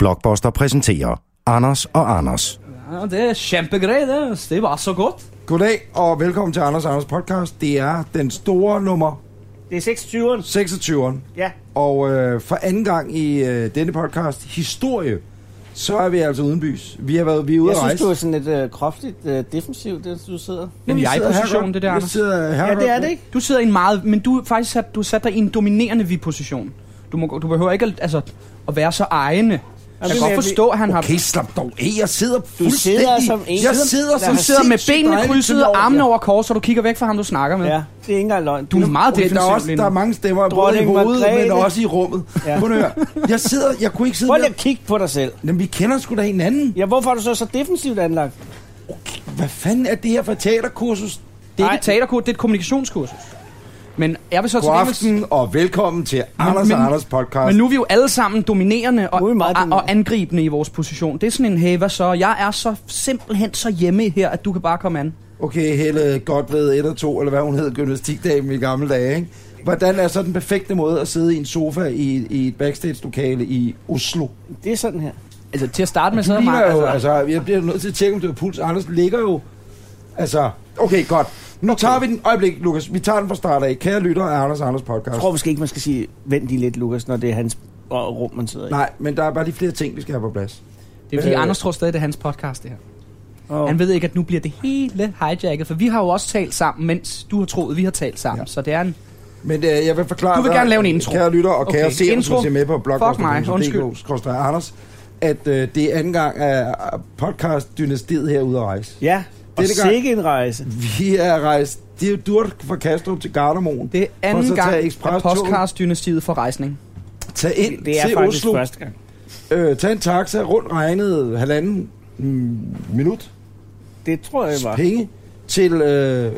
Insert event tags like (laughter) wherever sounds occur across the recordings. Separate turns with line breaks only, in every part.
Blockbuster præsenterer Anders og Anders.
Ja, det er kjempegreier, det. Altså, Det var så godt.
Goddag og velkommen til Anders og Anders podcast. Det er den store nummer
Det er 26'eren.
26'eren.
Ja.
Og øh, for anden gang i øh, denne podcast, historie, så er vi altså uden bys. Vi har været vi er ude
Jeg
at
synes,
rejse.
du er sådan lidt øh, kraftigt øh, defensiv, det du sidder.
En
Vi sidder
jeg-position,
her,
det der,
Vi
Anders.
sidder her,
Ja, det er det ikke.
Du sidder i en meget... Men du er faktisk sat, du er sat dig i en dominerende vi-position. Du, må, du behøver ikke at, altså, at være så ejende. Jeg
men
kan godt
jeg-
forstå, at han har...
Okay, slap dog af. Jeg sidder fuldstændig...
som en-
Jeg sidder som
Du sidder med
sindssygt
benene
dejligt
krydset
tyndt
og
over.
armene over kors, og du kigger væk fra ham, du snakker med.
Ja, det er ikke engang løgn.
Du er meget
Okay, der, er
defensiv
også,
lige
der er
nu.
mange stemmer, både i
Dronning
hovedet, men
Margrethe.
også i rummet. Ja.
Ja.
Prøv at høre. Jeg sidder... Jeg kunne ikke sidde
Prøv lige
mere...
at kigge på dig selv.
Jamen, vi kender sgu da hinanden.
Ja, hvorfor er du så så defensivt anlagt?
Hvad fanden er det her for et teaterkursus?
Det er
Nej.
ikke et teaterkurs, det er et kommunikationskursus. Men jeg vil så til
God
gengæld-
aften og velkommen til Anders
men-
og Anders podcast.
Men nu er vi jo alle sammen dominerende og,
Nu er vi meget
og, og,
dominerende.
angribende i vores position. Det er sådan en, hey, hvad så? Jeg er så simpelthen så hjemme her, at du kan bare komme an.
Okay, Helle godt ved 1 og 2, eller hvad hun hed, gymnastikdamen i gamle dage, ikke? Hvordan er så den perfekte måde at sidde i en sofa i, i et backstage-lokale i Oslo?
Det er sådan her.
Altså, til at starte med, så
Du
er der
ligner
meget...
jo,
Altså,
altså, jeg bliver nødt til at tjekke, om du har puls. Anders ligger jo, altså... Okay, godt. Nu tager vi den. Øjeblik, Lukas. Vi tager den fra start af. Kære lytter af Anders og Anders podcast.
Jeg tror måske ikke, man skal sige, vent lige lidt, Lukas, når det er hans og rum, man sidder i.
Nej, men der er bare lige flere ting, vi skal have på plads.
det er fordi,
øh,
Anders tror stadig, det er hans podcast, det her.
Og
Han ved ikke, at nu bliver det hele hijacket, for vi har jo også talt sammen, mens du har troet, vi har talt sammen.
Ja.
Ja. Så det er en...
Men øh, jeg vil forklare
Du vil
dig,
gerne lave en intro.
Kære lytter og
Okay,
kære okay. seere, som
intro.
ser med på
mig, undskyld.
blogpost.dk, Anders, at øh, det er anden gang af podcast-dynastiet herude at rejse.
Ja, og
Denne gang-
sikke en rejse.
Vi er rejst det er Durk fra Kastrup til Gardermoen.
Det er anden
så tage
gang, at
eksprestoget.
podcast-dynastiet får rejsning.
Tag ind
Det er
til
faktisk
Oslo.
første gang.
Øh, tag en taxa rundt regnet halvanden mm, minut
Det tror jeg var
penge til øh,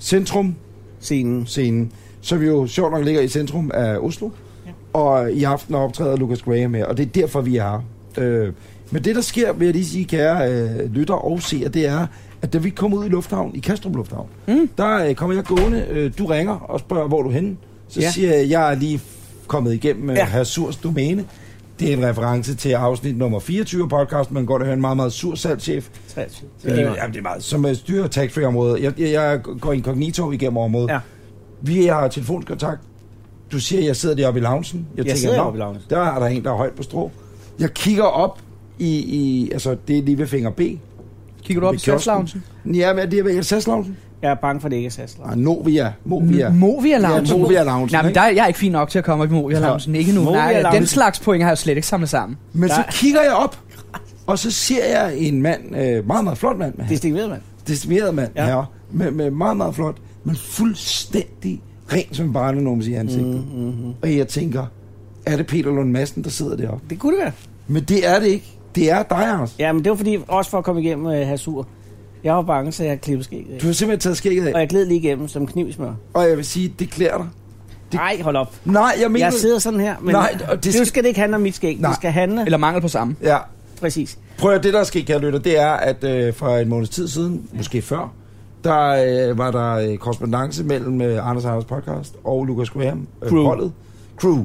centrum
scenen.
scenen, som jo sjovt nok ligger i centrum af Oslo. Ja. Og i aften optræder Lucas Graham her, og det er derfor, vi er her. Øh, men det, der sker, vil jeg lige sige, kære øh, lytter og seere, det er, at da vi kommer ud i Lufthavn, i Kastrup Lufthavn, mm. der øh, kommer jeg gående, øh, du ringer og spørger, hvor er du henne. Så ja.
Ja.
siger jeg, jeg er lige kommet igennem øh, ja.
Ja.
herr Surs domæne. Det er en reference til afsnit nummer 24 af podcasten, man går og hører en meget, meget sur salgschef,
23. Det er
øh,
lige meget.
jamen, det er meget, som øh, styrer tax-free-området. Jeg, jeg, jeg går inkognito igennem området.
Ja.
Vi har telefonkontakt. Du siger, at jeg sidder deroppe i loungen. Jeg,
sidder
"Nå,
oppe i loungen."
Der er der en, der er højt på strå. Jeg kigger op i, i altså det er lige ved finger B.
Kigger du op
Ved
i
kiosken.
Sats-loungen?
Ja, men er det er ved LSS Loungen?
Jeg er bange for, at det ikke er SAS.
Nej, Novia. Movia.
Movia Lounge.
Ja, Movia Loungen,
Nej, men
ikke?
der, jeg er ikke fin nok til at komme op i Movia Lounge. Ikke nu.
Movia
Nej,
Loungen.
den slags point har jeg slet ikke samlet sammen.
Men så
der-
kigger jeg op, og så ser jeg en mand, øh, meget, meget flot mand, med
Det er stikket ved, mand.
destineret mand ja.
Ja.
her, med, med meget, meget flot, men fuldstændig ren som en brændenums i ansigtet. Mm, mm, mm. Og jeg tænker, er det Peter Lund Madsen, der sidder deroppe?
Det kunne det være.
Men det er det ikke. Det er dig, Anders.
Ja, men det var fordi, også for at komme igennem øh, Hasur. Jeg var bange, så jeg klippede skægget. af.
Du har simpelthen taget skægget
Og
af,
jeg gled lige igennem som knivsmør.
og jeg vil sige, det klæder dig. Det-
Nej, hold op.
Nej, jeg mener...
Jeg sidder sådan her, men
Nej, og det
det skal...
skal-
nu skal det ikke handle om mit skæg.
Nej.
Det skal handle... Eller...
Eller mangel på samme.
Ja.
Præcis.
Prøv at høre, det der er sket, kære lytter, det er, at øh, for en måneds tid siden, måske før, der øh, var der øh, korrespondence mellem øh, Anders og Anders podcast og Lukas Graham. Øh,
Crew.
Holdet. Crew.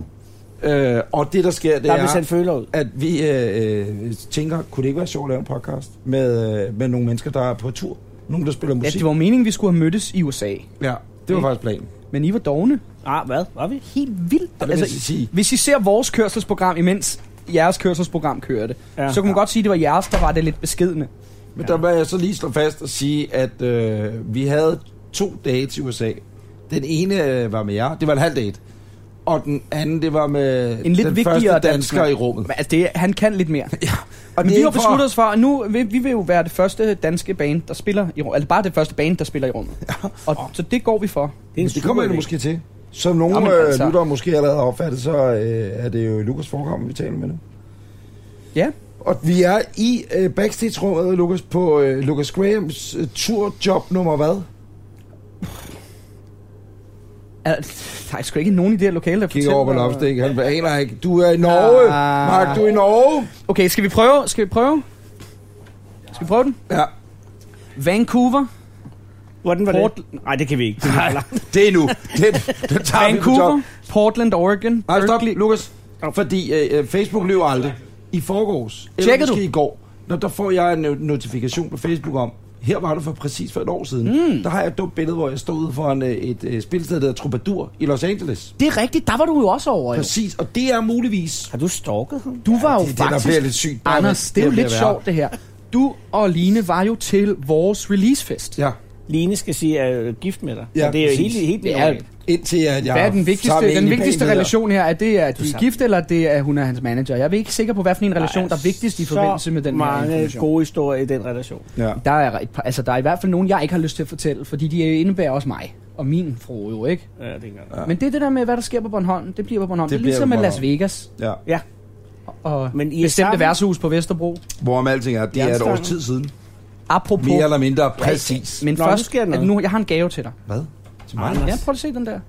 Øh, og det, der sker, det
Der er
er...
blevet sendt føler ud.
at vi øh, øh, tænker, kunne det ikke være sjovt at lave en podcast med, øh, med nogle mennesker, der er på tur? Nogle, der spiller
Ja,
musik?
det var Altså, meningen, vi skulle have mødtes i USA.
ja, det var faktisk planen.
Men I var dogne.
Ah, hvad? Var vi?
Helt vildt.
Og det vil jeg sige.
hvis I ser vores kørselsprogram, imens jeres kørselsprogram kørte, ja.
Ja.
så kunne man godt sige, at det var jeres, der var det lidt beskedende.
Men der vil jeg så lige slå fast og sige, at øh, vi havde to dates i USA. Den ene øh, var med jer, det var en halv date. Og den anden, det var med
En lidt
den
vigtigere
første dansker i rummet.
Men Altså, det, er- han kan lidt mere.
(laughs) Ja.
Og
det
Men
er
vi har
ikke for-
besluttet os for, at nu vi, vi vil jo være det første danske band, der spiller i rummet. Altså bare det første band, der spiller i rummet. Ja. Og, så det går vi for.
er en
Det kommer jeg
super idé.
måske til. Som nogle
Nå, men
øh,
altså-
lyttere måske allerede har opfattet, så øh, er det jo Lukas forekommer, vi taler med nu.
Ja.
Og vi er i øh, backstage-rummet, Lukas, på øh, Lucas Grahams øh, turjob nummer hvad?
Altså, der er sgu ikke nogen i det her lokale, der
Kig over på
mig-
Lopstik, han aner ikke. Du er i Norge,
Ah.
Mark, du er i Norge.
Okay, skal vi prøve? Skal vi prøve? Skal vi prøve den?
Ja,
Vancouver.
Hvordan var
Port-
det? Nej, det kan vi ikke. Det er langt.
det er nu. Det, det tager vi på job.
Vancouver, Portland, Oregon,
Nej, stop,
Berkeley.
Lukas. Fordi øh, øh, Facebook lyver aldrig. i forgårs, eller
Tjekkede
måske
du?
i går, når der får jeg en no- notifikation på Facebook om, her var du for præcis for et år siden.
Mm.
Der har jeg et dumt billede, hvor jeg stod ude foran øh, et øh, spilsted, der hedder Troubadour i Los Angeles.
Det er rigtigt, der var du jo også over, jo.
Præcis, og det er muligvis...
Har du stalket ham?
Du var jo
det, er det, der
faktisk...
bliver lidt sygt. bare
Anders,
ved-
det er jo
ved at
lidt
være.
sjovt, det her. Du og Line var jo til vores releasefest.
Ja,
Line skal sige, at jeg er gift med dig.
Ja,
Ja, det er jo
præcis.
helt, helt
Det er-
normalt.
indtil at jeg...
Hvad er den
tager
vigtigste,
mig
den
egentlig
vigtigste
bagved, og-
relation her? Er det, at de er
sammen.
gift, eller det er, at hun er hans manager? Jeg er ikke sikker på, hvad for en relation, der er
så
vigtigst i forbindelse med den her
mange
information.
gode historier i den relation.
Ja.
Der er, et par, altså, der er i hvert fald nogen, jeg ikke har lyst til at fortælle, fordi de indebærer også mig og min fru jo, ikke?
Ja, det er godt.
Ja.
Men det er det der med, hvad der sker på Bornholm, det bliver på Bornholm. Det,
Det
det er ligesom
bliver på
med Las Vegas
Bornholm. ja.
og
Men I er
bestemte
sammen?
værtshus på Vesterbro.
Hvorom alting er, det er et
Jernstangen.
års tid siden.
Apropos...
Mere eller mindre præcis.
Men
Nå, nu
først,
sker der
at
noget.
nu, jeg har en gave til dig.
Hvad? Til mig?
Anders,
Ja, prøv at se den der.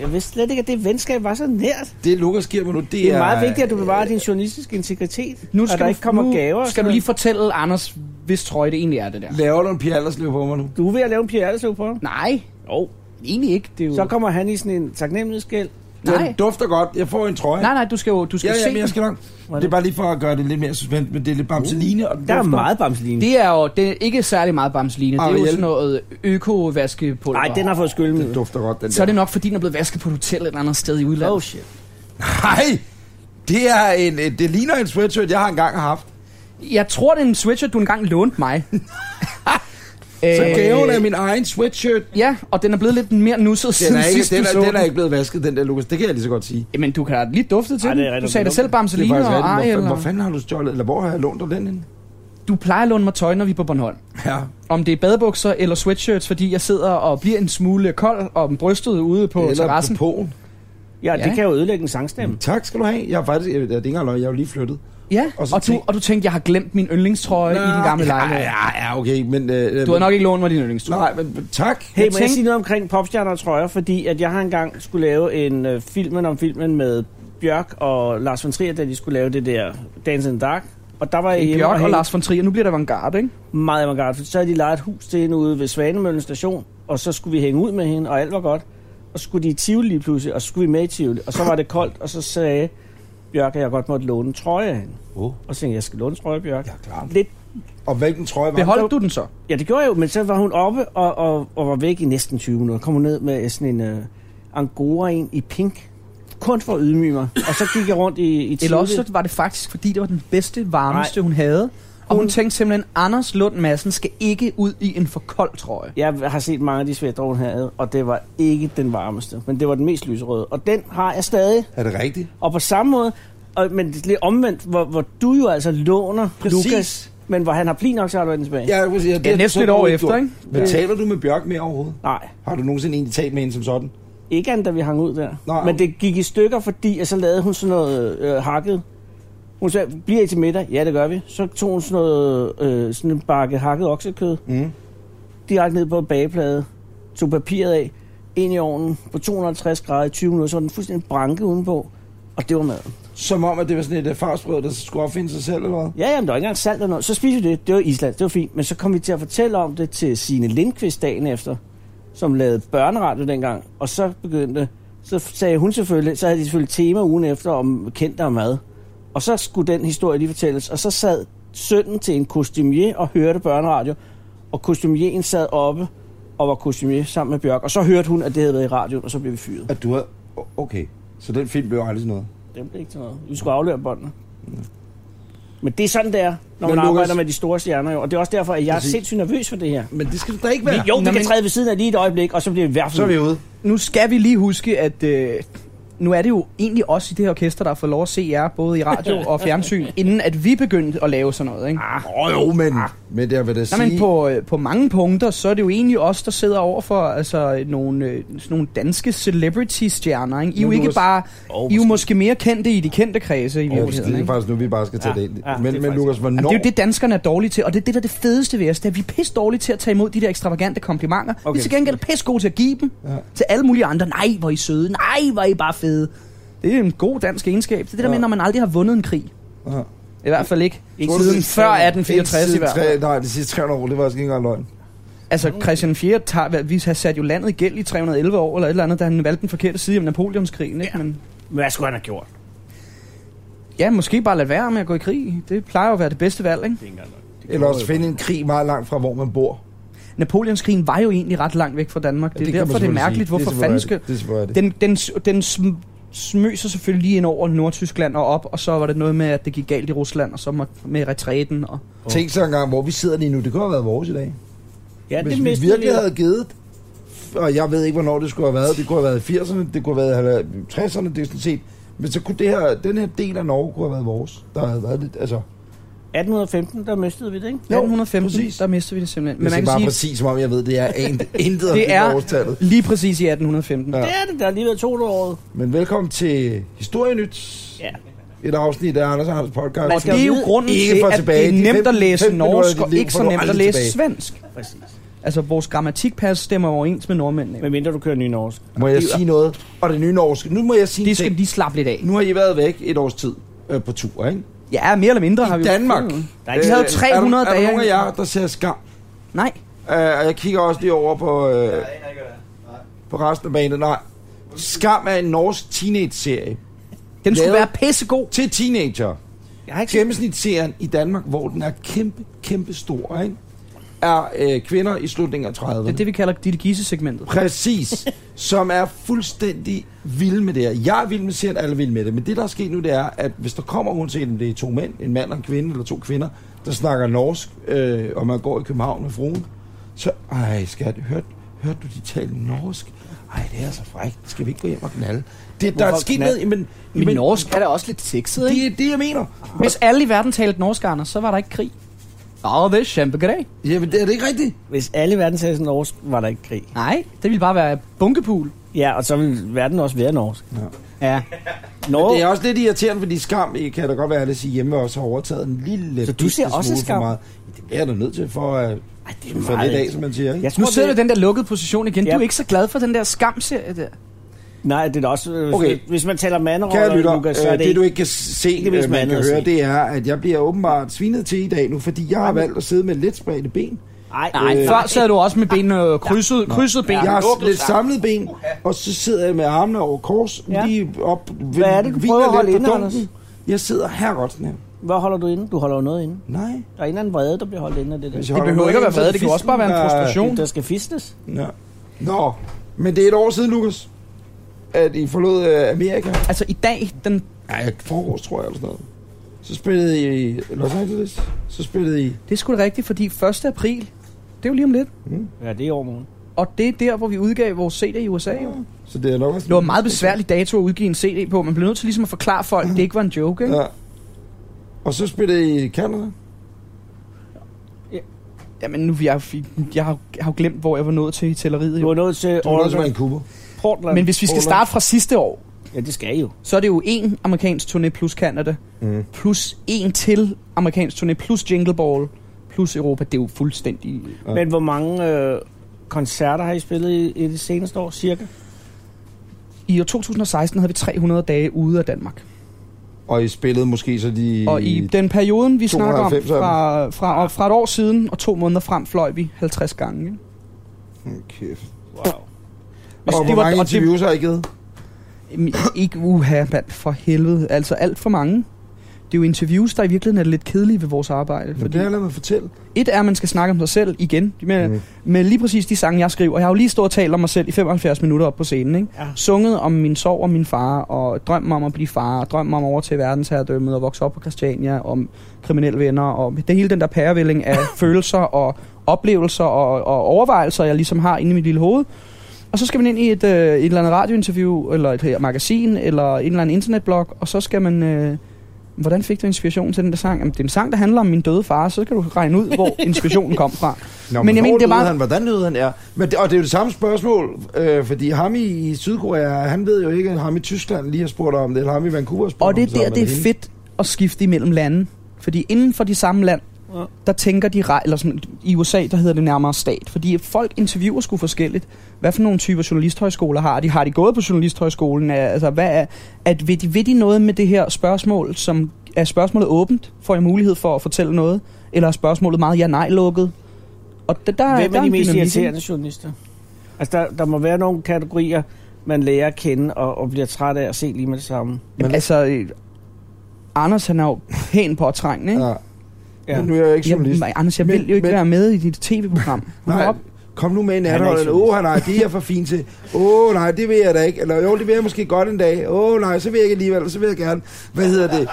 Jeg vidste slet ikke, at det venskab var så nært.
Det Lukas giver mig nu, det,
Det er meget vigtigt, at du bevarer din journalistiske integritet. Nu skal og der ikke kommer
nu
gaver. og
skal
sådan
du lige
noget.
fortælle Anders, hvis trøje det egentlig er det der.
Laver du en Pia Allerslev på mig nu?
Du er ved at lave en Pierre Alslev på ham.
Nej,
Jo.
egentlig ikke. Det er jo...
Så kommer han i sådan en taknemmelighedsgæld.
Den
Nej.
dufter godt. Jeg får en trøje.
Nej, nej, du skal jo du skal
ja, ja,
se
men jeg
den.
skal nok.
Hvordan?
Det er bare lige for at gøre det lidt mere suspendt, men det er lidt
Uh.
bamseline, og den
Der er
dufter.
meget bamseline.
Det er jo det er ikke særlig meget bamseline. Det er jo
Ariel.
sådan noget øko-vaskepulver.
Nej, den har fået
Den
skyldmiddel.
dufter godt, den
Så er
der.
det nok, fordi den er blevet vasket på et hotel et andet sted i udlandet.
Oh shit.
Nej! Det, er en, en- det ligner en sweatshirt, jeg har engang haft.
Jeg tror, det er en sweatshirt, du engang lånte
(laughs)
mig.
Så
Øh.
gaven er min egen sweatshirt.
Ja, og den er blevet lidt mere nusset
Den
siden
er, ikke,
sidst,
den,
du
er,
så
den er ikke blevet vasket, den der, Lukas. Det kan jeg lige så godt sige.
Jamen, du kan da lige dufte til
Ej,
den.
det er
Du
rigtigt,
sagde da
det
selv
Det er
Bamseline
faktisk
og
rigtigt.
Ariel.
Hvor, hvor
og-
fanden har du stjålet? Eller hvor har jeg lånt dig den henne?
Du plejer at låne mig tøj, når vi er på Bornholm.
Ja.
Om det er badebukser eller sweatshirts, fordi jeg sidder og bliver en smule kold om brystet ude på
Eller
terrassen.
på Polen.
Ja,
Ja. Mm.
det kan jo ødelægge en sangstemme.
Tak skal du have. Jeg er faktisk, jeg, jeg, jeg, jeg, jeg, jeg er jo lige flyttet.
Ja, og,
Og så
og, du,
tænk-
og du tænkte, jeg har glemt min yndlingstrøje i den gamle lejlighed.
Ja, ja, ja, okay, men... Øh,
Du har nok ikke lånt mig din yndlingstrøje.
Nej, men men tak.
Hey,
Jeg
jeg må jeg
tænkte-
sige noget omkring popstjerner, tror jeg, fordi at jeg har engang skulle lave en øh, filmen om filmen med Bjørk og Lars von Trier, da de skulle lave det der Dance in the Dark. Og der var jeg
Det er
hjemme
Bjørk og
hænge
Lars von Trier, nu bliver der avantgarde, ikke?
meget avantgarde, for så havde de lejet et hus til hende ude ved Svanemøllen station, og så skulle vi hænge ud med hende, og alt var godt. Og så skulle de i Tivoli lige pludselig, og så skulle vi med i Tivoli, og så var det koldt, og så sagde Bjørk, at jeg godt måtte låne en trøje af hende.
Oh.
Og så tænkte jeg, jeg skal låne en trøje, Bjørk.
Jeg er klar.
Lidt
Og hvilken trøje var det?
Beholdt du den så?
Ja, det gjorde jeg jo, men så var hun oppe og, og, og var væk i næsten 20 minutter. Kom hun ned med sådan en uh, angora en i pink, kun for at ydmyge mig. Og så gik jeg rundt i, i
Eller også
Tivoli.
så var det faktisk, fordi det var den bedste, varmeste, hun havde. Og hun
Hun-
tænkte simpelthen, Anders Lund Madsen skal ikke ud i en for kold trøje.
Jeg har set mange af de svætter, hun havde, og det var ikke den varmeste, men det var den mest lyserøde. Og den har jeg stadig.
Er det rigtigt?
Og på samme måde, og, men det er lidt omvendt, hvor, hvor du jo altså låner
Præcis.
Lukas, men hvor han har plin nok, så har du den tilbage.
Ja, jeg vil sige, at
Ja, næsten
har
et
du
år
ikke
efter,
gjort.
ikke?
Men taler du med Bjørk mere overhovedet?
Nej,
Har du nogensinde egentlig talt med hende som sådan?
ikke andet, da vi hang ud der.
Nej.
Men det gik i stykker, fordi at så lavede hun sådan noget øh, hakket. Hun sagde, bliver I til middag? Ja, det gør vi. Så tog hun sådan noget, øh, sådan en bakke hakket oksekød,
Mm.
direkte ned på en bageplade, tog papiret af, ind i ovnen på 250 grader i 20 minutter, så var den fuldstændig branke udenpå. Og det var maden.
Som om, at det var sådan et øh, farsbrød, der skulle opfinde sig selv, eller hvad?
Ja, jamen, der var ikke engang salt eller noget. Så spiste vi det. Det var Island. Det var fint. Men så kom vi til at fortælle om det til Signe Lindqvist dagen efter, som lavede børneradio dengang. Og så begyndte... Så sagde hun selvfølgelig... Så havde de selvfølgelig tema ugen efter om kendte og mad. Og så skulle den historie lige fortælles. Og så sad sønnen til en kostumier og hørte børneradio. Og kostumieren sad oppe og var kostumier sammen med Bjørk. Og så hørte hun, at det havde været i radioen, og så blev vi fyret.
At du havde... O- Okay, så den film blev aldrig sådan noget.
Det blev ikke til noget. Vi skulle aflevere båndene. Men det er sådan, det er, når
Mm. Men
man
Lukas-
arbejder med de store stjerner. Jo. Og det er også derfor, at jeg er
Præcis.
sindssygt nervøs for det her.
Men det skal du da ikke
Vi,
være.
jo, vi
Nå, men-
kan træde ved siden af lige et øjeblik, og så bliver vi i hvert
Så er
fald...
vi ude.
Nu skal vi lige huske, at øh, nu er det jo egentlig os i det her orkester, der har fået lov at se jer, både i radio og fjernsyn, inden at vi begyndte at lave sådan noget, ikke?
Ah, oh, jo, men, ah. men jeg vil da
Nej,
sige...
men på, øh, på mange punkter, så er det jo egentlig os, der sidder overfor altså, nogle, øh, sådan nogle danske celebrity-stjerner. Ikke? I er jo
Men du
ikke
er s-
bare...
Oh,
I er jo måske mere kendte i de kendte kredse i
Ja, det
virkeligheden.
er
ikke?
faktisk nu, vi bare skal tage
Ja,
det ind.
ja, det er
men, men
faktisk-
Lukas,
Jamen,
hvornår...
det er jo det, danskerne er dårlige til, og det er det, der er det fedeste ved os, det er, at vi er pisse dårlige til at tage imod de der ekstravagante komplimenter. Okay. Vi
Okay.
er til gengæld pisse gode til at give dem ja.
Ja.
til alle mulige andre. Nej, hvor er I søde. Nej, hvor er I bare fede. Det er en god dansk egenskab. Det er det der
Ja.
med, når man aldrig har vundet en krig.
Ja.
I hvert fald ikke.
Ikke
Siden
siden
før 1864 i
Indtil
hvert
tre-
fald.
Nej, de sidste 300 år, det var altså ikke engang løgn.
Altså Christian 4. Tager, vi har sat jo landet i gæld i 311 år eller et eller andet, da han valgte den forkerte side af Napoleonskrigen. Ikke? Men
Hvad skulle han have gjort?
Ja, måske bare lade være med at gå i krig. Det plejer jo at være det bedste valg, ikke?
Det er ikke engang løgn. Det
Eller
går
også
jo
finde en krig meget langt fra, hvor man bor.
Napoleonskrigen var jo egentlig ret langt væk fra Danmark.
Ja,
det er
kan man
derfor, det er
selvfølgelig
mærkeligt,
sige.
hvorfor
Det er
fanden
selvfølgelig
skal...
rigtigt. Det er selvfølgelig rigtigt.
Den, den, den sm- smøser selvfølgelig lige ind over Nordtyskland og op, og så var det noget med, at det gik galt i Rusland, og så må- med retræten. Og...
Tænk så engang, hvor vi sidder lige nu. Det kunne have været vores i dag.
Ja,
Hvis
det
vi
mistede
virkelig
vi.
havde givet, og jeg ved ikke, hvornår det skulle have været. Det kunne have været i 80'erne, det kunne have været i 60'erne, det er sådan set. Men så kunne det her, den her del af Norge kunne have været vores. Der havde været lidt, altså...
1815, der mistede vi det, ikke?
Jo, 115,
præcis.
der mister vi det simpelthen.
Men
Men
jeg
man
siger
kan
bare sige,
sige,
præcis, som om jeg ved, det er ant, intet om
det er
årstallet.
lige præcis i 1815.
Ja.
Ja.
Det er det, der er lige været 200 år.
Men velkommen til Historienyt.
Ja.
Et afsnit af Anders og Hans podcast.
Man
Og det er jo grunden
Ikke
til,
for
at
tilbage.
det
De
er nemt
fem-
at læse
fem minutter af
norsk,
dit
og
liv
ikke
får
så
du
nemt at
aldrig
læse
tilbage.
svensk.
Præcis.
Altså, vores grammatikpas stemmer overens med nordmændene.
Men mindre du kører ny norsk.
Må jeg sige noget? Og det nye norske. Nu må jeg sige en
Det skal vi
ting.
lige slappe lidt af.
Nu har I været væk et års tid øh, på tur, ikke?
Ja, mere eller mindre har
I
vi...
Danmark.
Der er ikke
Vi havde
Øh,
300
er der,
dage.
Er der nogen af jer, der ser skam?
Nej.
Uh, og jeg kigger også lige over på, uh, på resten af banen. Nej. Skam er en norsk teenage-serie.
Den skulle
Lavet-
være pissegod.
Til teenager.
Jeg har ikke set
Gennemsnitsserien i Danmark, hvor den er kæmpe, kæmpe stor, ikke? er øh, kvinder i slutningen af 30'erne.
Det er det, vi kalder dit gisse-segmentet.
Præcis. som er fuldstændig vild med det her. Jeg er vild med serien, alle er vild med det. Men det, der er sket nu, det er, at hvis der kommer, uanset om det er to mænd, en mand og en kvinde, eller to kvinder, der snakker norsk, øh, og man går i København med fruen, så, ej skat, hørte, hørte du de tale norsk? Ej, det er så frækt. Skal vi ikke gå hjem og knalde? Det, der er
Hvorfor
sket
knalde?
noget, men,
Men,
men
norsk
er da også lidt sexet,
det
ikke?
er det, jeg mener.
Hvis alle i verden talte norsk, Anders, så var der ikke krig. Åh, det er kæmpe goddag.
Jamen, det er det ikke rigtigt.
Hvis alle verden sagde sådan norsk, var der ikke krig.
Nej, det ville bare være bunkepul.
Ja, og så ville verden også være norsk.
Ja.
Norge,
Det er også lidt irriterende, fordi skam, I kan da godt være, at sige hjemme og også har overtaget en lille
Så du ser
bitte
også
smule for
Skam?
meget. Det er jeg da nødt til for at
Ej, det
få lidt af, som man siger. Ikke?
Jeg
Nu
tror,
sidder du
det,
i den der lukkede position igen. Du
Ja.
er ikke så glad for den der skamserie der.
Nej, det er da også... Hvis,
Okay.
okay. hvis man taler
Kære
manderoller,
lytter,
Lukas, så er
øh,
det,
det du
ikke...
ikke kan se,
det er vist
øh, man
noget
kan
andet at
høre,
se.
det er, at jeg bliver åbenbart svinet til i dag nu, fordi jeg har valgt at sidde med lidt spredte ben.
Ej,
Nej,
øh,
før sad du også med benene øh, krydset, krydset ben.
Jeg har
Åbnet
lidt
sammen.
samlet ben, og så sidder jeg med armene over kors,
Ja.
lige op,
Hvad er det, du
hviler
prøver at
lidt
holde
på
inde,
dunken.
Anders?
Jeg sidder her godt sådan her.
Hvad holder du inde? Du holder jo noget inde.
Nej.
Der er en eller anden vrede, der bliver holdt inde af det der.
Hvis
Det,
jeg
Det
holder
behøver
noget
ikke at
ind,
være
så er
vrede, det kan også bare være en
fisken, der-
frustration.
der skal fistes.
Ja. Nå, men det er et år siden, Lukas, at I forlod øh, Amerika.
Altså i dag, den
Nej, forårs, tror jeg, eller sådan noget. Så spillede I i Los Angeles. Så spillede I...
Det er sgu da rigtigt, fordi 1. april, det er jo lige om lidt.
Ja, det er i overmorgen.
Og det er der, hvor vi udgav vores CD i USA jo.
Så det er nok også...
Det var en meget besværlig dato at udgive en CD på. Man blev nødt til ligesom at forklare folk, at det ikke var en joke, ikke?
Ja. Og så spillede I i Canada.
Jamen nu, jeg, jeg har, jeg har jo glemt, hvor jeg var nået til i tælleriet.
Du
Jo.
er nået til
Du var også
Oregon,
i Cuba.
Portland.
Men hvis vi skal
Portland.
starte fra sidste år,
Ja, det skal I jo.
så er det jo en amerikansk turné plus Canada,
Mm.
plus en til amerikansk turné plus Jingle Ball, plus Europa. Det er jo fuldstændig...
Ja.
Men hvor mange øh, koncerter har I spillet i, i det seneste år, cirka?
I år 2016 havde vi 300 dage ude af Danmark.
Og I spillede måske så de...
Og i den periode, vi snakker om,
92 af dem.
fra, fra, fra et år siden og to måneder frem, fløj vi 50 gange. ikke?
Hm, Kæft.
Wow.
Og
Og
det var-
hvor mange
og det-
interviews har I givet?
Jamen, Ikke uha, mand, for helvede. Altså alt for mange. Det er jo interviews, der i virkeligheden er lidt kedelige ved vores arbejde.
For
Fordi
det har jeg lavet mig fortælle.
et er, at man skal snakke om sig selv igen, med, mm. med lige præcis de sange, jeg skriver. Jeg har jo lige stået og talt om mig selv i 75 minutter op på scenen. Ikke?
Ja.
Sunget om min sorg og min far, og drømmen om at blive far, og drømmen om over til verdensherredømmet, og vokse op på Christiania, om kriminelle venner, og det hele den der pærevælling af følelser og oplevelser og, og overvejelser, jeg ligesom har inde i mit lille hoved. Og så skal man ind i et, øh, et eller andet radiointerview, eller et her magasin, eller en eller anden internetblog, og så skal man... Øh, hvordan fik du inspiration til den der sang? Jamen, det er en sang, der handler om min døde far, så kan du regne ud, hvor inspirationen kom fra.
Nå,
Men jeg mener,
hvor
det er
døde
bare-
han, hvordan lød han er. Men det, og det er jo det samme spørgsmål, øh, fordi ham i, i Sydkorea, han ved jo ikke, at ham i Tyskland lige har spurgt om det, eller ham i Vancouver har spurgt
Og det
om
er der,
eller
det
hende.
er fedt at skifte imellem lande. Fordi inden for de samme land,
Ja.
der tænker de, re- eller sådan, i USA, der hedder det nærmere stat. Fordi folk interviewer sgu forskelligt. Hvad for nogle typer journalisthøjskoler har de? Har de gået på journalisthøjskolen? Er- Altså, hvad er, at vil, de, vil de noget med det her spørgsmål, som er spørgsmålet åbent? Får jeg mulighed for at fortælle noget? Eller er spørgsmålet meget ja-nej-lukket? Og der, der,
Hvem
der
er de
en
mest
dynamik,
irriterende journalister? Altså, der, der må være nogle kategorier, man lærer at kende og, og bliver træt af at se lige med det samme.
Jamen, altså, øh, Anders, han er jo pænt påtrængende, ikke?
Ja.
Ja.
Men nu er jeg ikke journalist.
Jamen, Anders, jeg vil
Men-
jo ikke
men-
være med i dit tv-program.
(laughs)
Hold
Nej,
op.
kom nu med en
Han er
natholden.
ikke
Åh, oh, nej, det er jeg for fin til. Åh, oh, nej, det vil jeg da ikke. Eller jo, det vil jeg måske godt en dag. Åh, oh, nej, så vil jeg ikke alligevel. Så vil jeg gerne. Hvad hedder det?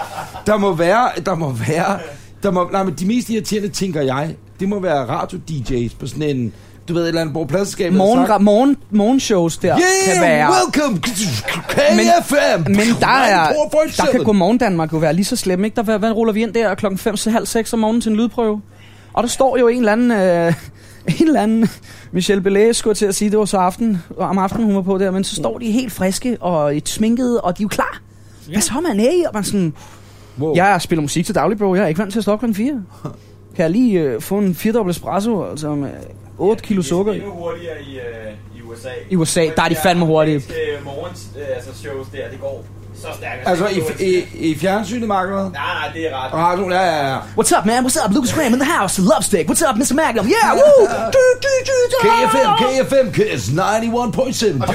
Der må være, der må være, der må, nej, men de mest irriterende, tænker jeg, det må være radio-DJ's på sådan en, du ved, et eller andet, hvor pladskabet
Morgen, ra- morgen, morgenshows der
Yeah,
kan være...
welcome to
Men-
KFM.
Men der er,
947.
der kan gå morgen Danmark jo være lige så slem, ikke? Der, hvad, hvad ruller vi ind der klokken 5 til halv 6 om morgenen til en lydprøve? Og der står jo en eller anden, øh, (laughs) en eller anden Michelle Belæs skulle jeg til at sige, det var så aften, om aftenen hun var på der, men så står de helt friske og sminkede, og de er jo klar. Hvad så man af? Og man sådan,
Wow.
jeg spiller musik til daglig, bro, jeg er ikke vant til at stå op klokken (laughs) 4. Kan jeg lige øh, få en 4 espresso, altså med 8 kilo sukker i?
Det er endnu hurtigere i, øh, i USA.
I USA, der er de fandme hurtige.
Det morgens øh, altså shows der, det går så stærkt.
Altså, i, i, i fjernsynet, Marked?
Nej, nej, det er ret.
Radioen, ja, ja, ja.
What's up, man? What's up? Lucas Graham in the house. Love stick. What's up, Mr. Magnum? Yeah, woo! Du, du, du, du.
KFM, KFM, KS 91.7.
Og det var det, som det
det
var
var det.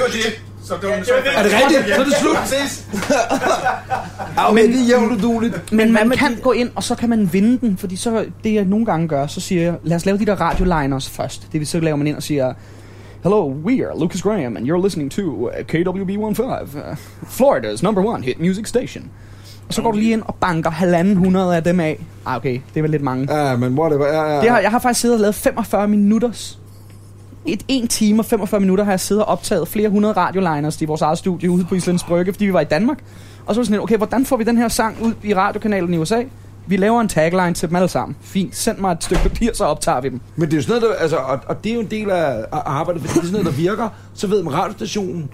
Er det rigtigt? Så er det slut. (laughs)
Præcis.
Ja, men det er jævnt udueligt.
Men man kan gå ind, og så kan man vinde den, fordi så, det jeg nogle gange gør, så siger jeg, lad os lave de der radioliners først. Det vil så laver man ind og siger, Hello, we are Lucas Graham, and you're listening to uh, KWB15, uh, Florida's number one hit music station. Og så går du lige ind og banker halvanden hundrede af dem af. Ah, okay, det er vel lidt mange.
Ja, men whatever. Ja, ja.
Det har, jeg har faktisk siddet og lavet 45 minutters. Et 1 time og 45 minutter har jeg siddet og optaget flere hundrede radioliners i vores eget studie ude på Islands Brygge, fordi vi var i Danmark. Og så var det sådan lidt, okay, hvordan får vi den her sang ud i radiokanalen i USA? Vi laver en tagline til dem alle sammen. Fint, send mig et stykke papir, så optager vi dem.
Men det er jo sådan noget, der, altså, og, og det er jo en del af af arbejdet, fordi det er sådan noget, der virker. Så ved man radiostationen,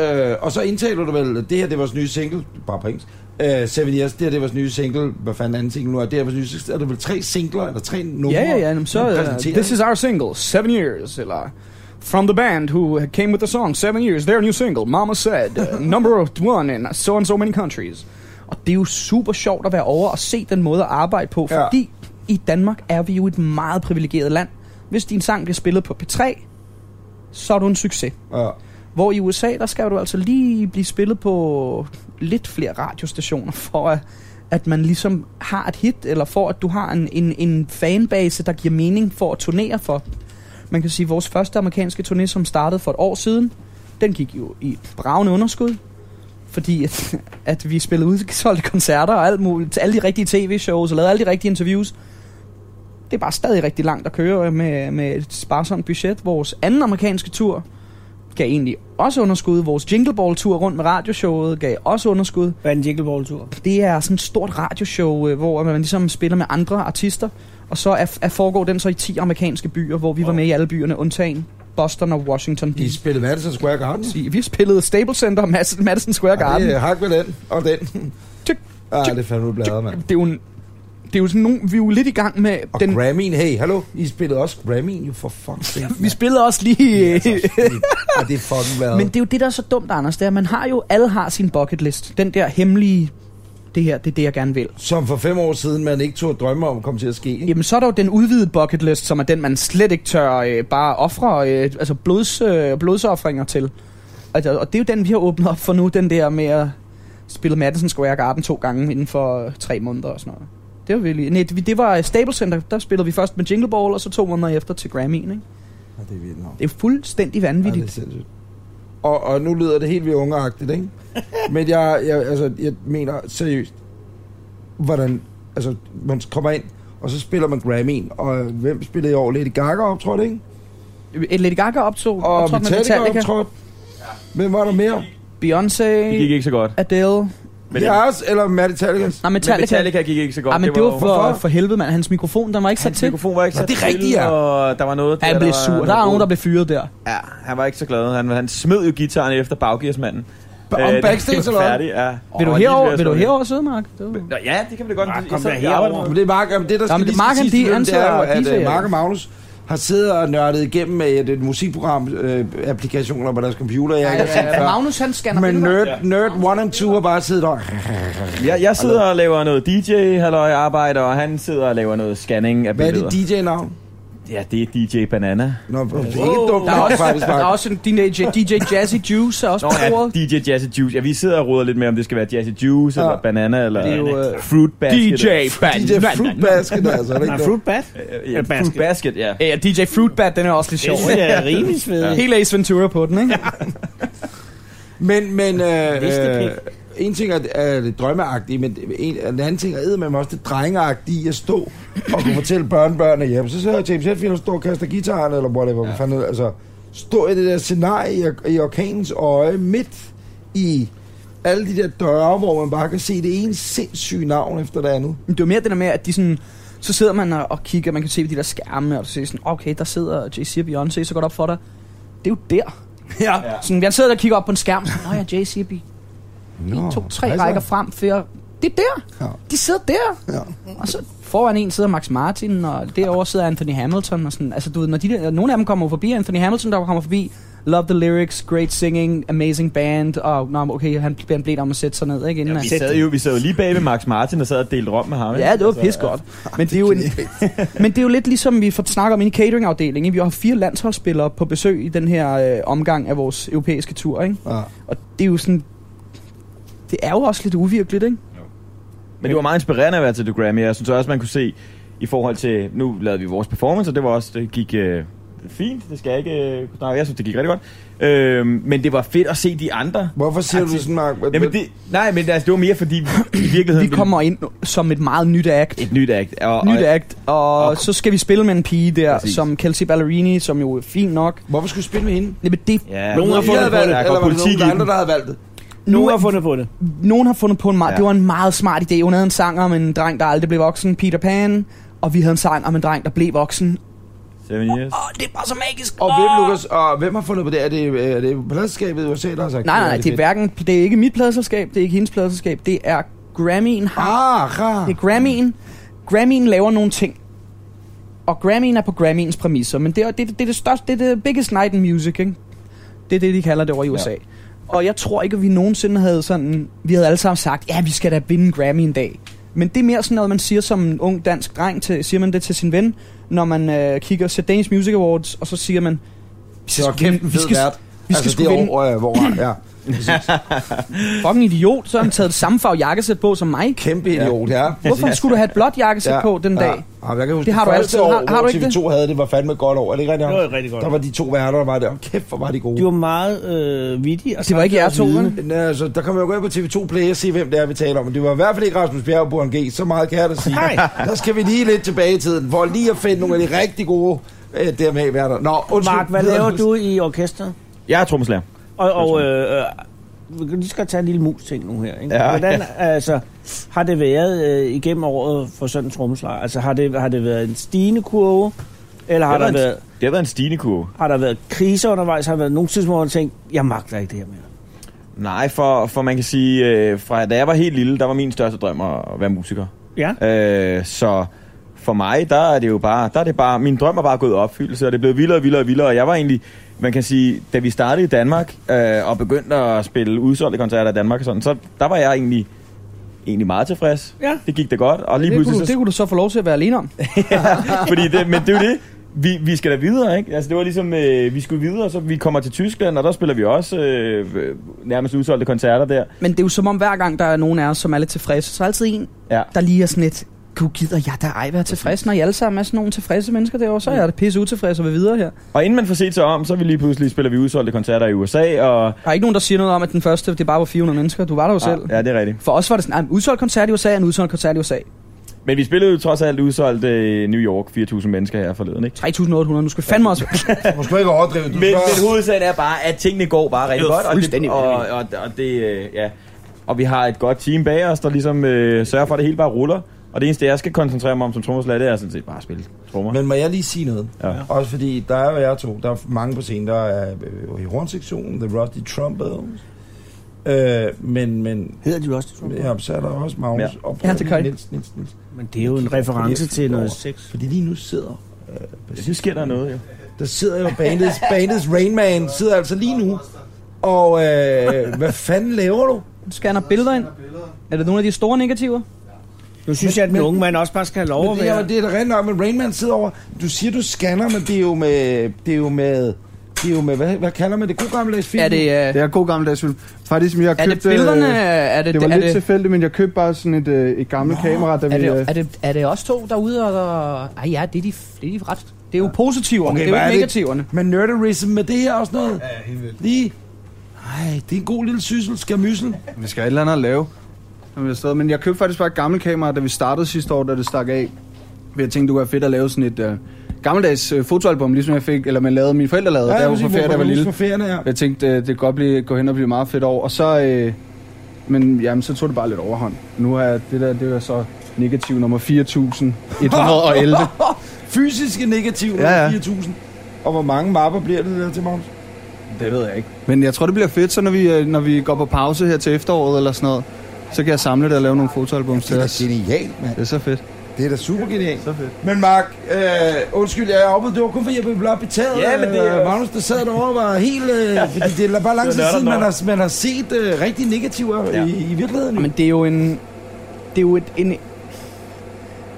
øh, og så indtaler du vel, det her det er vores nye single, bare på engelsk, øh, Seven Years, det her det er vores nye single, hvad fanden anden single nu er, det her er vores nye single, så er det vel tre singler, eller tre numre?
Ja, ja, ja. jamen,
man
Så, uh,
præsenterer.
this is our single, Seven Years, eller... From the band who came with the song Seven Years, their new single, Mama Said,
(laughs)
uh, number one in so and so many countries. Og det er jo super sjovt at være over og se den måde at arbejde på,
Ja.
fordi i Danmark er vi jo et meget privilegeret land. Hvis din sang bliver spillet på P3, så er du en succes.
Ja.
Hvor i USA, der skal du altså lige blive spillet på lidt flere radiostationer, for at, at man ligesom har et hit, eller for at du har en, en, en fanbase, der giver mening for at turnere for. Man kan sige, at vores første amerikanske turné, som startede for et år siden, den gik jo i et bravende underskud, fordi at, at vi spillede udsolgte koncerter og alt muligt, til alle de rigtige tv-shows og lavede alle de rigtige interviews. Det er bare stadig rigtig langt at køre med, med et sparsomt budget. Vores anden amerikanske tur gav egentlig også underskud. Vores Jingle Ball-tur rundt med radioshowet gav også underskud.
Hvad er en Jingle Ball-tur?
Det er sådan et stort radioshow, øh, hvor man ligesom spiller med andre artister, og så er, er foregår den så i 10 amerikanske byer, hvor vi var med i alle byerne, undtagen Boston og Washington
I
D.C.
spillede Madison Square Garden.
Vi spillede Staples Center og Mas- Madison Square
Ja,
Garden.
det er hak ved den,
(laughs)
og den.
Tyk,
Ja,
tyk,
det er fandme bladet, mand.
Det er jo en, det er jo sådan nogle, vi er jo lidt i gang med
Og
den...
Grammy'en, hey, hallo, I spillede også Grammy'en, jo for fuck's sake.
(laughs) Vi spillede også lige...
Og det er fucking bladet.
(laughs) Men det er jo det, der er så dumt, Anders, det er, at man har jo, alle har sin bucket list. Den der hemmelige, det her, det er det, jeg gerne vil.
Som for fem år siden, man ikke tog at drømme om, kom til at ske. Ikke?
Jamen, så er der jo den udvidede bucket list, som er den, man slet ikke tør øh, bare ofre, øh, altså blods, øh, blodsoffringer til. Altså, og det er jo den, vi har åbnet op for nu, den der med at spille Madison Square Garden to gange inden for øh, tre måneder og sådan noget. Det var virkelig... Nej, det det var Stable Center, der spillede vi først med Jingle Ball, og så to måneder efter til Grammy'en, ikke?
Ja, det er vildt nok.
Det er fuldstændig
Ja, det er
vanvittigt.
sindssygt. Og, og nu lyder det helt vildt ungeagtigt,
(laughs)
ikke? Men jeg, jeg, altså, jeg mener seriøst, hvordan, altså, man kommer ind, og så spiller man Grammy'en, og hvem spillede i år? Lady Gaga optrådte, ikke?
Et Lady Gaga optog,
Og
optrådte med
Metallica
Metallica,
optrådte. Hvem var der mere?
Beyoncé,
Det gik ikke så godt.
Adele...
Men, ja,
Jeres eller Metallica?
Nej,
Metallica.
Metallica.
Metallica gik ikke så godt.
Ah, men det var for,
Hvorfor?
for helvede, mand. Hans mikrofon, den var ikke sat
Hans
til.
mikrofon var ikke
Nå,
så
det er rigtigt, ja.
og der var noget...
Han
der
blev
var-
sur. Der er nogen, der blev fyret der.
Ja, han var ikke så glad. Han, han smed jo gitaren efter baggearsmanden.
Om
Øh, det- det var
backstage, eller hvad?
færdig, ja.
Vil du
Og lige
herover,
ved at
vil
slå
du
det.
herover sidde, Mark? Det var-
Nå, Ja, det kan vi da godt.
Ah,
Det-
kom
så-
da
jeg
herover.
arbejder med
Men
det.
det er Mark, jamen, det der skal
Jamen,
lige
Mark,
skal
han-
siges
de
til dem, det
ansatte
er jo,
og
at
de
øh,
ser-
Mark og Magnus har siddet og nørdet igennem øh, et, et musikprogram, øh, applikationer på deres computer. Jeg ikke har set før.
Magnus, han scanner
Men
billeder.
Nerd, Nerd 1 and 2 har bare siddet og...
Jeg, jeg sidder og laver noget DJ-halløj-arbejde, og han sidder og laver noget scanning af
Hvad er
billeder.
dit DJ-navn?
Ja, det er DJ Banana.
Nå, hvor- det er ikke dumt.
Der er
nok,
også,
faktisk,
der er
Mark.
også en DJ, DJ Jazzy Juice er også
Nå
på
ja,
bordet.
DJ Jazzy Juice. Ja, vi sidder og ruder lidt med, om det skal være Jazzy Juice,
Ja.
ja. eller Banana, eller
Det er jo, øh,
Fruit
De der
Basket.
fruit basket, altså. Er det
Nej,
ikke dumt?
Fruit Bat?
Ja, Fruit
Basket.
Basket, ja.
Ja, DJ Fruitbat, den er også lidt sjov.
Det synes jeg er rimelig svedigt.
Helt Ace Ventura på den, ikke?
Men, men øh,
Vistepik.
øh, en ting er, er det drømmeagtige, men en, en anden ting er med også det drengeagtige i at stå og kunne fortælle børnebørnene hjem. Så sidder James Hetfield og står og kaster gitaren, eller whatever. Ja. Fanden, altså, stå i det der scenarie i, i orkanens øje, midt i alle de der døre, hvor man bare kan se det ene sindssyge navn efter det andet.
Men det var mere det der med, at de sådan... Så sidder man og, og kigger, man kan se på de der skærme, og så ser sådan, okay, der sidder Jay-Z og Beyoncé, så går det op for dig. Det er jo der. Ja.
Ja.
Sådan, jeg sidder der og kigger op på en skærm, så, nå ja, Jay-Z og Be-
Nå,
En, to, tre
altså.
rækker frem, fire. Det er der.
Ja.
De sidder der.
Ja.
Og så foran en sidder Max Martin, og derovre sidder Anthony Hamilton. Og sådan. Altså, du ved, når de der, nogle af dem kommer jo forbi, Anthony Hamilton, der kommer forbi, love the lyrics, great singing, amazing band, og nå, okay, han blev blevet om at sætte sig ned, ikke? Inden
Ja,
at-
vi, sad jo, vi sad jo lige bag ved Max Martin, og sad og delte rom med ham. ikke?
Ja, det var
Altså,
pis godt. Men det, er
(laughs)
jo en, men det er jo lidt ligesom, vi får- snakker om i cateringafdelingen. ikke? Vi har fire landsholdsspillere på besøg i den her øh, omgang af vores europæiske tur, ikke?
Ja.
Og det er jo sådan... Det er jo også lidt uvirkeligt, ikke?
Men det var meget inspirerende at være til The Grammy. Jeg synes også, man kunne se i forhold til... Nu lavede vi vores performance, og det var også... Det gik øh, fint. Det skal jeg ikke øh, kunne snakke. om. Jeg synes, det gik rigtig godt. Øh, men det var fedt at se de andre.
Hvorfor siger du det sådan, Mark?
Jamen, det, nej, men altså, det var mere fordi... I virkeligheden...
Vi kommer ind som et meget nyt act.
Et nyt act. Og,
Nyt
og,
act, og
og-
så skal vi spille med en pige der,
Præcis.
som Kelsey Ballerini, som jo er fint nok.
Hvorfor skulle du spille med hende?
Nej, men det,
Ja,
Nogen har
I
fundet
havde
på det.
valgt-
Der
Der går politik i
andre,
den.
der havde valgt det.
Nogen
nu
har fundet på det.
nogen har fundet på en meget,
Ja.
ja. det var en meget smart idé. Hun havde en sang om en dreng, der aldrig blev voksen, Peter Pan, og vi havde en sang om en dreng, der blev voksen.
Seven years.
Åh, det var så magisk.
Og
Åh!
hvem, Lukas, og hvem har fundet på det? Er det, er det pladskabet i USA, der har sagt?
Nej, nej,
"Hvor
nej, det er,
fedt"?
hverken, det er ikke mit pladselskab, det er ikke hendes pladselskab, det er Grammy'en har.
Ah,
Det
ah.
er Grammy'en. Grammy'en laver nogle ting. Og Grammy'en er på Grammy'ens præmisser, men det er det, er- det, er det største, det er det biggest night in music, ikke? Det er det, de kalder det over i USA. Ja. Og jeg tror ikke, at vi nogensinde havde sådan, vi havde alle sammen sagt, ja, vi skal da vinde en Grammy en dag. Men det er mere sådan noget, man siger som en ung dansk dreng, til, siger man det til sin ven, når man øh, kigger til Danish Music Awards, og så siger man, vi
Det var
sgu vinde-
kæmpe fed vært.
vi skal
det
sgu vinde.
år, øh, hvor,
(clears throat)
ja.
fucking idiot, så har han taget det samme farve jakkesæt på som mig.
Kæmpe idiot, ja.
Hvorfor skulle du have et blåt jakkesæt
ja.
ja. på den dag?
Ja. Ja, jeg kan huske,
Det har du altid.
År,
Har- har du ikke
TV2 havde det, var fandme et godt år. Er det ikke rigtigt?
Det
Jacob?
var rigtig godt.
Der var de to værter, der var der. Kæft, hvor var de gode.
De var meget øh, vittige. Og
Det var ikke jer to,
samtidig
vel?
også
Men, altså, der kan man jo gå ind på TV2 Play og se, hvem det er, vi taler om. Men Det var i hvert fald ikke Rasmus Bjerg og Burhan G. Så meget kan jeg da sige.
Nej.
(laughs) Der skal vi lige lidt tilbage i tiden, for lige at finde nogle af de rigtig gode øh, der med værter. Nå, undskyld.
Mark, hvad laver du i orkestret?
Jeg er trommeslager.
Og, og øh, øh, vi kan lige skal tage en lille mus-ting nu her. Ikke?
Ja,
Hvordan altså, har det været øh, igennem året for sådan en trommeslager? Altså har det, har det været en stigende kurve? Eller har
Det
der
har, været
været,
en, det har været en stigende kurve.
har der været kriser undervejs? Har der været nogle tidspunkter, hvor man tænkt, jeg magter ikke det her mere?
Nej, for, for man kan sige, øh, fra da jeg var helt lille, der var min største drøm at være musiker.
Ja.
Øh, så for mig, der er det jo bare, der er det bare, min drøm er bare gået i opfyldelse, og det er blevet vildere og vildere og vildere, og jeg var egentlig, man kan sige, da vi startede i Danmark, øh, og begyndte at spille udsolgte koncerter i Danmark og sådan, så der var jeg egentlig, egentlig meget tilfreds.
Ja.
Det gik da godt, og lige
Det kunne,
pludselig
du,
så
det kunne du så få lov til at være alene om.
(laughs) Fordi det, men det er jo det. Vi, vi skal da videre, ikke? Altså, det var ligesom, øh, vi skulle videre, så vi kommer til Tyskland, og der spiller vi også øh, øh, nærmest udsolgte koncerter der.
Men det er jo som om hver gang, der er nogen af os, som er lidt tilfredse, så er der altid en,
Ja.
der lige er sådan lidt, gud gider jeg da ej være tilfreds, når I alle sammen er sådan nogle tilfredse mennesker derovre, så er jeg da pisse utilfreds og vil videre her.
Og inden man får set sig om, så er vi lige pludselig spiller vi udsolgte koncerter i USA, og...
Der er ikke nogen, der siger noget om, at den første, det bare var 400 mennesker, du var der jo selv.
Ja, det er rigtigt.
For os var det sådan, "Ej, en udsolgt koncert i USA er en udsolgt koncert i USA.
Men vi spillede jo trods alt udsolgt øh, New York, 4.000 mennesker her forleden, ikke?
3.800, nu skal vi fandme også...
Måske ikke overdrive. Du
Men,
spørger-
men hovedsagen er bare, at tingene går bare rigtig
Det er
godt, og det,
fuldstændig
og, og, og det øh, ja. Og vi har et godt team bag os, der ligesom øh, sørger for, at det hele bare ruller. Og det eneste, jeg skal koncentrere mig om som trommeslager, det er sådan set bare at spille trommer.
Men må jeg lige sige noget?
Ja.
Også fordi, der er jo jer to, der er mange på scenen, der er øh, i hornsektionen, The Rusty Trombones, øh, men, men
Hedder de jo også det, tror jeg?
ja, så er der også Magnus
Ja.
og
Ja, det gør de.
Niels, Niels, Niels.
Men det er jo en reference
Fordi-
til noget sex.
Fordi lige nu sidder,
Ja, nu sker der noget, jo.
der sidder jo bandets, (laughs) bandets Rain Man, sidder altså lige nu, og øh, hvad fanden laver du?
(laughs)
Scanner billeder ind. Er det nogle af de store negativer?
Nu synes men, jeg, at den
men-
unge mand også bare skal have lov
Men
at
det, er,
være...
jo- det er da rent nok, men Rain Man sidder over. Du siger, du scanner, men det er jo med... Det er jo med... Det er jo med... Hvad, hvad kalder man det? God gammeldags film?
Er det, øh,
Det er god gammeldags film. Faktisk, jeg
er
købte...
det billederne?
øh,
Er det,
Det var
er
lidt
det,
tilfældigt, men jeg købte bare sådan et, øh, et gammelt kamera, der
Er
vi... øh,
det, er, det, er det også to derude, og... og ej ja, det er de, det er de ret...
det er jo positiverne,
Okay,
okay, det
hvad
er
er
jo
det?
ikke negativerne.
Men nerderism med det her også noget?
Ja, helt vildt.
Lige... Nej, det er en god lille syssel, skal myssel.
Vi skal have et eller andet at lave. når vi er afsted. Men jeg købte faktisk bare et gammelt kamera, da vi startede sidste år, da det stak af. For jeg tænkte, det kunne være fedt at lave sådan et øh, gammeldags øh, fotoalbum, ligesom jeg fik, eller man lavede, mine forældre lavede, ja, der var på ferie, da jeg var lille.
På ferien, ja.
Jeg tænkte, øh, det kunne godt blive, gå hen og blive meget fedt over. Og så, øh, men jamen, så tog det bare lidt overhånd. Nu er det der, det er så negativ nummer 4111.
Fysiske negativ
Ja,
ja,
ja.
ja. 4.000. Og hvor mange mapper bliver det der til, Magnus?
det ved jeg ikke. Men jeg tror, det bliver fedt, så når vi, øh, når vi går på pause her til efteråret eller sådan noget, så kan jeg samle det og lave nogle fotoalbums
Det
til
er
os.
da genialt, mand.
Det er så fedt.
Det er da super genialt. Men Mark, øh, undskyld, jeg er oppe. Det var kun fordi, jeg blev blot betaget.
Ja, men det er-
Øh, Magnus, der sad derovre, var helt... Øh, fordi det er bare lang
Det
tid
var
siden, man
lørdag
har, man har set øh, rigtig negativer ja.
Ja.
i, i virkeligheden.
Men
Men,
det er jo en... Det er jo, et, en, det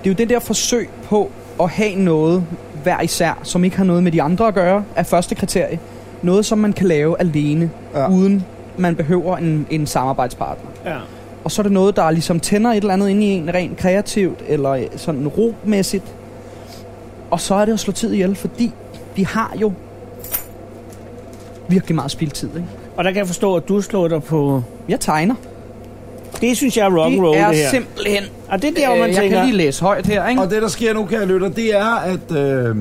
er jo det der forsøg på at have noget hver især, som ikke har noget med de andre at gøre, er første kriterie. Noget, som man kan lave alene,
Ja.
ja. uden man behøver en, en samarbejdspartner.
Ja.
Og så er det noget, der ligesom tænder et eller andet ind i en, rent kreativt, eller sådan romæssigt. Og så er det at slå tid ihjel, fordi vi har jo virkelig meget spildtid, ikke?
Og der kan jeg forstå, at du slår dig på...
Jeg tegner.
Det synes jeg er rock'n'roll,
det
det,
er
det her.
simpelthen...
og det er der, hvor man
øh, jeg
tænker...
kan lige læse højt her, ikke?
og det, der sker nu, kan jeg lytte, det er, at... Øh,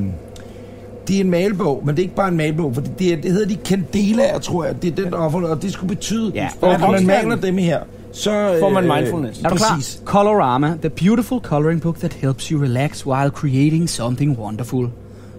det er en malbog, men det er ikke bare en malbog, for det, det, er- det hedder de candelaer, tror jeg. Det er den, der har opfundet, og det skulle betyde,
Ja,
at
og
når man
kunstneren-
maler dem her, så...
Får man
øh,
mindfulness.
Er du
Præcis.
klar? Colorama, the beautiful coloring book that helps you relax while creating something wonderful.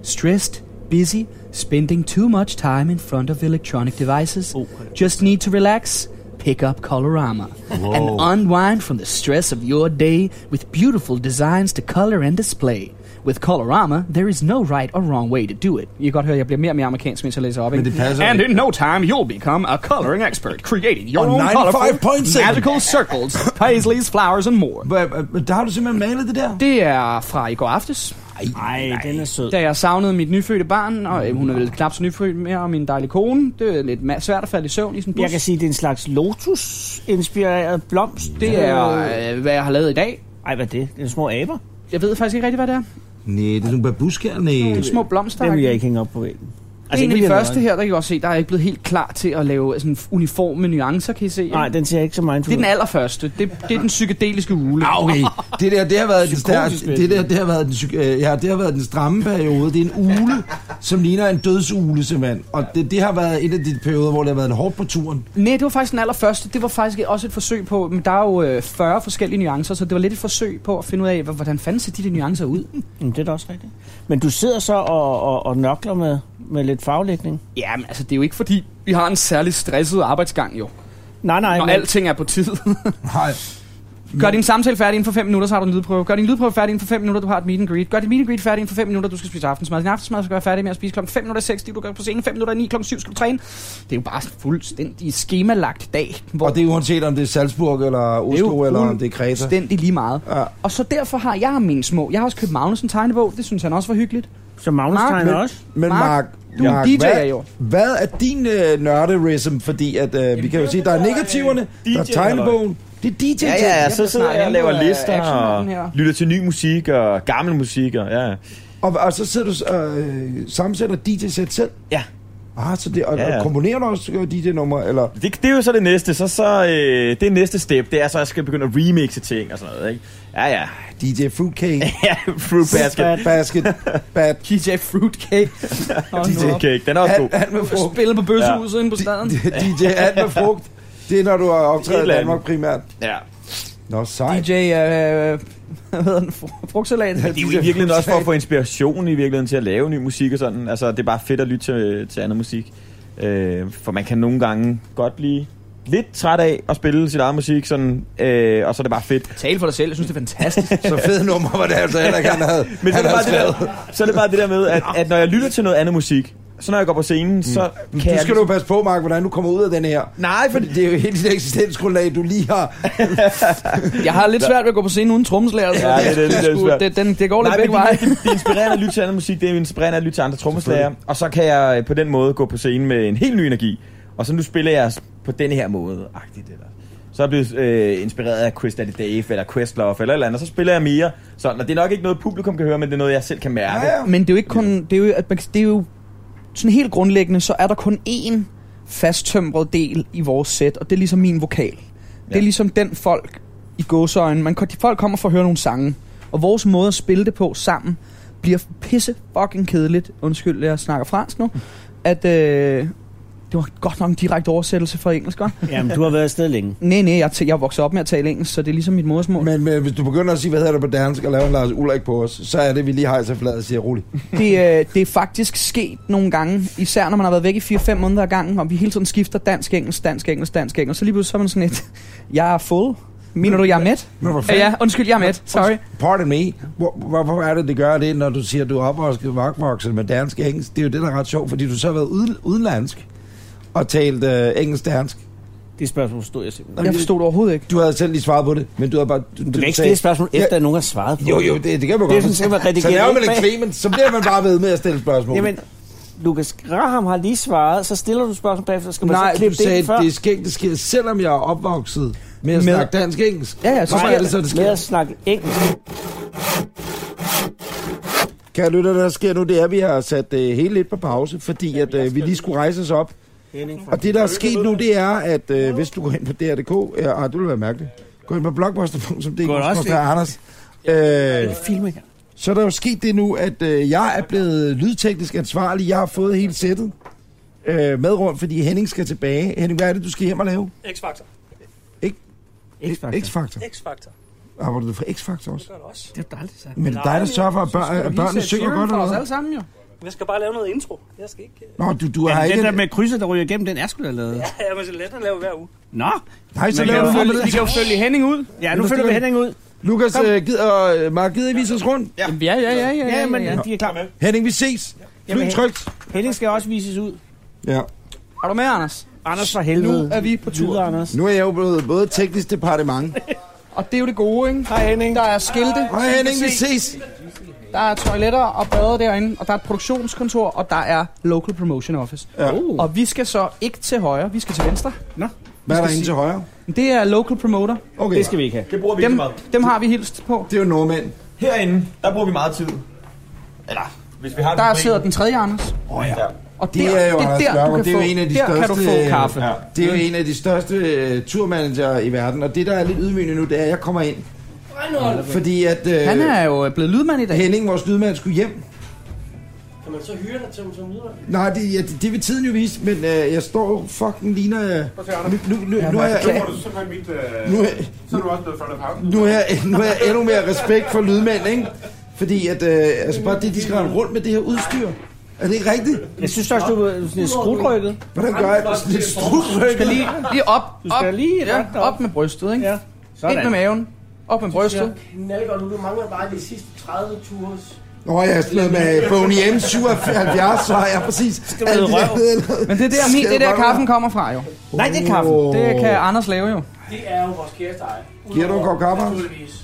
Stressed, busy, spending too much time in front of electronic devices? Just need to relax? Pick up Colorama and unwind from the stress of your day with beautiful designs to color and display. With Colorama, there is no right or wrong way to do it. You got her, jeg bliver mere og mere amerikansk, mens jeg læser op, ikke? And in no time, you'll become a coloring expert, creating your
On
own
95.7.
colorful magical circles, paisleys, flowers and more.
Hva- hva- Der har du simpelthen malet det der?
Det er fra i går aftes,
Nej, den er sød.
da jeg savnede mit nyfødte barn, og øh, hun er vel knap så nyfødt mere, og min dejlige kone. Det er lidt ma- svært at falde i søvn i sådan en bus.
Jeg kan sige, det er en slags lotus-inspireret blomst.
det er, øh, hvad jeg har lavet i dag.
Ej, hvad er det? Det er små aber.
Jeg ved faktisk ikke rigtig, hvad det er.
Nej, det er nogle babusker, nej.
Nogle små blomster.
Den vil jeg
Det
ikke hænge op på væggen.
er en af
ikke
de
fordi, jeg
første her, der kan I også se, der er jeg ikke blevet helt klar til at lave sådan uniforme nuancer, kan I se.
Nej, den ser ikke så mindful
Det er den
ud.
allerførste. Det, det er den psykedeliske ule.
Ah, okay. Det der, det har været, den,
Psykotisk,
der, det der, det har været den, psyk- øh, ja, det har været den stramme periode. Det er en ule, som ligner en dødsugle, simpelthen. Og det, det har været en af de perioder, hvor det har været hårdt på turen.
Nej, det var faktisk den allerførste. Det var faktisk også et forsøg på, men der er jo øh, 40 forskellige nuancer, så det var lidt et forsøg på at finde ud af, h- hvordan fanden ser de der nuancer ud? (laughs)
Mm, det er da også rigtigt. Men du sidder så og, og, og nokler med, med lidt farvelægning.
Jamen, altså, det er jo ikke fordi, vi har en særlig stresset arbejdsgang, jo.
Nej, nej.
Når
men-
alting er på tid. (laughs)
Nej.
Gør din samtale færdig inden for 5 minutter, så har du en lydprøve. Gør din lydprøve færdig inden for 5 minutter, du har et meet and greet. Gør dit meet and greet færdig inden for 5 minutter, du skal spise aftensmad. Din aftensmad skal være færdig med at spise kl. 5 minutter 6, det du gør på scenen. 5 minutter 9, kl. 7 skal du træne. Det er jo bare sådan fuldstændig skemalagt dag, hvor
Og det er uanset, om det er Salzburg, eller
Det er
Oslo,
jo
eller om det er Kreta.
fuldstændig lige meget.
Ja.
Og så derfor har jeg mine små. Jeg har også købt Magnus en tegnebog, det synes han også var hyggeligt.
Så Magnus
Mark,
tegner
men-
også.
Men
Mark,
Mark,
du er
Mark
DJ'er
hvad,
jo.
hvad er din øh, nørderism? Fordi at, øh, vi kan jo sige, der er negativerne, der er
DJ,
tegnebogen. Det er DJ.
Ja, altså- ja, ja, så sidder
snart
jeg og
hentet
laver
af
lister og
actionmanden her.
lytter til ny musik og gammel musik. Og, ja.
Og, og så sidder du øh, sammensætter DJ-sæt selv.
ja.
Ah, så det, og,
Ja,
ja,
ja.
ja. og komponerer du også øh, DJ-nummer, eller...
Det, det, er jo så det næste. Så, så øh, det næste step, det er så, at jeg skal begynde at remixe ting og sådan noget. Ikke? Ja, ja. (laughs)
DJ Fruitcake.
Ja, Fruit (laughs) Basket.
Basket. (laughs) Bad.
DJ Fruitcake.
DJ Cake, den er også god.
Alt, alt med frugt.
Spille på bøssehuset ja. inde på staden.
DJ alt med frugt. Det er, når du har optrædet i
Et eller andet.
Danmark primært.
Ja.
Nå, sejt.
DJ, øh, hvad hedder den, Fru- frugtsalat.
Det er jo i virkeligheden også for at få inspiration i virkeligheden til at lave ny musik og sådan. Altså, det er bare fedt at lytte til, til andet musik. Øh, for man kan nogle gange godt blive lidt træt af at spille sit eget musik, sådan, øh, og så er det bare fedt.
Tal for dig selv, jeg synes, det er fantastisk.
Så fed nummer var det altså heller ikke, han havde.
(laughs) Men så er,
han
det
havde
bare det der, så er det bare det der med, at, at når jeg lytter til noget andet musik, så når jeg går på scenen, mm. så kan
Nu
jeg...
skal du passe på, Mark, hvordan du kommer ud af den her.
Nej, fordi...
Fordi det er jo hele dit eksistensgrundlag, du lige har.
Jeg har lidt svært ved at gå på scenen uden trommeslager. Altså.
Ja, det er lidt- det er
sgu-
svært.
det, den, det går lidt
Nej, men
begge
det,
veje.
det, det er inspirerende at lytte til anden musik, det er inspirerende at lytte til andre trommeslager, og så kan jeg øh, på den måde gå på scenen med en helt ny energi, og så nu spiller jeg på den her måde, agtigt eller. Så er jeg blevet øh, inspireret af Chris Daddy Dave, eller Questlove, eller et eller andet, og så spiller jeg mere sådan, og det er nok ikke noget publikum kan høre, men det er noget, jeg selv kan mærke.
Ja, ja.
Men det er jo ikke kun... Det er jo, at man, det er jo sådan helt grundlæggende, så er der kun én fasttømret del i vores sæt, og det er ligesom min vokal. Det
Ja.
er ligesom den folk i gåsøjne. Man, kan- de folk kommer for at høre nogle sange, og vores måde at spille det på sammen, bliver pisse fucking kedeligt. Undskyld, jeg snakker fransk nu. At øh, det var godt nok en direkte oversættelse fra engelsk, hva'?
Jamen, du har været afsted længe.
Nej, nej, jeg, tæ- jeg er vokset op med at tale engelsk, så det er ligesom mit modersmål.
Men, men hvis du begynder at sige, hvad hedder det på dansk, og laver en Lars Ulrik på os, så er det, vi lige hejser flad og siger roligt.
det, øh, det er faktisk sket nogle gange, især når man har været væk i 4-5 måneder ad gangen, og vi hele tiden skifter dansk-engelsk, dansk-engelsk, dansk-engelsk, så lige pludselig så er man sådan et, jeg er full. Mener du, jeg er mæt?
Men hvor
Øh,
fanden,
Ja, undskyld, jeg er mæt. Sorry.
pardon me, hvor, hvorfor er det, det gør det, når du siger, du har opvokset vakvokset med dansk og engelsk? Det er jo det, der er ret sjovt, fordi du så har været uden, udenlandsk og talt øh, engelsk-dansk.
Det spørgsmål stod jeg simpelthen.
Jeg forstod det overhovedet ikke.
Du havde selv lige svaret på det, men du havde bare... Du,
Du kan ikke stille et spørgsmål, efter at nogen har svaret på
Jo, jo, det, det kan man
Det er
godt.
sådan, at man
så
redigerer
laver man
ikke
en
bag.
Clemens, så bliver man bare ved med at stille spørgsmål.
Jamen, Lukas Graham har lige svaret, så stiller du spørgsmål bagefter, skal man
Nej,
så
du
klippe det
sagde,
ind før?
det er skægt, det sker, selvom jeg er opvokset med at
Med-
snakke dansk-engelsk.
Ja, ja, så
Hvorfor
sker
er det så, det
Med
sker?
at snakke engelsk.
Kan lytte, der sker nu, det er, at vi har sat øh, hele lidt på pause, fordi at, øh, vi lige skulle rejse os op. Og det, der er sket nu, det er, at øh, hvis du går ind på DR.dk, ja, ah, det vil være mærkeligt, gå ind på blogbuster.dk,
Går der også
der Anders, øh,
Filme her.
så er der jo sket det nu, at øh, jeg er blevet lydteknisk ansvarlig. Jeg har fået hele sættet øh, med rundt, fordi Henning skal tilbage. Henning, hvad er det, du skal hjem og lave?
X-Factor.
X-Factor.
X-Factor. Ah,
X-Factor.
Arbejder du for X-Factor også?
Gør det også.
Det er dejligt sagt.
Men det er dig, der sørger for, at, børn, at børnene synger godt, eller hvad?
alle sammen jo.
Jeg skal bare lave noget intro. Jeg skal ikke... øh,
Nå, du, du har
Men
ikke...
den der med krydset, der ryger igennem, den er sgu da lavet.
Ja, jeg må så let at lave hver uge.
Nå,
Nej, så
Men
laver
jeg-
du noget med det.
Vi kan jo følge Henning ud.
ja,
Men
nu
der
følger vi
stiller-
Henning ud.
Lukas, øh, gider, øh, Mark, gider I vise os rundt? Ja.
Jamen, ja, ja, ja, ja.
Ja, men de er klar med.
Henning, vi ses. Fly
Jamen,
trygt.
Henning skal også vises ud.
Ja.
Er du med, Anders?
Anders for helvede.
Nu er vi på tur.
Videre, Anders.
Nu er jeg jo blevet både teknisk departement.
Og det er jo det gode, ikke? Hej Henning. Der er skilte.
Hej Henning, vi ses.
Der er toiletter og bade derinde, og der er et produktionskontor, og der er local promotion office.
Ja.
Og vi skal så ikke til højre, vi skal til venstre.
Hvad er der inde til højre?
Det er local promoter.
Okay,
Det skal vi ikke have.
Det bruger vi ikke så
Dem,
meget.
dem har vi hilst på.
det er jo nordmænd.
Herinde, der bruger vi meget tid. Eller, hvis vi har et
Der
problem.
sidder den tredje Anders.
Åh ja.
Og
Det
der,
er jo
det er
Anders
der,
Nørgaard.
du kan
Det er jo
få,
en af de
der kan du
største,
få
øh,
kaffe. Mm. Ja.
Det er jo en af de største øh, turmanager i verden, og det der er lidt ydmygende nu, det er, at jeg kommer ind. Fordi at øh,
Han er jo øh, blevet lydmand i dag.
Henning, vores lydmand, skulle hjem.
Kan man så hyre dig til som videre?
Nej, det, ja, det, det vil tiden jo vise, men øh, jeg står jo fucking ligner... Øh, nu, nu, nu, nu, er jeg,
Så er du simpelthen mit, øh,
nu, er-
så er du også blevet front of house.
nu, er, jeg- nu er jeg endnu mere respekt for lydmænd, ikke? Fordi at, øh, altså bare det, de skal rende rundt med det her udstyr. Er det ikke rigtigt?
Jeg synes også, du er sådan lidt skrutrykket.
Hvordan gør jeg det? Sådan lidt strutrykket.
Lige, lige op, op,
skal lige
ja,
rette dig op.
op med brystet, ikke?
Ja.
Ind med maven, op med brystet.
Nalger du, du mangler bare de sidste 30 tures.
Nå, jeg er sådan noget med Boney M77, så er jeg præcis... Skal
du hedde
Men det er der, min, det er der kaffen kommer fra, jo.
Nej, det er kaffen.
Det kan Anders lave, jo.
Det er jo vores kæreste ejer.
Giver du en kop kaffe?
Naturligvis.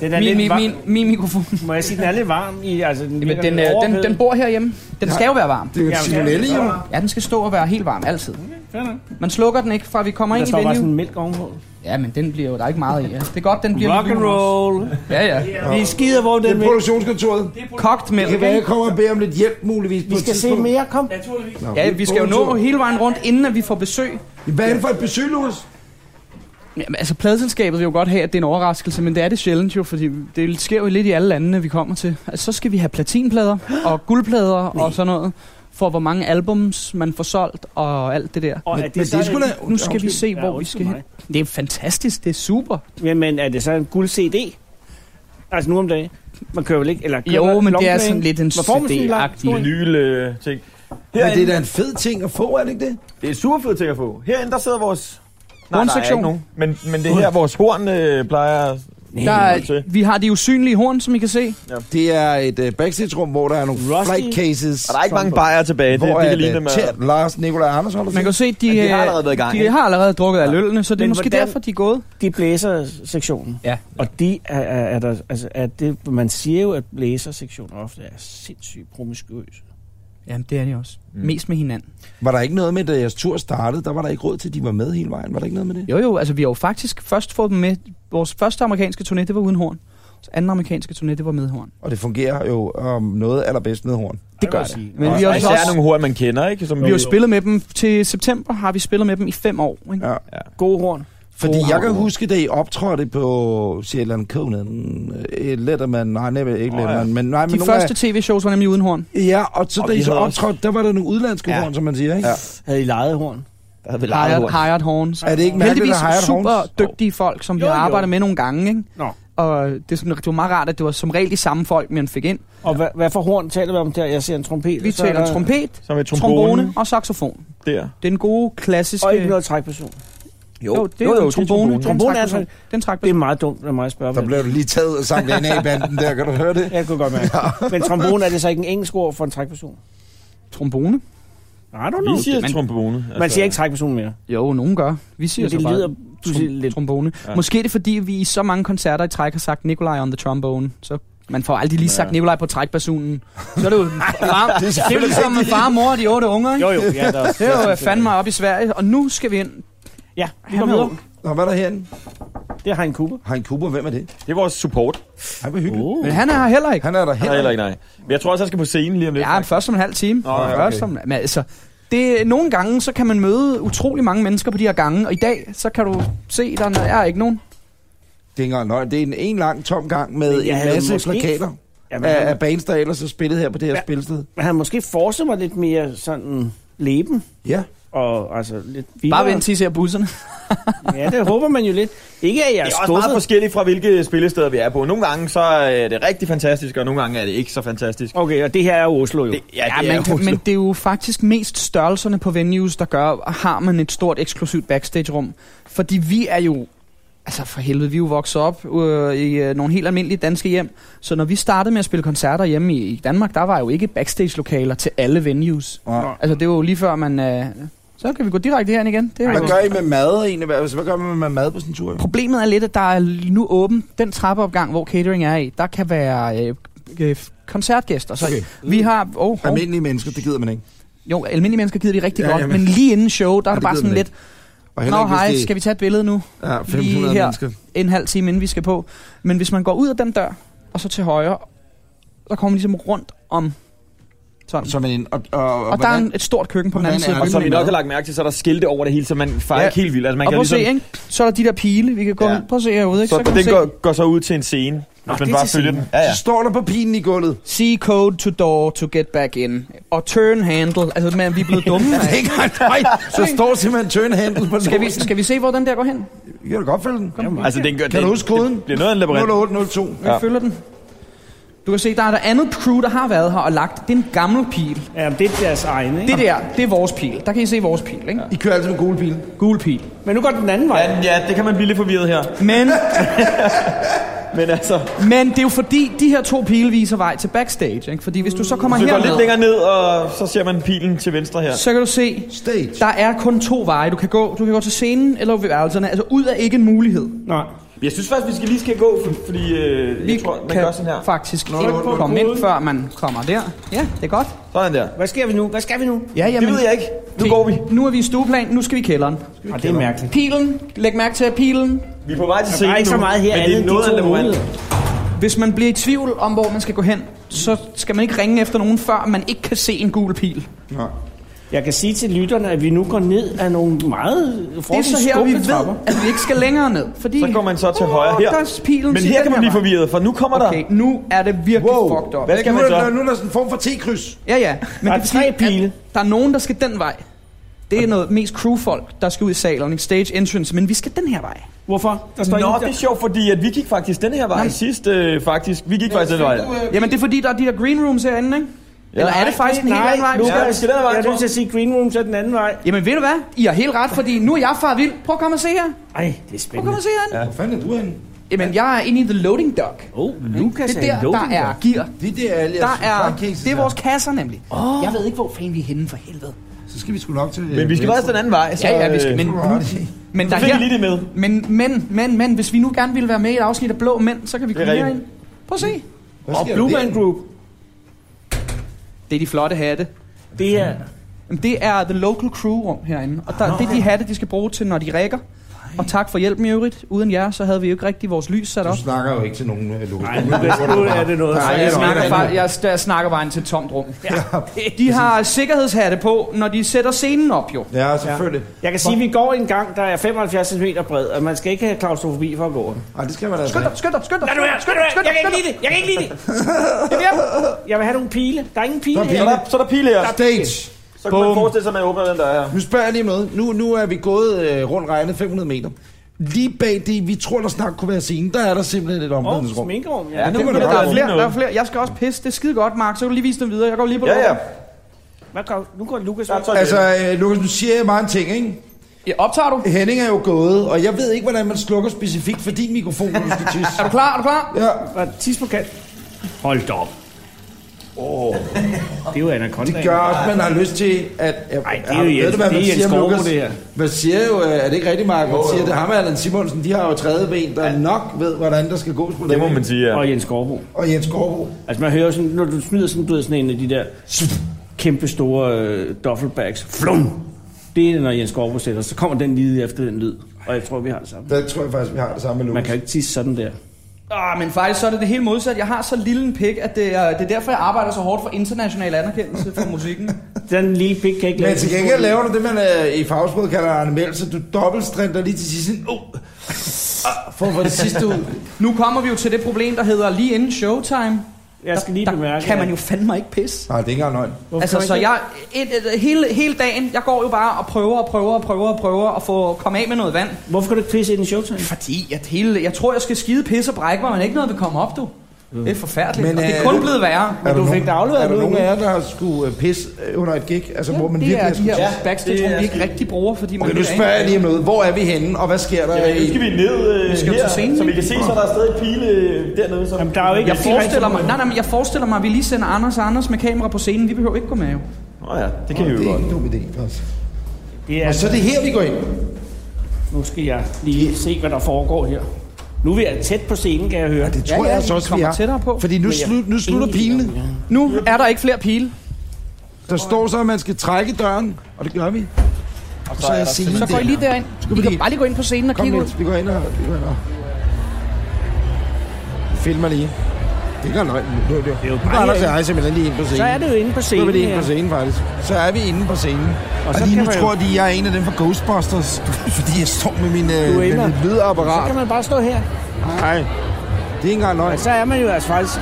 Den er
Min,
lidt
min,
varm.
min, min
(laughs)
mikrofon.
Må jeg sige, den er lidt varm i... Altså, den,
Jamen,
ligger
den,
lidt
øh, den,
overophedet.
den bor herhjemme. Den skal jo være varm.
Det er jo en Simonelli, jo.
Ja, den skal stå og være helt varm altid.
fair nok.
Man slukker den ikke, fra vi kommer
Der
ind i
står bare sådan
venue.
en mælk ovenpå.
Ja, men den bliver jo der er ikke meget i. Ja. Det er godt, den bliver
Rock and roll.
Ja, ja.
Vi skider, hvor
Det
den
er
vil.
produktionskontoret.
Kogt
Det kan
mælk,
være, jeg
ikke?
kommer og beder om lidt hjælp muligvis på
Vi
et
skal se
tidspunkt.
mere, kom.
Naturligvis.
Nå,
Ja, vi skal jo nå hele vejen rundt, inden at vi får besøg.
Hvad er det for et besøg, Lukas?
Jamen, altså, pladeselskabet vil jo godt have, at det er en overraskelse, men det er det sjældent jo, fordi det sker jo lidt i alle landene, vi kommer til. Altså, så skal vi have platinplader og guldplader og sådan noget, for hvor mange albums man får solgt og alt det der.
Og
Men-
er
men
det så...
det er sgu da-
Nu skal vi se,
Ja,
hvor vi
undskyld
skal hen.
mig.
Det er fantastisk, det er super.
Ja, men er det så en guld CD? Altså nu om dagen? Man kører vel ikke? Eller kører
Jo,
man
men det er
longplay?
sådan lidt en
Hvor får man sådan en lang-
CD-agtig.
stor-
Vinyl øh, ting.
Men det er
Herinde,
da en fed ting at få, er det ikke det?
det er super fedt ting at få. Herinde, der sidder vores... Nej, der er
Hornsektion.
ikke nogen. Men, men det er her, vores horn øh, plejer...
Nej,
Der
nødt til.
er, vi har de usynlige horn, som I kan se.
Det er et øh, backstage-rum, hvor der er nogle
Rusty.
flight cases.
Og der er ikke mange bajere tilbage. Det,
Hvor
det
er
kan ligne
det?
med...
Tjert, Lars, Nikolaj Anders holder
Man kan jo se, de,
Men de har
øh,
allerede været i gang,
de
ikke?
har allerede drukket af øllene, så det er
Men
måske
hvordan-
derfor, de er gået.
de blæser sektionen.
Ja.
Og de er, er, er der, altså, er det, man siger jo, at blæsersektioner ofte er sindssygt promiskuøse.
Jamen, det er de også. Mm. Mest med hinanden.
Var der ikke noget med, da jeres tur startede, der var der ikke råd til, at de var med hele vejen? Var der ikke noget med det?
Jo jo, altså vi har jo faktisk først fået dem med. Vores første amerikanske turné, det var uden horn. Så anden amerikanske turné, det var med horn.
Og det fungerer jo om noget allerbedst med horn.
Det
gør
det.
Men
Og
vi har altså
især
også,
nogle hår, man kender, ikke? Som
vi har jo spillet med dem til september, har vi spillet med dem i fem år. Ikke?
Ja.
Gode horn.
Fordi
Gode
jeg kan
horn.
huske, da I optrådte på Sjælland Conan, øh, Letterman, nej, nej, ikke
Åh, ja.
Letterman, men nej, men
De
nogle
første tv-shows var nemlig uden horn.
Af, ja, og så
Og
da
vi
I så
havde også-
optrådte, der var der nogle udenlandske
Ja.
horn, som man siger, ikke?
Ja.
Havde I lejet horn?
Der havde vi lejet
Hired,
horn.
hired horns.
Er det ikke mærkeligt,
Heldigvis
at Hired
super
Horns-
dygtige folk, som vi har arbejdet med nogle gange. Ikke?
Nå.
Og det, er sådan, det var meget rart, at det var som regel de samme folk, man fik ind.
Og hvad, hvad for horn taler vi om der? Jeg ser en trompet.
Vi
og så er
taler
der-
trompet,
Som et
trombone
trombone.
og saxofon.
Der.
Det er den gode, klassiske...
Og ikke noget trækperson.
Jo, det er jo, trombone. Den
Trombone er
trak-
altså-
Den trak
Det er meget dumt, når mig spørger.
Der
hvad-
blev du lige taget ud og sagt en af banden der, kan du høre det?
Jeg kunne godt (laughs) mærke. det. Men trombone er det så ikke en engelsk ord for en trækperson?
trombone.
I don't know.
Vi siger
Man-
trombone. Altså,
Man siger ikke trækperson mere.
Jo, nogen gør. Vi altså- siger
Men
så
det
bare
lyder pludselig
trom-
lidt...
trombone.
Ja.
Ja. Måske er det fordi, vi i så mange koncerter i træk har sagt Nikolaj on the trombone, så man får aldrig lige sagt
Ja.
Nikolaj på trækbasunen. Så er det jo varmt. det er jo ligesom med far og mor og de otte unger, ikke?
Jo, jo. Ja, der
Det er (laughs) jo fandme op i Sverige, og nu skal vi ind.
Ja, vi
Han
går
er
videre.
ung.
Nå, hvad er der herinde?
Det er Hein Cooper.
Han Cooper, hvem er det?
Det er vores support.
Han var hyggelig.
Men han er her heller ikke.
Uh. Han er der
Nej,
heller
heller
ikke.
ikke, nej. Men jeg tror også, jeg skal på scenen lige om lidt.
Ja, først om en halv time.
Nå, ja,
Først om, men altså, det, nogle gange, så kan man møde utrolig mange mennesker på de her gange, og i dag, så kan du se, der er ikke nogen.
Det er ikke engang løgn. Det er en, en lang tom gang med
Men jeg
en
havde
masse
måske-
plakater
Jamen,
af, af
han,
bands, der ellers er spillet her på det her
Ja.
spilsted.
Øh, han har måske forset mig lidt mere sådan leben.
Ja.
Og altså lidt
Bare
vildere.
vent til I ser busserne.
(laughs) Ja, det håber man jo lidt. Ikke at jeg er,
Det er også
skuffet.
meget forskelligt fra, hvilke spillesteder vi er på. Nogle gange så er det rigtig fantastisk, og nogle gange er det ikke så fantastisk.
Okay, og det her er jo Oslo jo. Det,
ja,
Ja, man kan, men det er jo faktisk mest størrelserne på venues, der gør, at har man et stort eksklusivt backstage-rum. Fordi vi er jo, altså for helvede, vi er jo vokset op øh, i øh, nogle helt almindelige danske hjem. Så når vi startede med at spille koncerter hjemme i, i Danmark, der var jo ikke backstage-lokaler til alle venues.
Og,
Altså det var jo lige før man... Øh, så kan vi gå direkte herind igen. Det er
hvad
jo...
gør I med mad egentlig? Hvad, altså, hvad gør man med mad på sådan en tur?
Problemet er lidt, at der er nu åben den trappeopgang, hvor catering er i. Der kan være øh, øh, koncertgæster. Så
Okay.
okay. vi har... Oh, hov.
Almindelige mennesker, det gider man ikke.
Jo, almindelige mennesker gider de rigtig
Ja,
ja, godt,
jamen.
jamen. men lige inden show, der er
Ja,
det
det
bare
gider
sådan
man
lidt,
Og
nå
hvis
hej,
det-
skal vi tage et billede nu?
Ja, 500
lige her.
mennesker.
En halv time inden vi skal på. Men hvis man går ud af den dør, og så til højre, så kommer man ligesom rundt om sådan.
Som en, og, og, og,
og der er en, et stort køkken på den
hvordan
anden side.
er
Og som I
Mad.
nok har lagt mærke til, så er der skilte over det hele, så man fejrer
Ja.
ikke helt vildt. Altså, man
Og
kan
prøv at se,
ligesom,
ikke? Så er der de der pile, vi kan gå
Ja.
ja. Prøv at se herude, ikke?
så,
Så, kan
den
man se
går, går så ud til en scene, hvis man
det er
bare
til
følger den. Ja, ja.
Så står der på pinen i gulvet.
See code to door to get back in. Og turn handle. Altså, man, vi er blevet
(laughs)
dumme.
Det er
mand.
(laughs) ikke engang højt. Så står simpelthen tønhandel på
skal, vi, skal vi se, hvor den der går hen?
Vi kan da godt følge den.
Altså, den, gør-
Kan
den,
du huske koden?
Det bliver noget af en labyrint.
0802.
Vi
Ja.
ja. følger den. Du kan se, der er der andet crew, der har været her og lagt. Det er en gammel pil.
ja, men det er deres egen, ikke?
Det der, det er vores pil. Der kan I se vores pil, ikke?
I kører altid med gule pile.
Gul pil.
Men nu går den anden vej.
Ja, ja, det kan man blive lidt forvirret her.
Men, (laughs)
Men altså,
men det er jo fordi, de her to pile viser vej til backstage, ikke? Fordi hvis du så kommer
hvis vi går lidt
herned,
længere ned, og så ser man pilen til venstre her.
så kan du se,
Stage.
der er kun to veje. Du kan gå, du kan gå til scenen eller ved værelserne. Altså ud er ikke en mulighed.
Nej.
Jeg synes faktisk, vi skal lige skal gå, for- fordi øh, jeg tror, man
kan
gør sådan her.
faktisk ikke komme ind, før man kommer der. Ja, det er godt.
Sådan der.
Hvad sker vi nu? Hvad skal vi nu?
Ja, jamen,
Det ved jeg ikke. Nu
se,
går vi.
Nu er vi i stueplan, nu skal vi i kælderen.
Ah, det er mærkeligt.
Pilen, læg mærke til at pilen.
Vi er på vej til
Der
scenen
er ikke så meget her.
men det er
alle
noget af
de
en
to
labyrint.
muligheder.
Hvis man bliver i tvivl om, hvor man skal gå hen, så skal man ikke ringe efter nogen, før man ikke kan se en gul pil.
Jeg kan sige til lytterne, at vi nu går ned af nogle meget
Det er så
forholdsvis
her, vi
skumle
ved,
trapper.
at vi ikke skal længere ned. Fordi
Så går man så til
Åh,
højre her.
Der er pilen
Men
siger
her
den
kan man blive
vej.
forvirret, for nu kommer der...
Okay, nu er det virkelig
Wow.
fucked up.
Hvad skal
Nu
man
er, der,
så?
nu er der sådan en form for T-kryds.
Ja, ja. Men
Der er
det betyder,
tre
at
pile.
Der er nogen, der skal den vej. Det er noget mest crewfolk, der skal ud i salen, ikke? stage entrance, men vi skal den her vej.
Hvorfor? Der står
Nå,
ingen
det er
der.
sjovt, fordi at vi gik faktisk den her vej
Nå.
sidst, øh, faktisk. Vi gik faktisk den vej.
Jamen det er fordi, der er de der green rooms herinde, ikke? Eller er det faktisk en helt anden vej? vi
Lukas,
skal?
Ja, vi skal den her vej,
Jeg er
tror jeg.
nødt til at sige, Green Room så den anden vej.
Jamen ved du hvad? I har helt ret, fordi nu er jeg far vild. Prøv at komme og se her.
Ej, det er
Prøv at komme
spændende.
og se herinde.
Hvor fanden er du henne?
Jamen, jeg er inde i The Loading Dock.
Oh, Lukas
Det er der, der er gear.
Det er det, alle
Der er,
cases
det er
her.
vores kasser nemlig. Oh. Jeg ved ikke, hvor fanden vi er henne for helvede.
Så skal vi sgu nok til...
Men vi skal faktisk den anden vej, så... øh,
Ja, ja, vi skal, men,
anden...
men, der
Så
er
fik vi
her,
lige det med.
men, men, men, men, hvis vi nu gerne ville være med i et afsnit af Blå Mænd, så kan vi
Det er
komme
rigtigt.
herind. Prøv at se.
Og Blue Man Group.
Det er de flotte hatte.
Det her,
Jamen, det er The Local Crew Room herinde. Og der, det er de hatte, de skal bruge til, når de rækker. Og tak for hjælpen i øvrigt. Uden jer, så havde vi jo ikke rigtig vores lys sat op.
Du snakker jo ikke til nogen, øh, Lukas. Nej,
nu er det noget.
Nej, jeg,
det er
snakker,
det.
far, jeg, jeg snakker bare ind til et tomt rum. De har sikkerhedshatte på, når de sætter scenen op, jo.
Ja, selvfølgelig.
Jeg kan sige, at vi går en gang, der er 75 cm bred, og man skal ikke have klaustrofobi for at gå. den.
Nej, det skal man altså
Skynd
ikke.
dig, skynd dig, skynd dig.
Lad nu være, skynd dig, jeg kan ikke lide det, jeg kan ikke lide (laughs) det.
Det er der.
Jeg vil have nogle pile. Der er ingen pile
Der er
Så
her.
er der, så er der pile her.
Stage.
Så kan man
Bum.
forestille sig, at man åbner den der her.
Nu spørger jeg lige om noget. Nu, nu er vi gået øh, rundt regnet 500 meter. Lige bag det, vi tror, der snart kunne være scenen, der er der simpelthen et
Åh,
omklædningsrum.
sminkerum,
Ja,
ja.
nu
Der
begynder der
er
at
flere,
ligne
der er
noget.
flere. Jeg skal også pisse. Det er skide godt, Mark. Så kan du lige vise dem videre. Jeg går lige på
Ja, ja.
Hvad går, nu går Lukas
Der er
ud.
toilet.
altså, øh, Lukas, nu siger jeg meget en ting, ikke?
ja. Optager du?
Henning er jo gået, og jeg ved ikke, hvordan man slukker specifikt for din mikrofon, når du skal tisse.
(laughs) Er du klar? Er du klar?
Ja,
Var det tis på kant? Hold da op. Oh. Det er jo anaconda.
det gør også, man har lyst til, at... Nej,
det er jo Jens- det er Jens Gormo, det her.
Man siger jo, øh, er det ikke rigtigt, Mark? Man siger, det er ham og Allan Simonsen, de har jo tredje ben, der nok ved, hvordan der skal gås på
Det må man sige, ja.
Og Jens Skorbo.
Og Jens Gårdbo.
Altså man hører jo sådan, når du smider sådan, du ved, sådan en af de der kæmpe store øh, duffelbags. Flum! Det er, når Jens Skorbo sætter, så kommer den lige efter den lyd. Og jeg tror, vi har det samme.
Der tror jeg faktisk, vi har det samme med Lukas.
Man kan jo ikke tisse sådan der.
Ah, men faktisk så er det det helt modsatte. Jeg har så lille en pik, at det er, det er derfor, jeg arbejder så hårdt for international anerkendelse for musikken.
Den lille pik kan ikke
Men
lave
til
den
gengæld
store lyd.
laver du det, man øh, i fagsproget kalder animel, så du dobbeltstrænder lige til sidst sådan, oh, ah, (laughs) for at få det sidste ud.
Nu kommer vi jo til det problem, der hedder lige inden showtime.
Jeg skal lige
der
bemærke,
kan
at-
man jo fandme ikke pisse.
Nej, det er ikke engang løgn.
altså, så jeg, et, et, hele, hele dagen, jeg går jo bare og prøver og prøver og prøver og prøver at få komme af med noget vand.
Hvorfor kan du ikke pisse ind i showtime?
Fordi at hele, jeg tror, jeg skal skide pisse og brække mig, men ikke noget vil komme op, du. Det er forfærdeligt,
Men,
men, og det er
øh,
kun
du-
blevet værre.
Er
du
der
fik
nogen-
det afleveret
Er der
nu,
nogen
ikke?
af jer, der har skulle øh, pisse øh, under et gig? Altså, hvor man
det
virkelig
er
har
de
skulle...
her backstage rum, vi ikke rigtig bruger, fordi man
Okay, nu
ikke er
spørger
inde.
jeg lige om noget. Hvor er vi henne, og hvad sker der?
Ja, nu skal
i-
vi ned øh,
Vi skal jo
her,
til scenen,
så vi
ikke?
kan se, så der er stadig et pile øh, dernede. Som...
Jamen, der er jo ikke...
Jeg forestiller mig, nej, nej, men jeg forestiller mig, at vi lige sender Anders og Anders med kamera på scenen. Vi behøver ikke gå med, jo.
Nå ja, det kan vi jo
Det er
godt.
ikke en dum idé, faktisk.
Det er,
Og så er det her, vi går ind.
nu skal jeg lige se, hvad der foregår her. Nu er vi altså tæt på scenen, kan jeg høre.
Det tror
ja,
jeg altså
vi
også, vi
kommer
er.
tættere på.
Fordi nu, slu, nu slutter pilene.
Nu er der ikke flere pile.
Der står så, at man skal trække døren, og det gør vi. Og så, er jeg scenen
Så går I lige derind.
vi
I
lige-
kan bare lige gå ind på scenen og
Kom
kigge ud.
lidt, vi går ind og... Vi går ind og... Vi filmer lige. Det er ikke løgn. Nu er det er jo bare... Anders og jeg er simpelthen lige inde på scenen.
Så er det jo inde på
Nu er
scenen
vi lige inde på
her.
scenen, faktisk. Så er vi inde på scenen. Og,
så
lige
kan
nu
man jo-
tror de, jeg er en af dem fra Ghostbusters, (laughs) fordi jeg står med min, øh,
Du er
med
inde
min
og- Så
lydapparat.
kan man bare stå her.
Nej, det er ikke engang løgn.
Og så er man jo altså faktisk...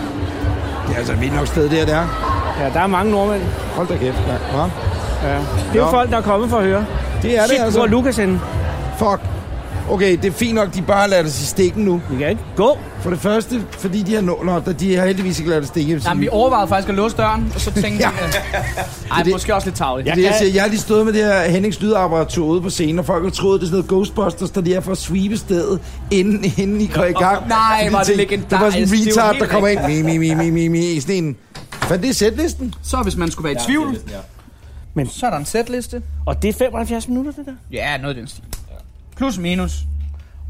Det er altså et vildt nok sted, det her, det er.
Ja, der er mange nordmænd.
Hold da kæft, ja. Hva?
Ja. Det er jo
Nå.
folk, der er kommet for at høre.
Det er det,
Shit, hvor er
altså.
Lukas henne?
Fuck. Okay, det er fint nok, de bare lader os i stikken nu.
Vi kan ikke gå.
For det første, fordi de har nåler op, der de har heldigvis ikke lavet os stikke. vil sige.
Jamen, vi overvejede faktisk at låse døren, og så tænkte vi...
Ja.
øh, Ej,
Det-
måske også lidt tavligt.
Jeg, det, jeg, siger, jeg har lige stået med det her Hennings lydapparatur ude på scenen, og folk har troet, det er sådan noget Ghostbusters, der lige er for at sweepe stedet, inden, inden I går i gang.
nej,
Fordi
hvor er det
tænkte,
legendarisk.
Det var sådan en
Det er jo
retard,
helt
der kommer ind. Mi, mi, mi, mi, mi, mi, i sådan en. Fandt det i sætlisten?
Så hvis man skulle være i tvivl,
Men,
så er der en sætliste.
og det er 75 minutter, det der.
Ja, noget i den stil. Plus minus.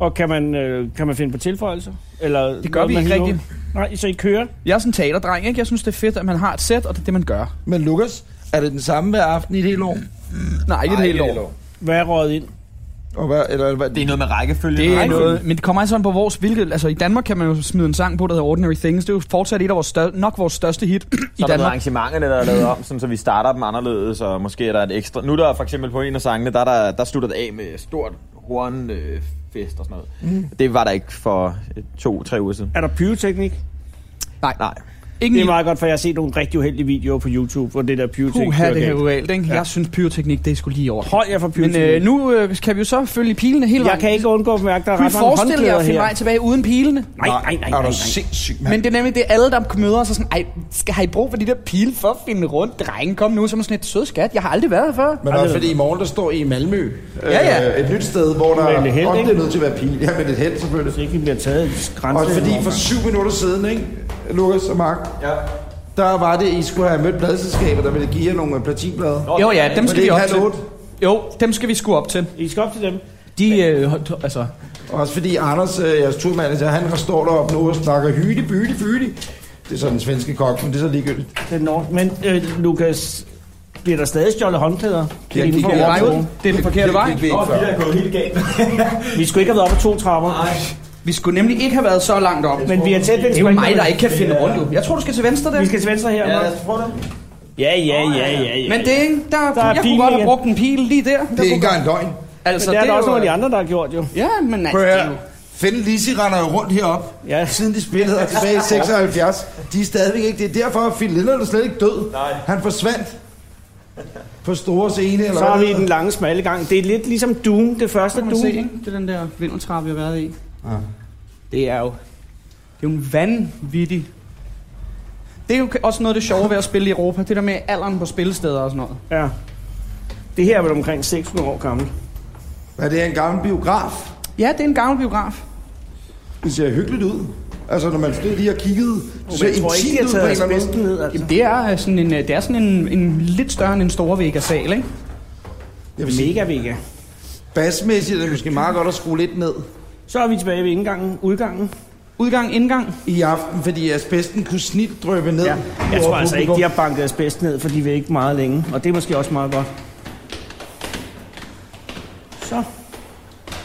Og kan man, øh, kan man finde på tilføjelser? Eller
Det gør
noget,
vi
man
ikke
hiver?
rigtigt.
Nej, så I kører.
Jeg er sådan en teaterdreng, ikke? Jeg synes, det er fedt, at man har et sæt, og det er det, man gør.
Men Lukas, er det den samme hver aften i et helt år?
Nej, ikke et helt år.
Hvad er røget ind?
Og hvad, eller, hvad,
Det er noget med rækkefølge.
Det er noget, men det kommer altså an på vores hvilket... Altså, i Danmark kan man jo smide en sang på, der hedder Ordinary Things. Det er jo fortsat et af vores stør- nok vores største hit i
Så er der noget
Danmark.
arrangementerne, der er lavet om, sådan, så vi starter dem anderledes, og måske er der et ekstra... Nu er der for eksempel på en af sangene, der, er der, der slutter det af med stort hornfest øh, fest og sådan
Mhm.
noget. Mm. Det var der ikke for øh, to-tre uger siden.
Er der pyroteknik?
Nej.
Nej.
Det
Ingen
er meget godt, for jeg har set nogle rigtig uheldige videoer på YouTube, hvor det der pyroteknik
Puh, her det her
kører galt.
ualt, ikke?
Ja.
Ja. Jeg synes, pyroteknik, det er skulle lige over.
Hold jer for
Men
pyroteknik.
øh, nu øh, kan vi jo så følge pilene hele
jeg
vejen.
kan ikke undgå at mærke, at der er
Kunne I
ret mange
forestille jer
håndklæder
at finde
her.
vej tilbage uden pilene?
Nej, nej, nej, nej,
Er du
nej.
sindssyg, mand?
Men det er nemlig det, alle der møder os er sådan, ej, skal, har I brug for de der pile for at finde rundt? Drenge, kom nu, som er man sådan et sød skat. Jeg har aldrig været her før.
Men også fordi i morgen, der står I i Malmø.
Ja, ja.
Øh, et nyt sted, hvor der
Med lidt held,
også
ikke?
bliver nødt til at være pil. Ja, med lidt held selvfølgelig.
Så ikke vi bliver taget i grænse.
Og fordi for syv minutter siden, ikke, Lukas og Mark, ja. der var det, I skulle have mødt pladselskabet, der ville give jer nogle øh, platinblade. Nå,
Jo ja, dem skal
det
vi
er
op
halv
til.
otte.
Jo, dem skal vi sgu op til.
I skal op til dem.
De, øh, hold- altså,
Også fordi Anders, øh, jeres turmanager, han står deroppe nu og snakker hyde, byde, byde. Det er sådan en svenske kok, men det er så ligegyldigt.
Den nord. Men øh, Lukas, bliver der stadig stjålet håndklæder?
Jeg
Inden
gik
for
ikke
Europa?
vej ud. Det er den forkerte vej.
gik vi ind før.
Vi skulle ikke have været oppe to trapper.
Vi skulle nemlig ikke have været så langt op.
Men vi er tæt ved
Det er jo mig, der ikke kan finde rundt, jo. Jeg tror, du skal til venstre der.
Vi skal til venstre her. Ja, ja, ja, ja, ja. ja.
Men det er ikke, der,
Der er
der jeg
pilen
kunne godt have
igen.
brugt en pil lige der.
Det er ikke engang en løgn.
Altså,
det er der også
jo-
øh,
nogle af de andre, der har gjort, jo.
Ja, men altså,
Prøv
det
at
er jo...
høre. Fælden Lisi render jo rundt herop,
Ja.
ja. siden de spillede og tilbage i 76. De er stadigvæk ikke. Det er derfor, at Phil Lillard er slet ikke død. Nej. Han forsvandt på store scene. Eller
Så
hvad
har
det
vi
hedder.
den lange, smalle gang. Det er lidt ligesom Doom, det første
Kan man se, Ah.
Doom.
ikke? Det er den der vindeltrappe, vi har været i.
Ja.
Det er jo... Det er jo en vanvittig... Det er jo også noget af det sjove ved at spille i Europa. Det der med alderen på spillesteder og sådan noget.
Ja. Det her er vel omkring 600 år gammel.
Er det en gammel biograf?
Ja, det er en gammel biograf.
Det ser hyggeligt ud. Altså, når man stod lige og kiggede, det ser
jeg tror ikke, de
intimt
har
ud på en
taget
eller anden måde.
asbesten ned, altså.
Jamen, det er øh, sådan en, øh, det er sådan en, en lidt større end en store Vegas-sal, ikke?
Jeg vil sige,
Mega, mega.
basmæssigt er det måske meget godt at skrue lidt ned
Så er vi tilbage ved indgangen, udgangen.
Udgang, indgang.
i aften, fordi asbesten kunne snit drøbe ned.
Ja. Jeg
over
tror altså ikke,
publikum.
de har banket asbest ned, for de vil ikke meget længe. Og det er måske også meget godt. Så.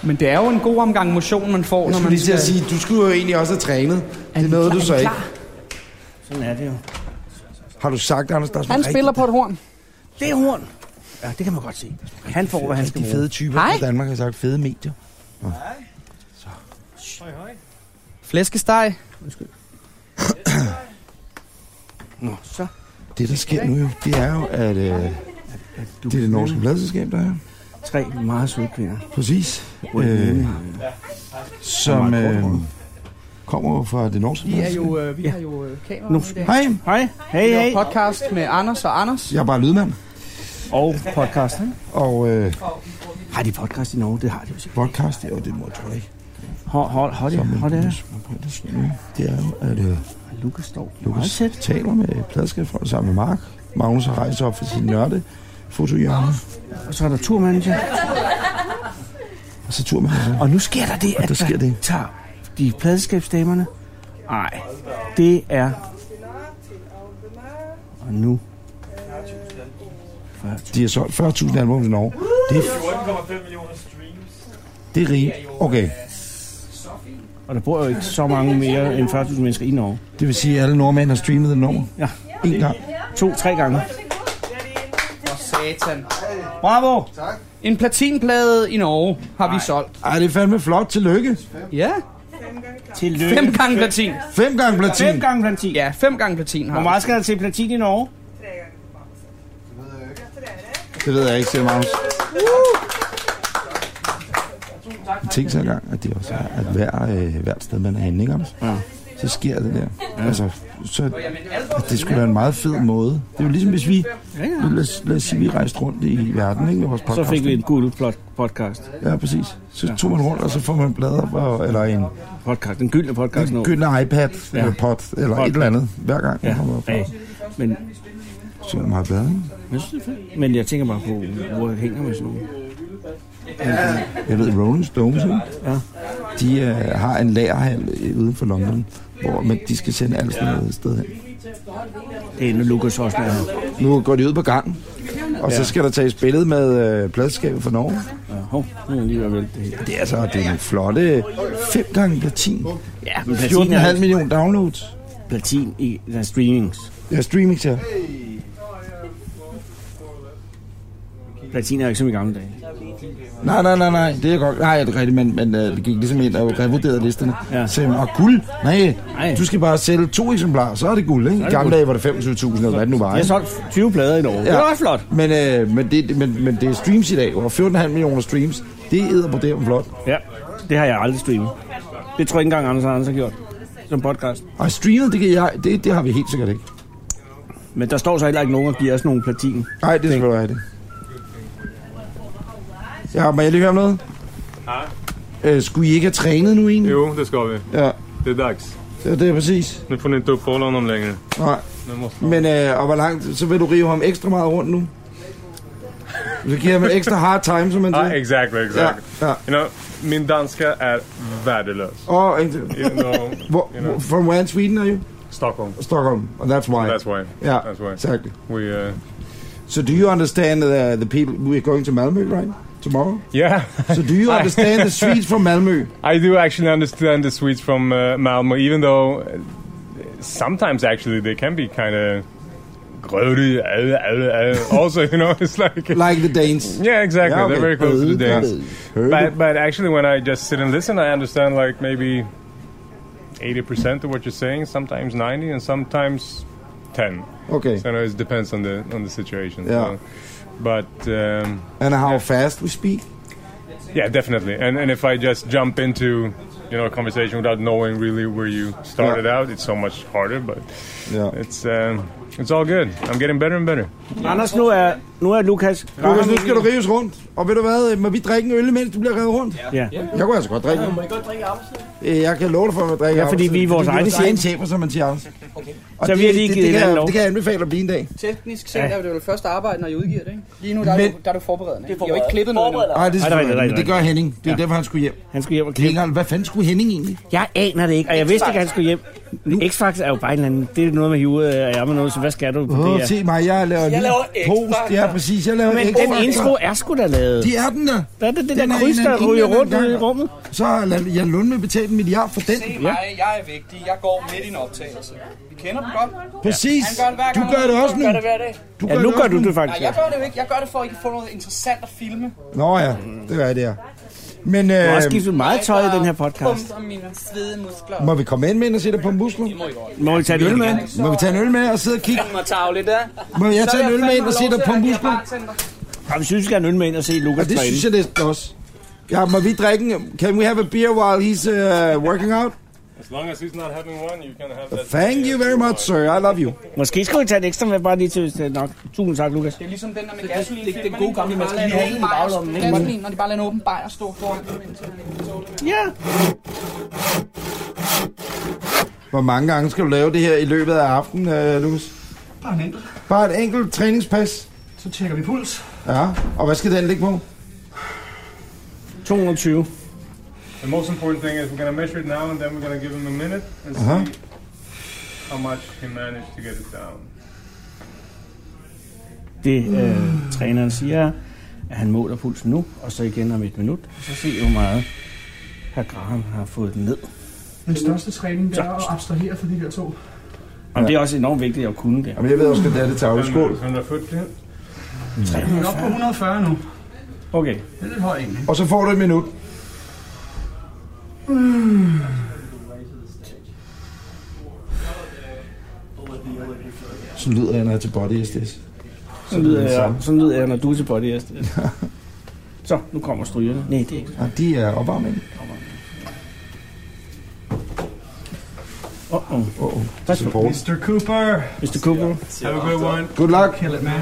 Men det er jo en god omgang motion, man får,
Jeg
når
skulle
man
lige til at sige, du skulle jo egentlig også have trænet. Det nåede du så ikke.
Sådan er det jo.
Har du sagt, Anders, der er sådan
Han
nogle
spiller på et horn.
Det er horn. Ja, det kan man godt se. Han får, hvad han skal
rigtig
bruge.
fede typer
Hej.
fra Danmark, har sagt fede medier.
Flæskesteg.
Nå, så.
Det, der sker nu jo, det er jo, at øh, det er det norske pladselskab, der er.
Tre meget søde kvinder.
Præcis. Øh, som øh, kommer jo fra det norske
Vi, er
pladselskab.
jo, øh, vi har jo øh, kamera
Nu.
med i dag.
Hej,
Hej. Hey,
Vi
hey.
laver podcast med Anders og Anders.
jeg er bare lydmand.
Og podcast, ikke?
Og øh,
Har de podcast i Norge? Det har de jo sikkert.
podcast, det er jo det, må jeg tror ikke.
Hold, hold, hold, det, hold det her.
Det er jo, at øh,
Lukas står meget
Lukas
tæt.
taler med pladselskabet sammen med Mark. Magnus har rejst op for sin nørde fotohjørne.
Og så er der turmanager.
Og så tur med ham.
Og nu sker der det, at
der sker det.
tager de pladeskabsdamerne. Nej, det er... Og nu...
De har solgt 40.000 album i Norge. Det er, f-
8,5 millioner streams.
det er rigtigt. Okay.
Og der bor jo ikke så mange mere end 40.000 mennesker i Norge.
Det vil sige, at alle nordmænd har streamet den over.
Ja.
En gang.
To, tre gange.
Satan.
Bravo!
En platinplade i Norge har vi solgt.
Ej, det er fandme flot. Tillykke.
Ja.
Tillykke.
Fem gange platin.
Fem gange platin.
Fem gange blandt 10.
Ja, fem gange platin har
Hvor
vi.
meget skal der til platin i Norge?
Det ved jeg ikke, siger Magnus. Tænk så engang, at det også er, at hver, øh, hvert sted, man er henne, ikke, Anders? Ja. Så sker det der. Ja. Altså, så, at det skulle være en meget fed måde. Det er jo ligesom, hvis vi, lad os, lad os sige, vi rejste rundt i verden, ikke, med vores
Så
podcast.
fik vi en guld plot podcast.
Ja, præcis. Så tog man rundt, og så får man blader, og, eller en,
podcast. Den gyldne podcast
en
nu.
gyldne iPad, ja. eller pot, eller et eller andet, hver gang.
Ja.
Ja. Man
ja.
hey.
Men,
Så er det meget bedre, ikke?
jeg synes, det er fedt. men jeg tænker bare på, hvor jeg hænger med sådan nogle.
Jeg ved, Rolling Stones, ikke?
Ja.
de øh, har en lagerhal øh, uden for London, hvor men de skal sende alt sådan noget sted hen.
Det er nu Lukas også med. her.
Nu går de ud på gangen, og så skal der tages billede med øh, pladskabet fra Norge.
Ja, hov, nu er jeg lige ved at vælte det hele.
Det er så det er nogle flotte 5 gange platin.
Ja, men platin,
14,5
er,
millioner downloads.
platin i der er streamings.
Ja, streaming til.
Platin er jo ikke som i gamle dage.
Nej, nej, nej, nej, det er godt. Nej, det er rigtigt, men, men øh, det gik ligesom ind og revurderede listerne. Ja.
Ja.
Så og guld? Nej,
Nej.
du skal bare sælge to eksemplarer, så er det guld, ikke? I gamle dage var det 25.000 eller hvad det nu var,
Jeg har
ikke?
solgt 20 plader i Norge. Ja. Det var også flot.
Men, øh, men, det, men, men det er streams i dag, og 14,5 millioner streams, det æder på det om flot.
Ja, det har jeg aldrig streamet. Det tror jeg ikke engang Anders og Anders har gjort som podcast.
Og streamet, det, kan jeg, det, det har vi helt sikkert ikke.
Men der står så heller ikke nogen og giver os nogle platin.
Nej, det er selvfølgelig rigtigt. Ja, må jeg lige høre om noget?
Nej.
Øh, skulle I ikke have trænet nu egentlig?
Jo, det skal vi.
Ja,
Det er dags.
det, det er præcis.
Nu får ni inte upp honom längre.
Nej.
Nu måste
Men øh, og hvor langt, så vil du rive ham ekstra meget rundt nu? Så giver ham en ekstra hard time, som man
Ah,
siger.
exactly, exactly.
Ja, ja.
You know, min danska är värdelös.
Og, en-
You know,
hvor, hvor, from where in Sweden are you?
Stockholm.
Stockholm. And that's why.
That's why.
yeah,
That's why.
exactly.
We, uh,
So do you understand uh, the, the people, we're going to Malmö, right? Tomorrow?
yeah,
So do you understand the Swedes from Malmö?
I do actually understand the Swedes from uh, Malmo, even though uh, sometimes actually they can be kind of grody. uh, uh, uh. Also, you know, (laughs) it's like
Like the
(laughs)
Danes.
yeah, exactly.
Yeah, okay.
They're very close to the Danes.
Heard
But but actually, when I just sit and listen, I understand like maybe eighty percent of what you're saying. Sometimes ninety, and sometimes ten.
it. Okay.
So you know, it depends on the on the situation.
Yeah.
So. But um,
And how fast we speak?
yeah, definitely. And and if I just jump into you know a conversation without knowing really where you started out, it's so much harder. But
Yeah.
it's um, it's all good. I'm getting better and better.
Anders, nu er, nu er Lukas.
Lukas, nu skal du rives rundt. Og ved du hvad, Øh, må vi drikke en øl, mens du bliver revet rundt?
Ja.
Jeg kunne altså godt drikke.
Må I godt drikke arbejdstid?
Øh, Jeg kan love dig for, at man drikker
Ja, fordi
Augustin.
vi er vores egne
egne chefer, som man siger. Okay. Og
Så
det,
vi har lige
det,
givet
det, kan,
hinanden
jeg-
lov.
det kan jeg anbefale at blive en dag.
Teknisk set er det jo det første arbejde, når I udgiver det, ikke? Lige nu der er, du, der er du forberedende. Det er jo ikke klippet noget endnu.
Nej, det, er
Ej, det er rigtigt,
selvfølgelig-
rigtigt,
men det gør Henning. Det er ja. derfor, han skulle hjem.
Han skulle hjem og klippe.
Klingeren, hvad fanden skulle Henning egentlig?
Jeg aner det ikke, og jeg vidste ikke, at han skulle hjem. X-Fax er jo bare en eller anden. Det er noget med hive og ærmet noget, så hvad skal du på
Åh,
det
oh,
her?
se mig, jeg laver en
Jeg
lille
laver ekstra.
post. Ja, præcis, jeg laver
Men
ekstra.
den intro er sgu da lavet.
Det er den der.
Der er det, det
Den er
der kryds,
en eller
der
anden
ryger
indlander
rundt ude i
gang.
rummet.
Så har Jan- Jan Lundme betalt en milliard for den.
Se mig, jeg er vigtig. Jeg går midt i en optagelse. Vi kender dem godt.
Præcis.
Han gør det hver
Du
gang.
gør det også
Han
nu. Altså.
gør det hver dag.
Du
Ja, nu gør
også
du
nu.
det
Nej,
faktisk.
jeg gør det jo ikke. Jeg gør det for, at I kan få noget interessant at filme.
Nå ja, det er det her. Men
Du har også
øh,
skiftet meget tøj i den her podcast.
Bum, om mine svede muskler.
må vi komme ind med ind og se dig på muskler?
Må vi tage det med?
Må vi tage en øl med og sidde og kigge?
Må tage lidt af.
Må jeg tage en øl med ind og se dig på muskler?
Og vi synes, vi skal have en øl med ind og se
Ja,
Lukas
det
træne.
synes jeg næsten også. Ja, må vi drikke en... Can we have a beer while he's uh, working out?
As long as he's not having one, you can have that.
Thank you very much, sir. I love you.
Måske skal vi tage et ekstra med, bare lige til hvis det er nok. Tusind tak, Lukas.
Det er ligesom den der med gasolin. Det er den gode gamle, man skal lige have en i baglommen. Gasolin, når de bare lader en åben bajer stå foran.
Ja.
Hvor mange gange skal du lave det her i løbet af aftenen, uh, Lucas?
Bare en enkelt.
Bare et enkelt træningspas.
Så tjekker vi puls.
Ja, og hvad skal den ligge på?
220.
The most important thing is we're gonna measure it now, and then we're gonna give him a minute and
Uh-huh.
see how much he managed to get it down.
Det øh, træneren siger, at han måler pulsen nu, og så igen om et minut. Og så se, hvor meget herr Graham har fået den ned.
Den største træning, det er at abstrahere fra de der to.
Og det er også enormt vigtigt at kunne det.
Jamen, jeg ved også, at det er det tavle. Skål.
140.
Vi er oppe på 140 nu.
Okay.
Det er lidt højt egentlig.
Og så får du et minut.
Mm.
Så lyder jeg, når jeg er til body SDS.
Så lyder jeg, sådan lyder jeg når du er til body
(laughs)
SD. Så, nu kommer strygerne. Nej, det er ikke.
Og de er opvarmning.
Uh-oh.
Uh-oh.
Værsgo.
Support.
Mr. Cooper.
Mr. Cooper.
Have a good one.
Good luck.
Kill it, man.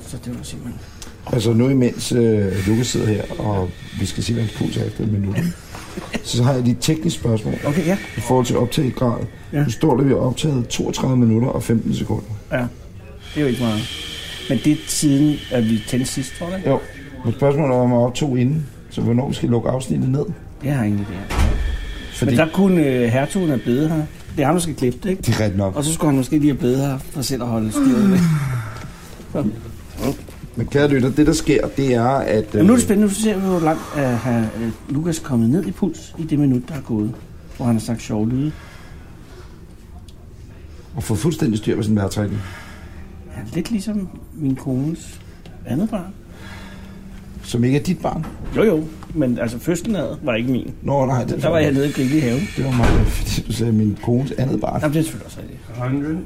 Så det var simpelthen...
Altså nu imens øh, Lukas sidder her, og vi skal se, hvad hans puls er efter et minut, så har jeg lige et teknisk spørgsmål
Okay, ja.
i forhold til optagegrad. Ja.
Ja.
Nu står der, at vi har optaget 32 minutter og 15 sekunder.
Det er jo ikke meget. Men det er tiden, at vi tændte sidst, tror du ikke?
Jo, men spørgsmålet er, om jeg optog inden, så hvornår vi skal lukke afsnittet ned.
Det har jeg ingen idé om.
Fordi
Men der kunne øh, hertugen have blevet her. Det er ham, der skal klippe (laughs) det, ikke?
det er ret nok.
Og så skulle han måske lige have blevet her for selv at holde styret (laughs) ved.
Men kære lytter, det der sker, det er, at... øh,
Men nu er det spændende, nu ser vi, hvor langt er herr, øh, Lukas kommet ned i puls i det minut, der er gået. Hvor han har sagt sjove lyde.
og få fuldstændig styr på sin vejrtrækning.
Ja, lidt ligesom min kones andet barn.
Som ikke er dit barn.
Jo jo, men altså fødslen ad var ikke min.
Nå, nej. Det
Der var jeg nede i Glille i haven.
Det var mig, fordi du sagde min kones andet barn.
Jamen, det er selvfølgelig også rigtigt.
100.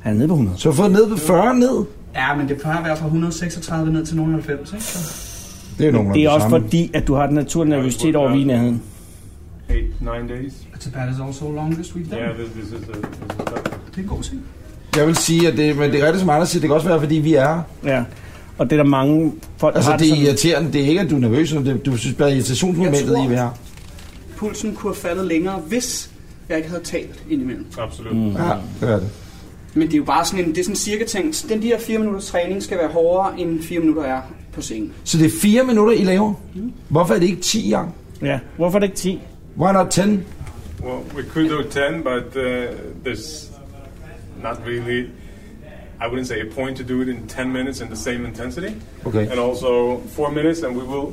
Han er nede på 100.
Så få ned på 40 ned.
Ja, men det plejer at være fra 136 ned til nogen 90, ikke? Så.
Det er nogen
Det er også fordi, at du har den naturlige nervøsitet over vi i nærheden.
Eight, nine days.
But Tibet Altså, is also longest we've done.
Yeah, this, this is the.
Det
This is the
er en god ting.
Jeg vil sige, at det, men det er rigtigt som andre siger, det kan også være, fordi vi er her.
Ja. Og det er der mange folk, der
Altså,
har
det er
sådan.
irriterende. Det er ikke, at du er nervøs, men det, du synes bare, at irritationsmomentet
Jeg tror-
i, vi er her.
Pulsen kunne have faldet længere, hvis jeg ikke havde talt indimellem.
absolute.
Ja, det er det.
Men det er jo bare sådan en, det er sådan en cirka ting. Den der 4 minutters træning skal være hårdere, end 4 minutter er på scenen.
Så det er fire minutter, I laver. Hvorfor er det ikke 10 gange?
Ja. Hvorfor er det ikke 10?
Why not 10?
Well, we could do 10, but uh, there's not really, I wouldn't say a point to do it in 10 minutes in the same intensity.
Okay.
And also four minutes, and we will,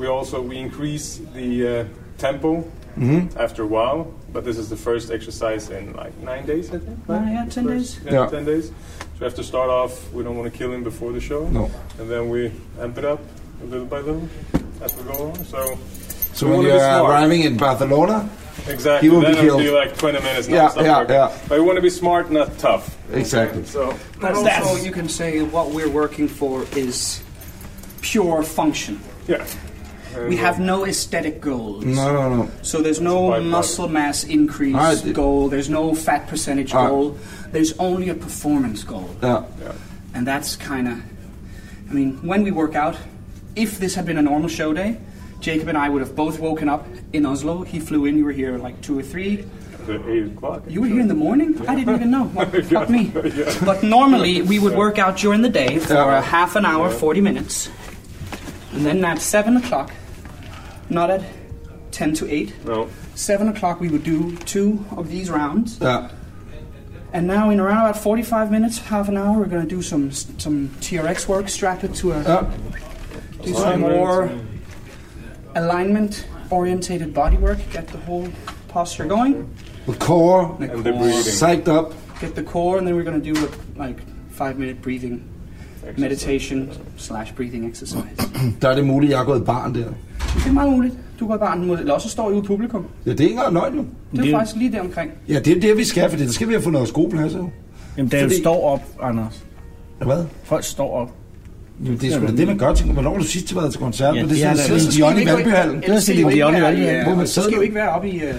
we also, we increase the uh, tempo
Mm-hmm.
after a while, but this is the first exercise in like nine days, I think.
Ah,
right?
yeah, 10
First-
days.
Yeah,
Yeah.
10 days. So we have to start off, we don't want to kill him before the show.
No.
And then we amp it up little by little as we go along. So,
So
we
when
wanna
you
be
are
smart.
arriving in Barcelona?
Exactly.
He will
then
be
it'll be
killed.
like 20 minutes.
Yeah,
nonstop
yeah,
work.
yeah.
But you want to be smart, not tough.
Exactly.
So
But also, you can say what we're working for is pure function.
yeah.
We have no aesthetic goals.
No, no, no.
So there's
That's
no
a byproduct.
muscle mass increase
All right.
goal. There's no fat percentage
All right.
goal. There's only a performance goal.
Ja.
And that's kind of, I mean, when we work out, if this had been a normal show day, Jacob and I would have both woken up in Oslo. He flew in, you were here at like two or three.
The eight o'clock.
You were here in the morning? I didn't even know.
(laughs)
Well, fuck me. But normally we would work out during the day for
Yeah.
a half an hour, 40 minutes. And then at 7 o'clock, not at 10 to 8,
No.
7 o'clock we would do two of these rounds.
Ja.
And now in around about 45 minutes, half an hour, we're going to do some some TRX work, strap it to a
Ja.
do some more alignment orientated body work, get the whole posture going.
The core,
The
And the
core.
breathing.
psyched up.
Get the core, and then we're going to do a like five minute breathing meditation slash breathing exercise.
Der er det muligt, jeg har gået i barn der.
Det er meget muligt. Du går bare mod, eller også står I ude i publikum.
Ja, det er ikke engang løgn, jo.
Det er
Det er-
faktisk lige der omkring.
Ja, det er det, vi skal, for det skal vi have fundet os gode pladser. jo.
Jamen, der
Fordi-
Fordi... står op, Anders.
Hvad?
Folk står op.
Jamen, det er sgu da det, man gør. Tænker, hvornår har du sidst været til koncert?
Ja,
Men
det
det er
er
sådan,
da-
sidst Dion i Valbyhallen.
Det er Celine Dion i Valby.
Hvor
Hvor
man
man
sad
skal I jo
nu.
ikke være oppe i... Øh,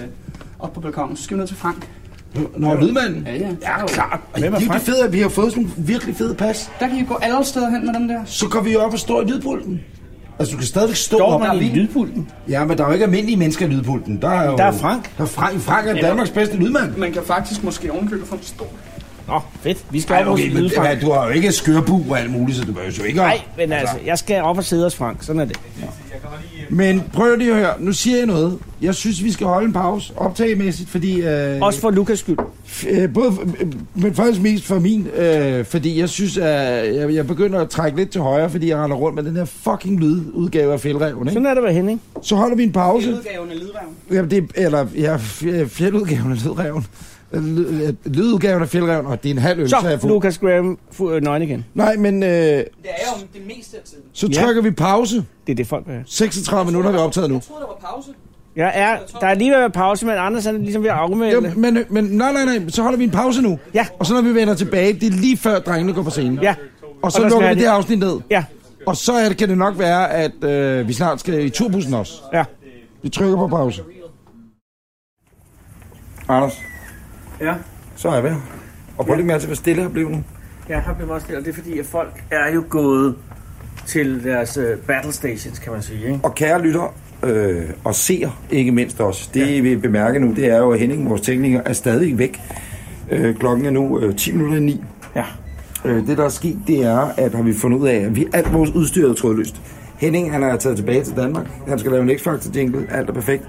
op på balkonen, så skal vi ned til Frank.
Nå, lydmanden.
Ja, ja.
Ja, klart. Og det
Hvem er
er jo det
Frank?
fede, at vi har fået sådan nogle virkelig fede pas.
Der kan I gå alle steder hen med dem der.
Så går vi jo op og står i lydpulten. Altså, du kan stadigvæk stå
Står
op.
man i
Der er-
lydpulten?
Ja, men der er jo ikke almindelige mennesker i lydpulten. Der er jo...
Der er Frank.
Der er Frank. Frank er Danmarks bedste lydmand.
Man kan faktisk måske ovenkøbe for en stor.
Nå, fedt. Vi skal
Ej,
op hos
okay, men,
Lydfrank.
men, du har jo ikke skørbu og alt muligt, så du behøver jo ikke at-
Nej, men altså, jeg skal op og sidde hos Frank. Sådan er det.
Men prøv lige at høre. Nu siger jeg noget. Jeg synes, vi skal holde en pause optagemæssigt, fordi... Øh,
Også for Lukas skyld.
f- øh, både, øh, men faktisk mest for min, øh, fordi jeg synes, at jeg, jeg begynder at trække lidt til højre, fordi jeg render rundt med den her fucking lydudgave af Fjeldreven, ikke?
Sådan er det ved Henning.
Så holder vi en pause.
Udgaven af Lidreven.
Jamen, det er, eller, ja, fj- fjeldudgaven af lydreven. Lyd- øh, Lydudgaven af fjeldreven, og det er en halv øl, så, jeg
Så,
får.
Lukas Graham, fu- øh, nøgen igen.
Nej, men øh,
Det er jo det meste af tiden.
så
Ja.
trykker vi pause.
Det er det, folk vil have.
36 minutter har vi optaget nu.
Jeg troede, der var pause.
Jeg er, der er lige ved at være pause, men Anders han er ligesom ved at afmelde.
Jo, men, øh, men nej, nej, nej, så holder vi en pause nu.
Ja.
Og så når vi vender tilbage, det er lige før drengene går på scenen.
Ja,
Og så
Og der
lukker vi
skal
det her afsnit ned.
ja,
Og så er det, kan det nok være, at øh, vi snart skal i turbussen også.
ja.
Vi trykker på pause. Anders,
Ja,
så er vi her. Og prøv lige med til, hvor stille her blev nu.
jeg har blevet meget stille, og det er fordi, at folk er jo gået til deres uh, battle stations, kan man sige. Ikke?
Og kære lytter øh, og ser ikke mindst også, det ja. vi bemærker nu, det er jo, at Henning, vores tekniker, er stadig væk. Øh, klokken er nu øh, 10 minutter i 9.
Ja.
Øh, det, der er sket, det er, at har vi fundet ud af, at vi alt vores udstyr er trådløst. Henning, han er taget tilbage til Danmark. Han skal lave en X-Factor jingle. Alt er perfekt.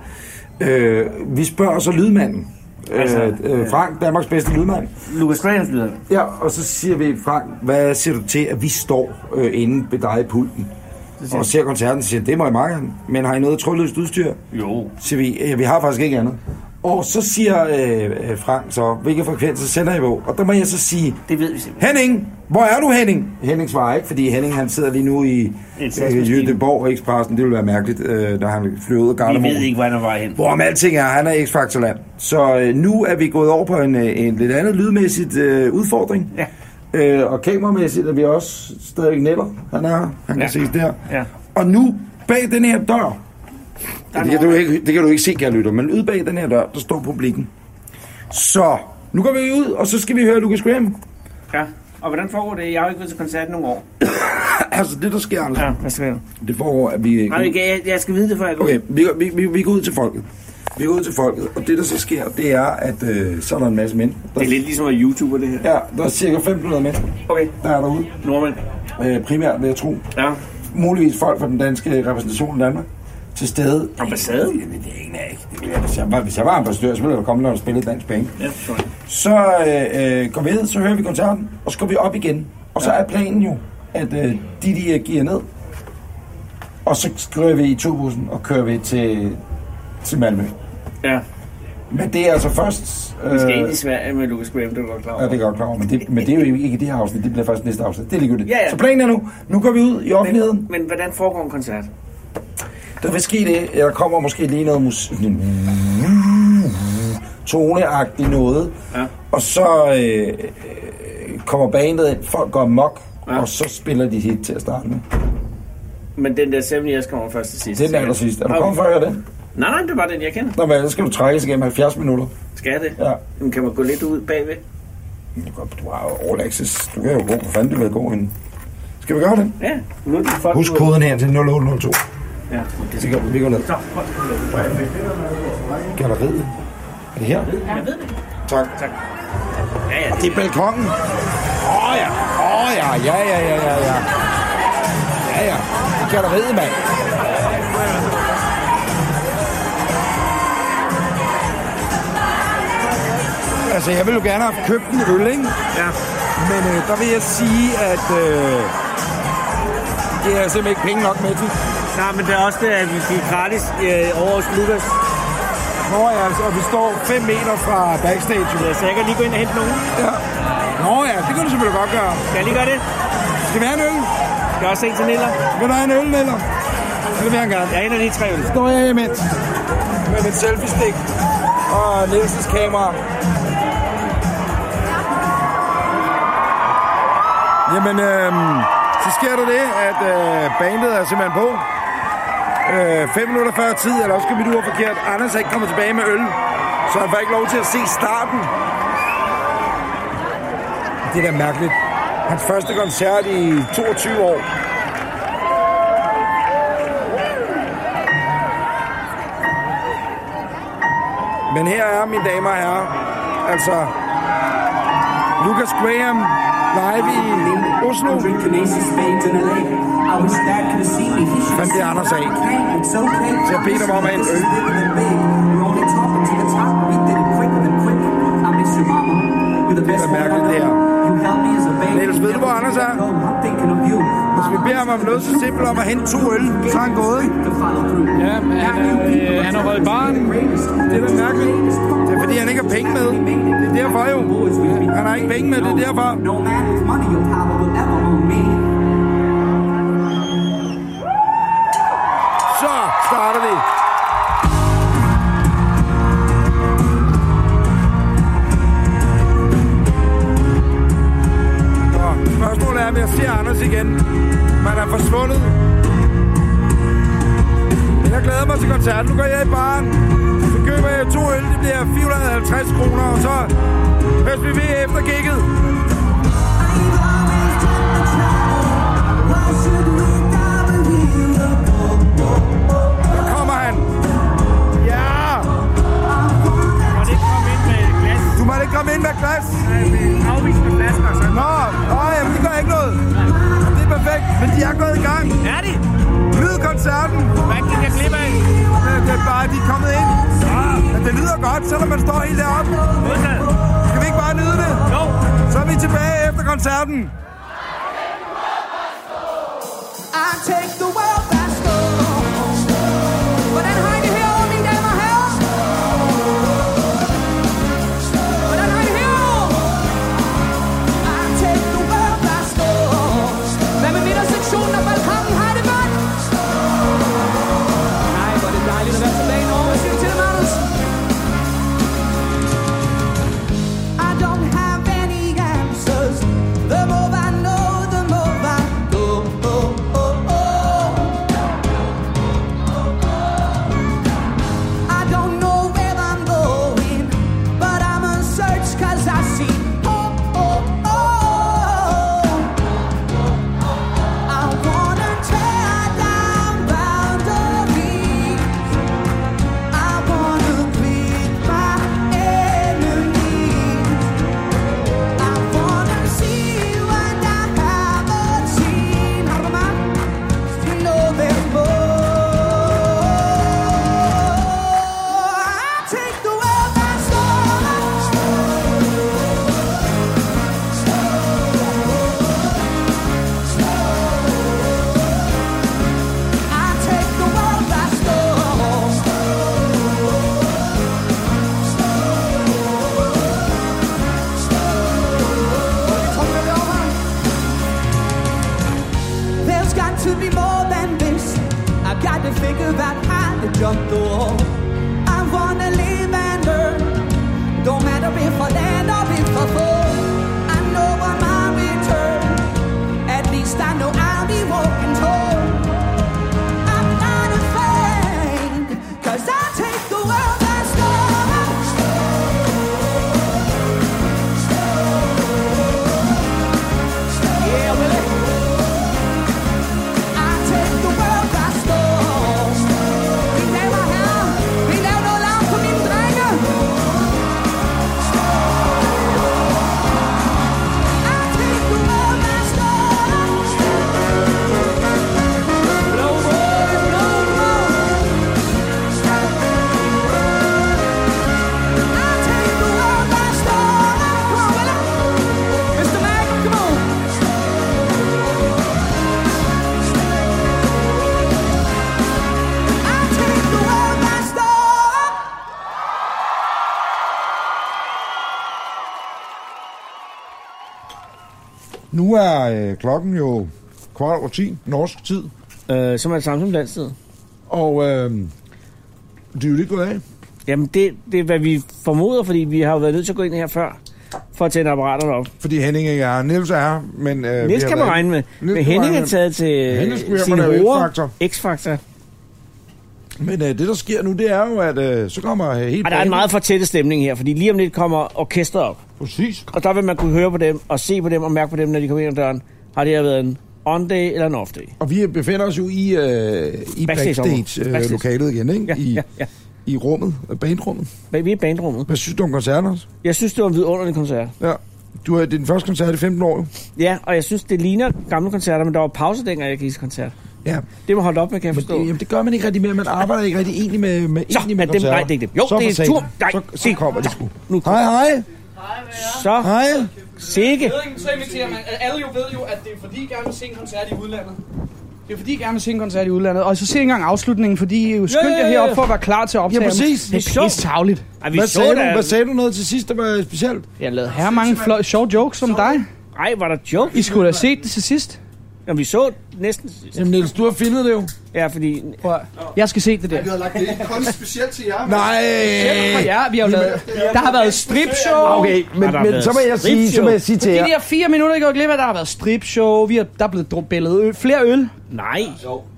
Øh, vi spørger så lydmanden.
Altså,
Altså, øh, Frank, Danmarks bedste lydmand.
Lukas Graham lyder.
Ja, og så siger vi, Frank, hvad siger du til, at vi står øh, inde ved dig i pulten? Og ser koncerten og siger, det må jeg meget gerne. Men har I noget trådløst udstyr?
Jo.
Siger vi, ja, vi har faktisk ikke andet. Og så siger øh, øh, Frank så, hvilke frekvenser sender I på? Og der må jeg så sige,
Det ved vi simpelthen.
Henning, hvor er du Henning? Henning svarer ikke, fordi Henning han sidder lige nu i øh,
tidsmaskine.
Jødeborg Expressen. Det ville være mærkeligt, øh, når han flyver ud af
Vi
Gardermoen.
ved ikke, hvor han er vej hen.
Hvorom alting er, han er X-Factorland. Så øh, nu er vi gået over på en, øh, en lidt anden lydmæssigt øh, udfordring.
Ja.
Øh, og kameramæssigt er vi også stadig netter. Han er her. Han kan
Ja.
ses der.
Ja.
Og nu, bag den her dør,
Der er
det kan, du
nogen.
ikke, det kan du ikke se, kære lytter, men ude bag den her dør, der står publikken. Så, nu går vi ud, og så skal vi høre Lucas Graham.
Ja. Og hvordan foregår det? Jeg har jo ikke været til koncert i nogle år.
(clears throat) Altså, det der sker, Anders, ja.
hvad skal jeg?
det foregår, at vi...
Nej, jeg, jeg, jeg skal vide det, før jeg går.
Okay, vi, går- vi, vi, vi går ud til folket. Vi går ud til folket, og det der så sker, det er, at øh, så er der en masse mænd. Der,
Det er lidt ligesom at være YouTuber, det her.
Ja, der er cirka 500 mænd,
Okay,
der er derude.
nordmænd.
Øh, primært, vil jeg tro.
Ja.
Muligvis folk fra den danske repræsentation i Danmark til stede.
Ambassade?
Det, det aner jeg ikke. Det ville jeg, hvis, jeg var, hvis jeg var ambassadør, så ville jeg komme, når der spillede dansk penge.
Ja, forstår jeg.
Så øh, øh, går vi ned, så hører vi koncerten, og så går vi op igen. Og så er planen jo, at øh, de de giver ned, og så kører vi i turbussen og kører vi til, til Malmø.
Ja,
Men det er altså først... Øh,
vi skal ind i Sverige med Lucas Graham, det er du godt klar
Ja,
over.
det er jeg godt klar over, men det, men det er jo ikke i det her afsnit, det bliver først næste afsnit. Det er ligegyldigt.
Ja, ja.
Så planen er nu, nu går vi ud i offentligheden,
Men, men hvordan foregår en koncert?
Der vil ske det, at der kommer måske lige noget musik. Toneagtigt noget.
Ja.
Og så øh, øh, kommer bandet ind, folk går mok,
Ja.
ja. og så spiller de hit til at starte med.
Men den der 7 Years kommer først til sidst.
Det er den aller sidste. Er du
Okay.
kommet for at høre det?
Nej, nej, det var den, jeg kender.
Nå, men ellers skal du trækkes igennem 70 minutter.
Skal jeg det?
Ja.
Men kan man gå lidt ud bagved?
Du kan- Du har jo all access. Du kan jo gå, hvor fanden du vil gå hende. Skal vi gøre det?
Ja, nu er det folk
Husk
ud.
koden her til 0802.
Ja, det
Vi
skal
går, vi går ned.
Så, folk skal ud.
Galleriet. Er det her?
Jeg ved det.
Tak.
Ja, ja,
Det er balkongen. Åh oh, ja, åh oh, ja, ja, ja, ja, ja, ja. Ja, ja. Det kan du vide, mand. Altså, jeg ville jo gerne have købt en øl, ikke?
Ja.
Men øh, der vil jeg sige, at øh, det er simpelthen ikke penge nok med til.
Nej, men det er også det, at vi fik gratis øh, over hos Lukas.
Nå ja, altså, og vi står 5 meter fra backstage. jo.
Ja, så jeg kan lige gå ind og hente nogen.
Ja. Nå ja, det kan du selvfølgelig godt gøre.
Skal jeg lige gøre det?
Skal vi have en øl?
Skal jeg også se til Niller?
Vil du have en øl, eller? Det vil jeg gerne.
Jeg henter lige tre øl.
står jeg imens med mit selfie-stik og Nielsens kamera. Jamen, øh, så sker der det, at øh, bandet er simpelthen på. 5 øh, minutter før tid, eller også kan vi nu have forkert. Anders er ikke kommet tilbage med øl, så han får ikke lov til at se starten. Det er da mærkeligt. Hans første koncert i 22 år. Men her er, mine damer og herrer, altså Lucas Graham live i Oslo. Fandt det Anders af. Så jeg bedte mig om at have en øl. Det er mærkeligt, det her. Niels, ved du, hvor Anders er? Hvis vi beder ham om noget så simpelt om at hente to øl, så er han gået.
Ja, men han, er, øh, han har holdt barn.
Det er da mærkeligt. Det er fordi, han ikke har penge med. Det er derfor jo. Han har ikke penge med, det er derfor. Så starter vi. Nå, Spørgsmålet er, om jeg ser Anders igen. Man er forsvundet. Men jeg glæder mig til koncerten. Nu går jeg i baren. Så køber jeg to øl. Det bliver 450 kroner. Og så høres vi ved efter gigget. Der kommer han. Ja! Du må ikke komme ind med et glas. Nå, nej, jamen, det gør ikke noget. Det er perfekt, men de er gået i gang.
Er det?
Nyd koncerten.
Hvad gik jeg glip af?
Øh, Det er bare, de er kommet ind. Men det lyder godt, selvom man står helt deroppe.
Modtaget.
Skal vi ikke bare nyde det?
Jo.
Så er vi tilbage efter koncerten.
Hvordan har I det herovre, mine damer og herrer?
Nu er øh, klokken jo kvart over 10 norsk tid,
Øh, som er det samme som dansk tid.
og øh, det er jo lige gået af.
Jamen, det, det er, hvad vi formoder, fordi vi har jo været nødt til at gå ind her før, for at tænde apparaterne op.
Fordi Henning ikke er her. Niels er her, men... Øh,
Ja,
vi
Niels
har
kan man
været-
regne med.
kan
Men
man
Henning
regne
er
med.
taget til
Henning skulle hjem
sine
og lave
roer.
X-Factor.
X-Factor.
Men øh, det, der sker nu, det er jo, at øh, så kommer øh, helt...
Og der er en
banen-
meget fortættet stemning her, fordi lige om lidt kommer orkestret op.
Præcis.
Og der vil man kunne høre på dem, og se på dem, og mærke på dem, når de kommer ind ad døren. Har det her været en on-day eller en off-day?
Og vi befinder os jo i, øh, i
Backstage-området.
backstage-lokalet
Backstage.
øh, lokalet igen, ikke?
Ja,
I,
ja, ja.
I rummet, øh, bandrummet.
Men Vi er i bandrummet.
Hvad synes du om koncerten også?
Jeg synes, det var en vidunderlig koncert.
Ja. Du er din første koncert i 15 år, jo.
Ja, og jeg synes, det ligner gamle koncerter, men der var pause dengang, jeg gik til koncert.
Ja.
Det må holde op med, kan jeg
Men
forstå.
det, jamen, det gør man ikke rigtig mere. Man arbejder ikke rigtig egentlig med, med,
Så,
egentlig med
men dem, nej, det er ikke dem. Jo,
så
det er
for satan.
tur. Nej,
så, så
det-
kommer det sgu.
Nu
Hej, hej.
så
Hej.
sikke.
Jeg ved ikke, så inviterer man. Alle jo ved jo, at det er fordi, I gerne vil se en koncert i udlandet. Det er fordi, I gerne vil se en koncert i udlandet. Og så se engang afslutningen, fordi I jo skyndte jer
ja, ja.
herop for at være klar til at optage
Ja,
dem.
præcis.
Det er pisse tavligt.
Ej, vi
Hvad
så
sagde, du,
da-
hvad sagde du noget til sidst, der var specielt?
Jeg lavede her mange fløj, sjove jokes som dig.
Ej, var der joke?
I skulle have set det til sidst.
Jamen, vi så næsten sidst.
Jamen, Niels, du har filmet det jo.
Ja, fordi...
Jeg skal se det der.
havde lagt det kun specielt til jer.
Nej.
Selv for jer, vi har jo lavet... Der har været stripshow.
Okay, men,
Har der
men
været
så må jeg sige, så må jeg sige til
De
jer.
der fire minutter, I går glip af, der har været stripshow. Vi har, der er blevet dru- billedet øl, flere øl.
Nej.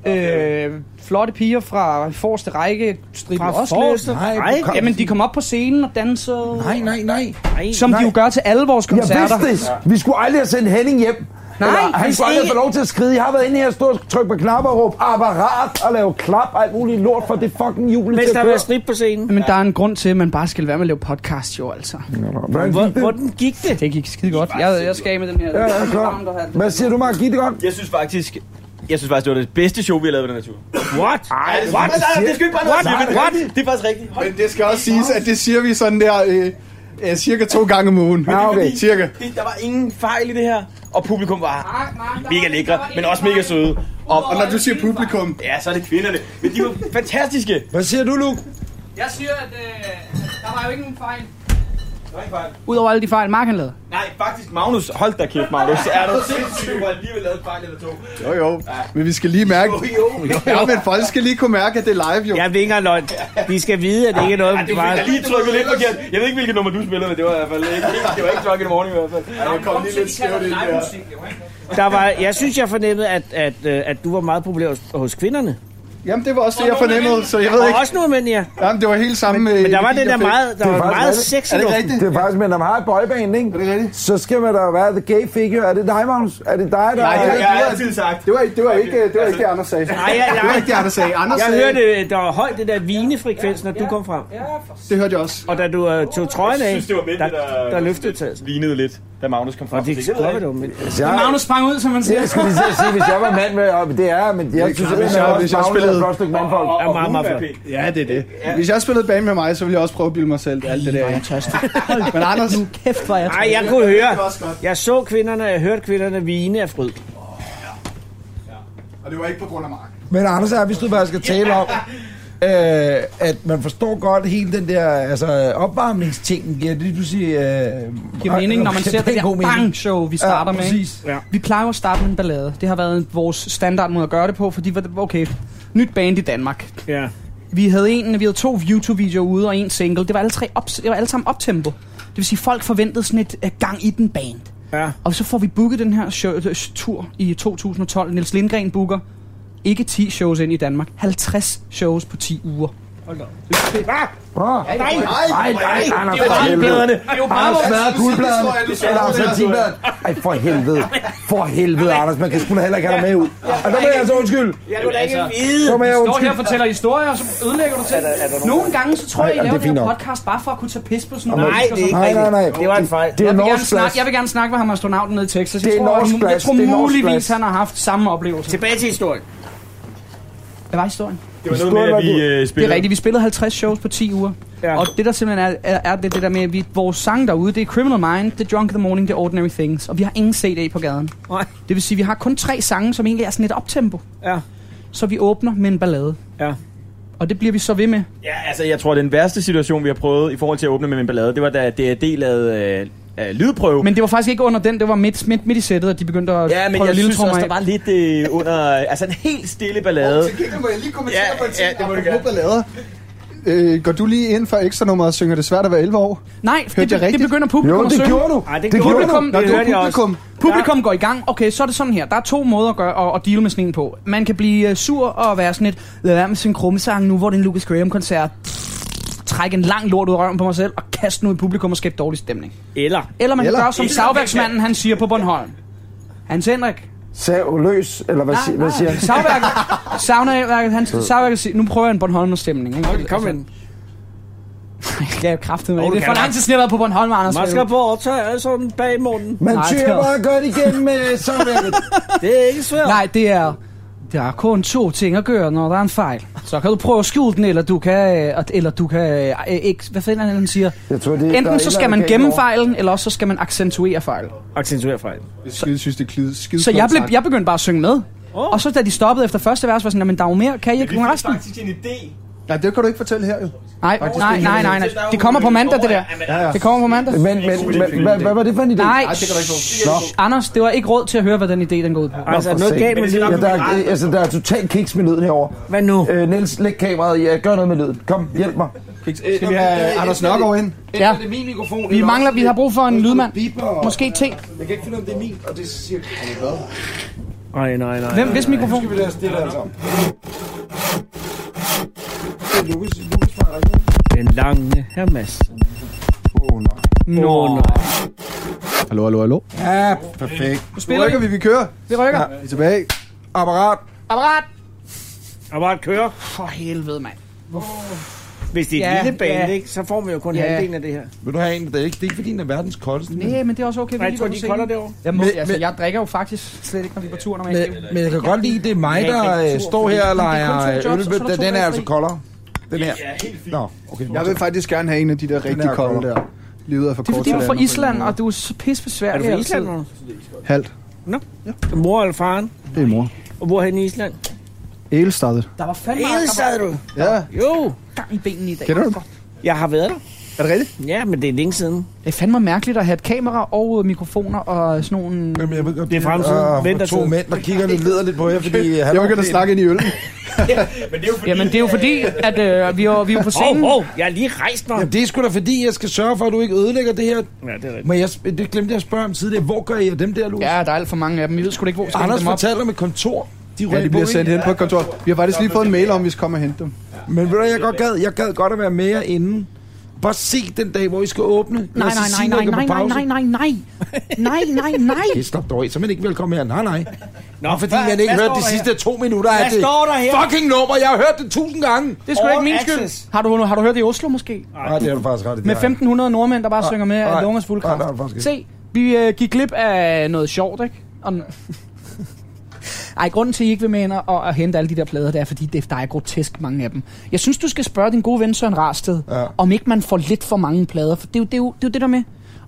Øh, flotte piger fra forreste række strippede
Fra
også
forreste
lidt.
Nej,
Nej,
du kom-
Jamen, de kom op på scenen og dansede.
Nej, nej, nej.
Nej.
Som de jo gør til alle vores
Jeg
koncerter.
vidste det. Vi skulle aldrig have sendt Henning hjem.
Nej,
Eller, han
hvis
skulle aldrig
ikke-
få lov til at skride. Jeg har været inde her og stå og trykke på knapper og råbe apparat og lave klap og alt muligt lort for det fucking hjul til
Mens der
at
har
køre.
været snit på scenen.
Men der er en grund til, at man bare skal være med at lave podcast, jo altså.
Hvordan gik
Hvor,
det?
hvordan gik det?
Det gik skide godt. Jeg, jeg skal af med den her.
Ja, ja, klar. Hvad siger du, Mark? Gik det godt?
Jeg synes faktisk, jeg synes faktisk, det var det bedste show, vi har lavet ved den her tur.
What?
Ej, det, what? Nej, nej, det er sgu ikke bare noget, jeg siger, men det- det er faktisk rigtigt.
Men det skal også siges, at det siger vi sådan der øh, øh, cirka to gange om ugen.
Ja, Ah, okay.
Cirka.
Det, der var ingen fejl i det her, og publikum var mega lækre, men også mega søde. Og,
Og når du siger publikum,
ja, så er det kvinderne, men de var fantastiske.
Hvad siger du, Luke?
Jeg siger, at øh, der var jo ikke nogen fejl.
Der var ingen fejl.
Udover alle de fejl, Mark han lavede.
Nej, faktisk Magnus. Hold da kæft, Magnus. Er du sindssyg, hvor alligevel lavet en fejl eller to?
jo jo, men vi skal lige mærke, (laughs) ja, men folk skal lige kunne mærke, at det er live jo.
Jeg er ikke engang løgn. Vi skal vide, at det ikke er noget...
Ej, det var jeg lige trykket lidt forkert. Jeg ved ikke, hvilket nummer du spillede, men det var i hvert fald ikke. Det var ikke Drunk in the Morning i hvert fald.
Jeg kom lige lidt skævt ind der.
Der var, jeg synes, jeg fornemmede, at, at, øh, at du var meget populær hos, hos kvinderne.
Jamen, det var også det, jeg fornemmede, så jeg ved
Og
ikke.
også nogle mænd, ja.
Jamen, det var helt samme...
Men der var den der meget, der
er
var
faktisk
meget
rigtigt.
sex i
Er det ikke
luften.
rigtigt?
Det er faktisk, men når man har et boyband, ikke? Er
det rigtigt?
Så skal man da være the gay figure. Er det dig, Magnus? Er det dig, der
Nej, det er
Jeg har altid sagt.
Det var ikke det, var ikke, det, var ikke det Anders sagde. Nej,
ja,
Det var ikke det, Anders sagde. Anders
Jeg
sagde,
hørte, øh, der var højt det der vinefrekvens, når du kom frem.
det hørte jeg også.
Og da du øh, tog trøjen af,
Jeg synes, det var mænd,
der,
der-
der løftede taget.
Vinede lidt, da Magnus kom frem.
Og det
Jeg ved
klokke,
ikke.
det var mænd.
jeg,
Magnus sprang ud, som man siger.
jeg skulle lige til at sige, hvis jeg var mand med, og det er, men jeg synes, at
klart, hvis jeg-
Magnus
hvis jeg
er et
spillede-
godt stykke mandfolk.
Og- og
meget, meget flot.
humørpænt.
Ja, det er det. Hvis jeg spillede band med mig, så ville jeg også prøve at bilde mig selv alt det der. ind. Men Anders,
(laughs)
Kæft, var jeg
Nej, jeg kunne høre. Jeg så kvinderne, jeg hørte kvinderne vine af fryd.
og det var ikke på grund af Mark.
Men Anders er, hvis du bare skal tale om, øh, at man forstår godt hele den der altså, opvarmningsting, giver det, du siger... Øh,
giver mening, når man ser det
pænt god
der
mening.
bang-show, vi starter
Ja,
med.
præcis.
ikke? Vi plejer jo at starte med en ballade. Det har været vores standard måde at gøre det på, fordi var det- okay, nyt band i Danmark.
Ja.
Vi havde en, vi havde to YouTube-videoer ude og en single. Det var alle, tre op, det var alle sammen optempo. Det vil sige, folk forventede sådan et uh, gang i den band.
Ja.
Og så får vi booket den her show, øh, tur i 2012. Niels Lindgren booker ikke 10 shows ind i Danmark. 50 shows på 10 uger.
Bra.
Nej,
Ej, nej, Anders, for
Guldbladerne.
helvede. Anders smadrer guldbladen.
historie, du sagde.
Eller absentinbladen.
altså-
Ej, for helvede. For helvede, Anders. Man kan sgu da heller ikke have dig med ud. Og der må jeg altså undskylde.
Jeg kunne da ikke vide.
Der må jeg
Står her
undskylde.
og fortæller historier, og så ødelægger du til. Nogle gange, så tror jeg, I
Nej,
laver
det er
den her
fint nok.
podcast bare for at kunne tage pis på sådan
Nej, det er ikke
Nej, nej, nej.
rigtigt. Det var en fejl.
Det er
Jeg vil, gerne
norsk
snakke,
plads.
jeg vil gerne snakke med ham astronauten nede i Texas. Jeg
Det er
tror,
Norse
at, jeg
plads.
tror
Det er Norse
muligvis,
plads.
han har haft samme oplevelse.
Tilbage til historien.
Hvad var historien?
Det var noget med, at vi øh,
Det er
spillede.
rigtigt, vi spillede 50 shows på 10 uger.
Ja.
Ja. Og det der simpelthen er, er, er det, det der med, at vi, vores sang derude, det er Criminal Mind, The Drunk in the Morning, The Ordinary Things. Og vi har ingen CD på gaden.
Nej.
Det vil sige, vi har kun tre sange, som egentlig er sådan et optempo.
Ja.
Så vi åbner med en ballade.
Ja.
Og det bliver vi så ved med.
Ja, altså, jeg tror, den værste situation, vi har prøvet i forhold til at åbne med min ballade, det var da DAD lavede øh, øh, lydprøve.
Men det var faktisk ikke under den, det var midt, midt, midt i sættet, at de begyndte at
Ja, men
prøve
jeg
lille
synes også, der var lidt øh, under... Altså en helt stille ballade.
Til gengæld må jeg lige kommentere
Ja,
på en ting,
ja, det må du
apropos
gerne.
ballader. Øh, går du lige ind for ekstra nummer og synger det er svært at være 11 år?
Nej, det,
jeg
det, det
rigtigt?
begynder publikum
Jo,
at
det
synge.
gjorde du.
Ej, det,
Det
gjorde
gjorde
publikum,
du. Nå,
det
det var
hørte jeg også.
publikum.
Publikum går i gang. Okay, så er det sådan her. Der er to måder at gøre, at, at deal med sådan en på. Man kan blive øh, sur og være sådan et, lad være med sin krummesang nu, hvor det er en Lucas Graham-koncert. Træk en lang lort ud af røven på mig selv og kaste den ud i publikum og skabe dårlig stemning.
Eller,
Eller man
Eller-
kan gøre, som Savværksmanden han siger på Bornholm. Hans Henrik.
Sav løs, eller hvad, nej, hvad siger han?
Savværket, savværket, han, savværket siger, nu prøver jeg en Bornholmer-stemning. Ikke? Okay, kom ind. (laughs) Jeg er kraftet med.
Åh, du
Det er
kan
for lang
da.
tid siden, jeg har været på Bornholm, Anders.
man skal på optage alle sådan bag munden.
Man
Nej, det
tyrer
var-
bare godt igennem med samværket.
Det er ikke svært.
Nej, det er... Der er kun to ting at gøre, når der er en fejl. Så kan du prøve at skjule den, eller du kan... øh, at- Eller du kan øh, ikke, hvad fanden er det, han siger?
Jeg tror, det, der er
Enten så
et
skal
eller
man
andet
gemme
galt over.
fejlen, eller også så skal man accentuere fejlen.
Accentuer fejl.
Jeg skide synes, det er klid, skide
Så jeg, blev,
sagt.
jeg begyndte bare at synge med.
Åh.
Og så da de stoppede efter første vers, var jeg sådan, men der er jo mere, kan I ikke nogen resten?
faktisk en idé.
Nej, det kan du ikke fortælle her jo.
Nej, nej, nej, nej, nej. Det kommer på mandag, det der. Det kommer på mandag.
Men, men, men hvad, hvad var det for en idé?
Nej,
Nå,
Anders, det var ikke råd til at høre, hvad den idé den går ud på.
Altså,
for
noget
satan.
galt med lyden.
ja, der, er, altså, der er total kiks med lyden herovre.
Hvad nu?
Øh, Niels, læg kameraet. Ja, gør noget med lyden. Kom, hjælp mig.
Skal vi have Anders Nørgaard ind?
Ja.
Det er min mikrofon.
Vi mangler, vi har brug for en lydmand. Måske T.
Jeg kan ikke finde, om det er min, og det siger...
Nej, nej, nej.
Hvem, hvis mikrofon?
Vi lader stille alle sammen.
Den lange Hermes.
Åh, nej.
Nå, nej.
Hallo, hallo, hallo.
Ja, perfekt.
Nu rykker vi, vi kører.
Vi rykker.
Vi er tilbage.
Apparat.
Apparat!
Og bare køre.
For helvede, mand.
Hvis det er
Ja,
et lille band,
ja.
ikke, så får vi jo kun
Ja.
halvdelen af det her.
Vil du have en? Det er ikke, det er ikke fordi, den er verdens koldeste.
Nej, men det er også okay, vi
Nej,
lige
jeg
går
tror,
på
de
scenen.
kolder derovre.
Jeg, må,
Men-
altså,
men-
jeg drikker jo faktisk slet ikke, når vi er på tur, når man
Men, Øh, men jeg kan godt lide, det er mig,
Jeg er ikke
der
rigtig
øh,
sur,
står
fordi-
her og
Men det er kun to
leger
jobs, og så er
ølbøt.
der to
Den er
dage
altså
fri.
koldere. Den her.
Ja, helt fint.
Nå, okay.
Jeg vil faktisk gerne have en af de der rigtig
er
kolde
kold.
der. Livet er for
Det er
kort
fordi,
til
du er fra
andet.
Island, og du er så
Er
pissebesværlig.
du fra
altid.
Island, mor?
Halvt.
Mor eller faren?
Det er mor.
Og hvor hen i Island?
Elstad.
Der var fandme
Ede
der var
sad du.
Ja.
Jo,
gang i benene i dag.
Kender du den?
jeg har været der.
Er det rigtigt?
Ja, men det er længe siden.
Det er fandme mærkeligt at have et kamera og øh, mikrofoner og sådan nogle...
Jamen, jeg ved godt,
Det er fremtiden.
der er to
Vintertid.
mænd, der kigger lidt leder lidt på jer, fordi...
øh, Jeg begynder at snakke ind i øllen.
Men det er jo fordi,
Jamen, det er jo fordi, at øh, vi, er, vi er på scenen.
Åh, oh, jeg har lige rejst mig.
Jamen, det er sgu da fordi, jeg skal sørge for, at du ikke ødelægger det her.
Ja, det er rigtigt.
Men jeg, det glemte jeg at spørge om tidligere. Hvor gør I af dem der, Lus?
Ja, der er alt for mange af dem. Vi ved sgu da ikke, hvor vi skal hente
Anders
dem op.
fortalte om et kontor. De
Ja, de
rykker
bliver
på,
sendt
ikke?
hen på et kontor. Vi har faktisk lige fået en mail om, vi skal komme og hente dem.
Men ved du, hvad, jeg godt gad, jeg gad godt at være med jer inden. Bare se den dag, hvor I skal åbne.
Nej, nej, nej, nej, nej, nej, nej, nej, nej. Nej, nej,
(laughs)
nej.
Det slap dog af, så er man ikke velkommen her. Nej, nej.
Nå,
Fordi man ikke hørte de sidste to minutter af
Hvad
det
står der her?
fucking nummer. Jeg har hørt det tusind gange.
Det er sgu da ikke
All
min skyld.
access.
Har du, har du hørt det i Oslo måske?
Nej, det er du faktisk ret i. det
Med
har jeg.
1500 nordmænd, der bare synger med
nej,
af lungers fulde
nej,
kraft.
nej, faktisk
Se, vi øh, gik glip af noget sjovt, ikke? Og...
(laughs)
Ej, grunden til, at I ikke vil med ind og, og hente alle de der plader, det er, fordi det, der er grotesk mange af dem. Jeg synes, du skal spørge din gode ven Søren Rarsted,
Ja.
ja. om ikke man får lidt for mange plader, for det er jo det, er jo, det, er jo det der med.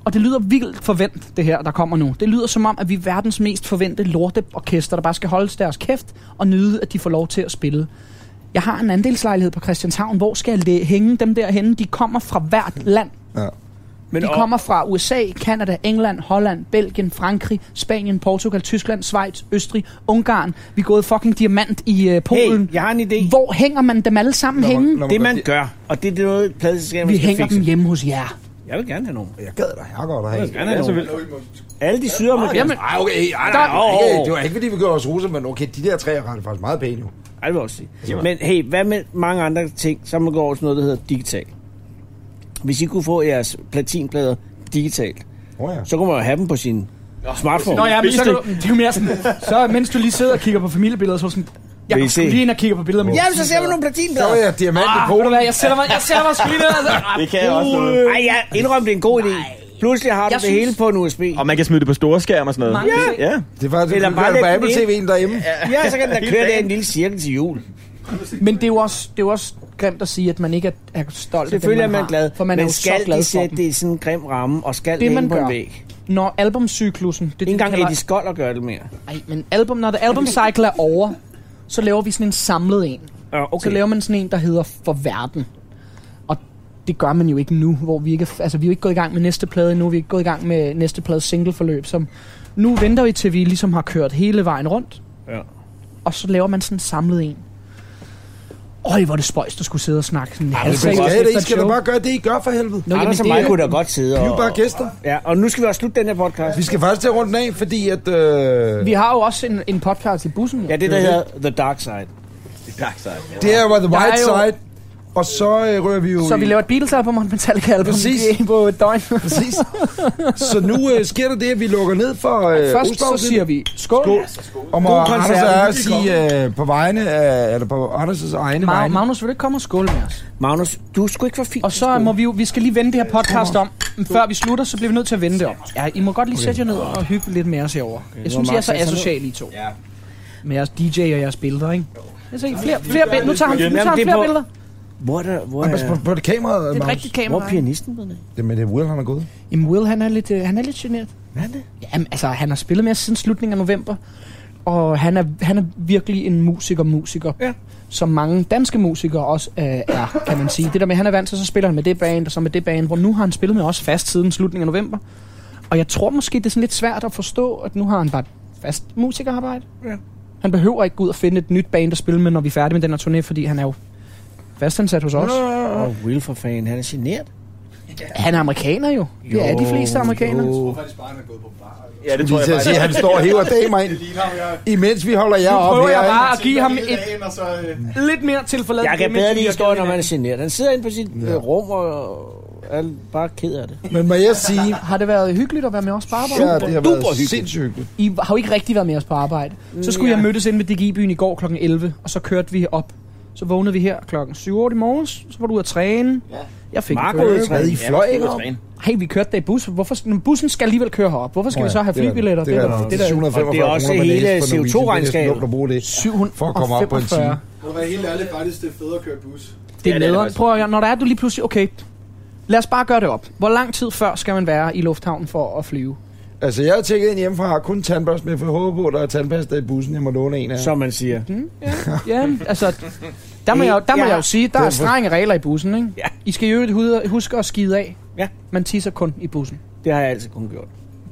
Og det lyder vildt forvent, det her, der kommer nu. Det lyder som om, at vi er verdens mest forvente lorteorkester, der bare skal holde deres kæft og nyde, at de får lov til at spille. Jeg har en andelslejlighed på Christianshavn. Hvor skal jeg læ- hænge dem derhenne? De kommer fra hvert land.
Men
De
op-
kommer fra USA, Kanada, England, Holland, Belgien, Frankrig, Spanien, Portugal, Tyskland, Schweiz, Østrig, Ungarn. Vi er gået fucking diamant i øh, Polen.
Hey, jeg har en idé.
Hvor hænger man dem alle sammen
Lad mig-
henne?
lad mig
Det
godt-
man gør, og det er det noget, pladeselskaberne
Vi
skal
hænger
fikse.
dem hjemme hos jer.
Jeg vil gerne have nogen. Jeg
Jeg gad da, jeg godt at have.
vil gerne
altså
have nogen. Alle de sydamerikanske.
Jamen,
Ej, okay, ej,
Der-
nej, nej,
Åh.
ikke- det var ikke fordi, vi gjorde os ruse, men okay, de der tre er rent faktisk meget pæne jo.
Ej, det vil jeg også sige. Men hey, hvad med mange andre ting, som man går over til noget, der hedder digital? Hvis I kunne få jeres platinplader digitalt,
Åh ja.
så kunne man jo have dem på sin smartphone.
Nå ja, men
Hvis
så,
det-
kan du- det er jo mere sådan, (laughs) så mens du lige sidder og kigger på familiebilleder, så er du sådan, jeg
Vil I
går sgu
se?
lige ind og kigger på billeder. Men
Jamen, så ser man nogle
Så
platinplader.
er jeg diamant i
ah, ved du
polen.
hvad, jeg sætter mig, jeg sætter mig sgu lige ned. Altså.
(laughs)
det kan jeg også noget.
Ej, jeg indrømmer, det er en god idé. Pludselig har du
Jeg
det
synes-
hele på en USB.
Og man kan smide det på store skærm og sådan noget.
øh, Mange ting.
Ja.
Det var det,
Eller
du
bare
gør det på
lidt
Apple
den
TV'en derhjemme.
Ja, så
(laughs)
kan der
Hele
køre det i
dagen.
en lille cirkel til jul.
Men det er jo også, det er jo også grimt at sige, at man ikke er, er stolt af det,
Selvfølgelig
man,
er man
har,
glad,
For man er
men
jo
skal
så glad
de
for
sætte
dem.
det i sådan en grim ramme, og skal
Det,
det
man
på
gør.
en væg?
Når albumcyklusen... Det,
Ikke engang
kalder-
Eddie Skoller gør det mere.
Ej, men album, når det albumcycle er over, så laver vi sådan en samlet en.
Ja,
Så
okay.
laver man sådan en, der hedder For Verden. Og det gør man jo ikke nu, hvor vi ikke, er f- altså vi er jo ikke gået i gang med næste plade endnu, vi er ikke gået i gang med næste plades singleforløb, som nu venter vi til vi ligesom har kørt hele vejen rundt,
Ja.
og så laver man sådan en samlet en. Øj, hvor er det spøjst, at skulle sidde og snakke sådan en
Ja, det
halvseriøs
er det.
efter
I
et
skal da
show.
bare gøre det, I gør for helvede.
Nå, jamen,
Anders og mig
det,
kunne da godt sidde
Vi er jo
og...
bare gæster.
Ja, og nu skal vi også slutte den her podcast.
Vi skal faktisk til at runde den af, fordi at... Øh,
vi har jo også en, en podcast i bussen.
Ja, det der hedder The Dark Side.
det her var The
Der
White
er jo-
Side. Og så øh, rører vi jo
Så
i-
vi laver et Beatles-album og et Metallica-album
Præcis.
i- på et døgn.
Præcis. Så nu øh, sker der det, at vi lukker ned for øh,
Først så siger vi skål. skål.
om
God
at Anders
koncert.
er at
Hyggelig
sige øh, på vegne af, eller på Anders' egne
Ma-
vegne.
Magnus, vil du ikke komme og skåle med os?
Magnus, du er sgu ikke for fint.
Og så må vi jo, vi skal lige vende det her podcast om. Men før vi slutter, så bliver vi nødt til at vende det om. Ja, I må godt lige sætte jer ned og hygge lidt med os herovre. Jeg synes, I er så asociale, I to.
Ja.
Med jeres DJ og jeres billeder, ikke? Jeg ser, flere, flere billeder. Nu tager han, nu
Jamen,
tager han
det er
flere
på-
billeder.
Hvor er der... Hvor
Pas på,
er,
på det kamera,
Det er et
Magnus.
rigtigt
hvor
kamera.
er
ikke?
pianisten med det?
Det er med det, Will han er gået.
Jamen, Will, han er lidt, øh, han er lidt generet.
Hvad er det?
Jamen, altså, han har spillet med os siden slutningen af november, og han er, han er virkelig en musiker-musiker, ja. som mange danske musikere også øh, er, kan man sige. Det der med, at han er vant til, så spiller han med det band, og så med det band, hvor nu har han spillet med os fast siden slutningen af november. Og jeg tror måske, det er sådan lidt svært at forstå, at nu har han bare et fast musikerarbejde.
Ja.
Han behøver ikke gå ud og finde et nyt band at spille med, når vi er færdige med den her turné, fordi han er jo fastansat hos os.
Og Will for fan, han er generet.
Han er amerikaner jo. jo det er de fleste amerikanere.
jo.
Ja, det tror
Lige
jeg
til at
faktisk.
sige, at han står og hiver damer ind, imens vi holder jer
Nu
op
prøver jeg
herinde.
bare at give ham et lidt mere tilforladt
Jeg kan bedre lide historien, når man er generet. Han sidder inde på sit ja. rum og er bare ked af det.
Men må jeg sige,
Har det været hyggeligt at være med os på arbejde?
ja, det har
duper
været
hyggeligt.
sindssygt hyggeligt.
I har jo ikke rigtig været med os på arbejde. Så skulle
Mm, Ja.
ja. jeg mødtes inde med DGI-byen i går kl. 11, og så kørte vi op. Så vågnede vi her klokken 7 i morges, så var du ude at træne. Ja. Jeg fik
Marco
en
ude at
køl.
træne.
Hvad I fløj ikke om?
Hey, vi kørte da i bus. Hvorfor, når bussen skal alligevel køre herop. Hvorfor skal ja, vi så have flybilletter?
Det er, det er, det er,
Og det er også hele CO2-regnskabet.
at bruge det.
700
For at komme op på en time.
Må være helt ærlig, faktisk det er federe at køre bus.
Det
Ja,
er
det er det
nederen.
faktisk.
Prøv at høre, når der er du lige pludselig, okay, lad os bare gøre det op. Hvor lang tid før skal man være i lufthavnen for at flyve?
Altså, jeg har tjekket ind hjemmefra, har kun tandbørste med, for jeg håber på, at der er tandpasta i bussen, jeg må låne en af. jer.
Som man siger.
Mhm. Ja, altså, der må, jeg, jo- der må
Ja.
jeg jo sige, der er strenge regler i bussen, ikke?
Ja.
I skal jo ikke huske at skide af.
Ja.
Man tisser kun i bussen.
Det har jeg altid kun gjort.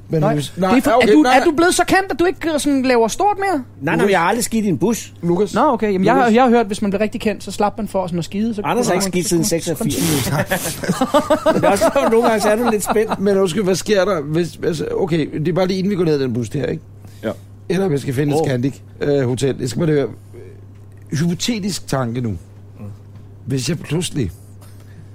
Men
Nej,
hvis-
Nej, det er, for,
ja,
okay, er, du, er du blevet så kendt, at du ikke øh, sådan, laver stort mere?
Nej, nej, jeg har aldrig skidt i en bus.
Lukas,
Nå, okay. Jamen, jeg, har- jeg har hørt, at hvis man bliver rigtig kendt, så slap man for sådan at skide. Så
Anders har ikke skidt siden 86. Men det er også sådan, nogle gange, så er du lidt spændt.
men undskyld, hvad sker der? Hvis, altså, okay, det er bare lige inden vi går ned i den bus der, ikke?
Ja.
Eller vi skal finde et
Åh.
Scandic øh, hotel. Jeg skal bare lige høre. Øh, Hypotetisk tanke nu.
Mm.
Hvis jeg pludselig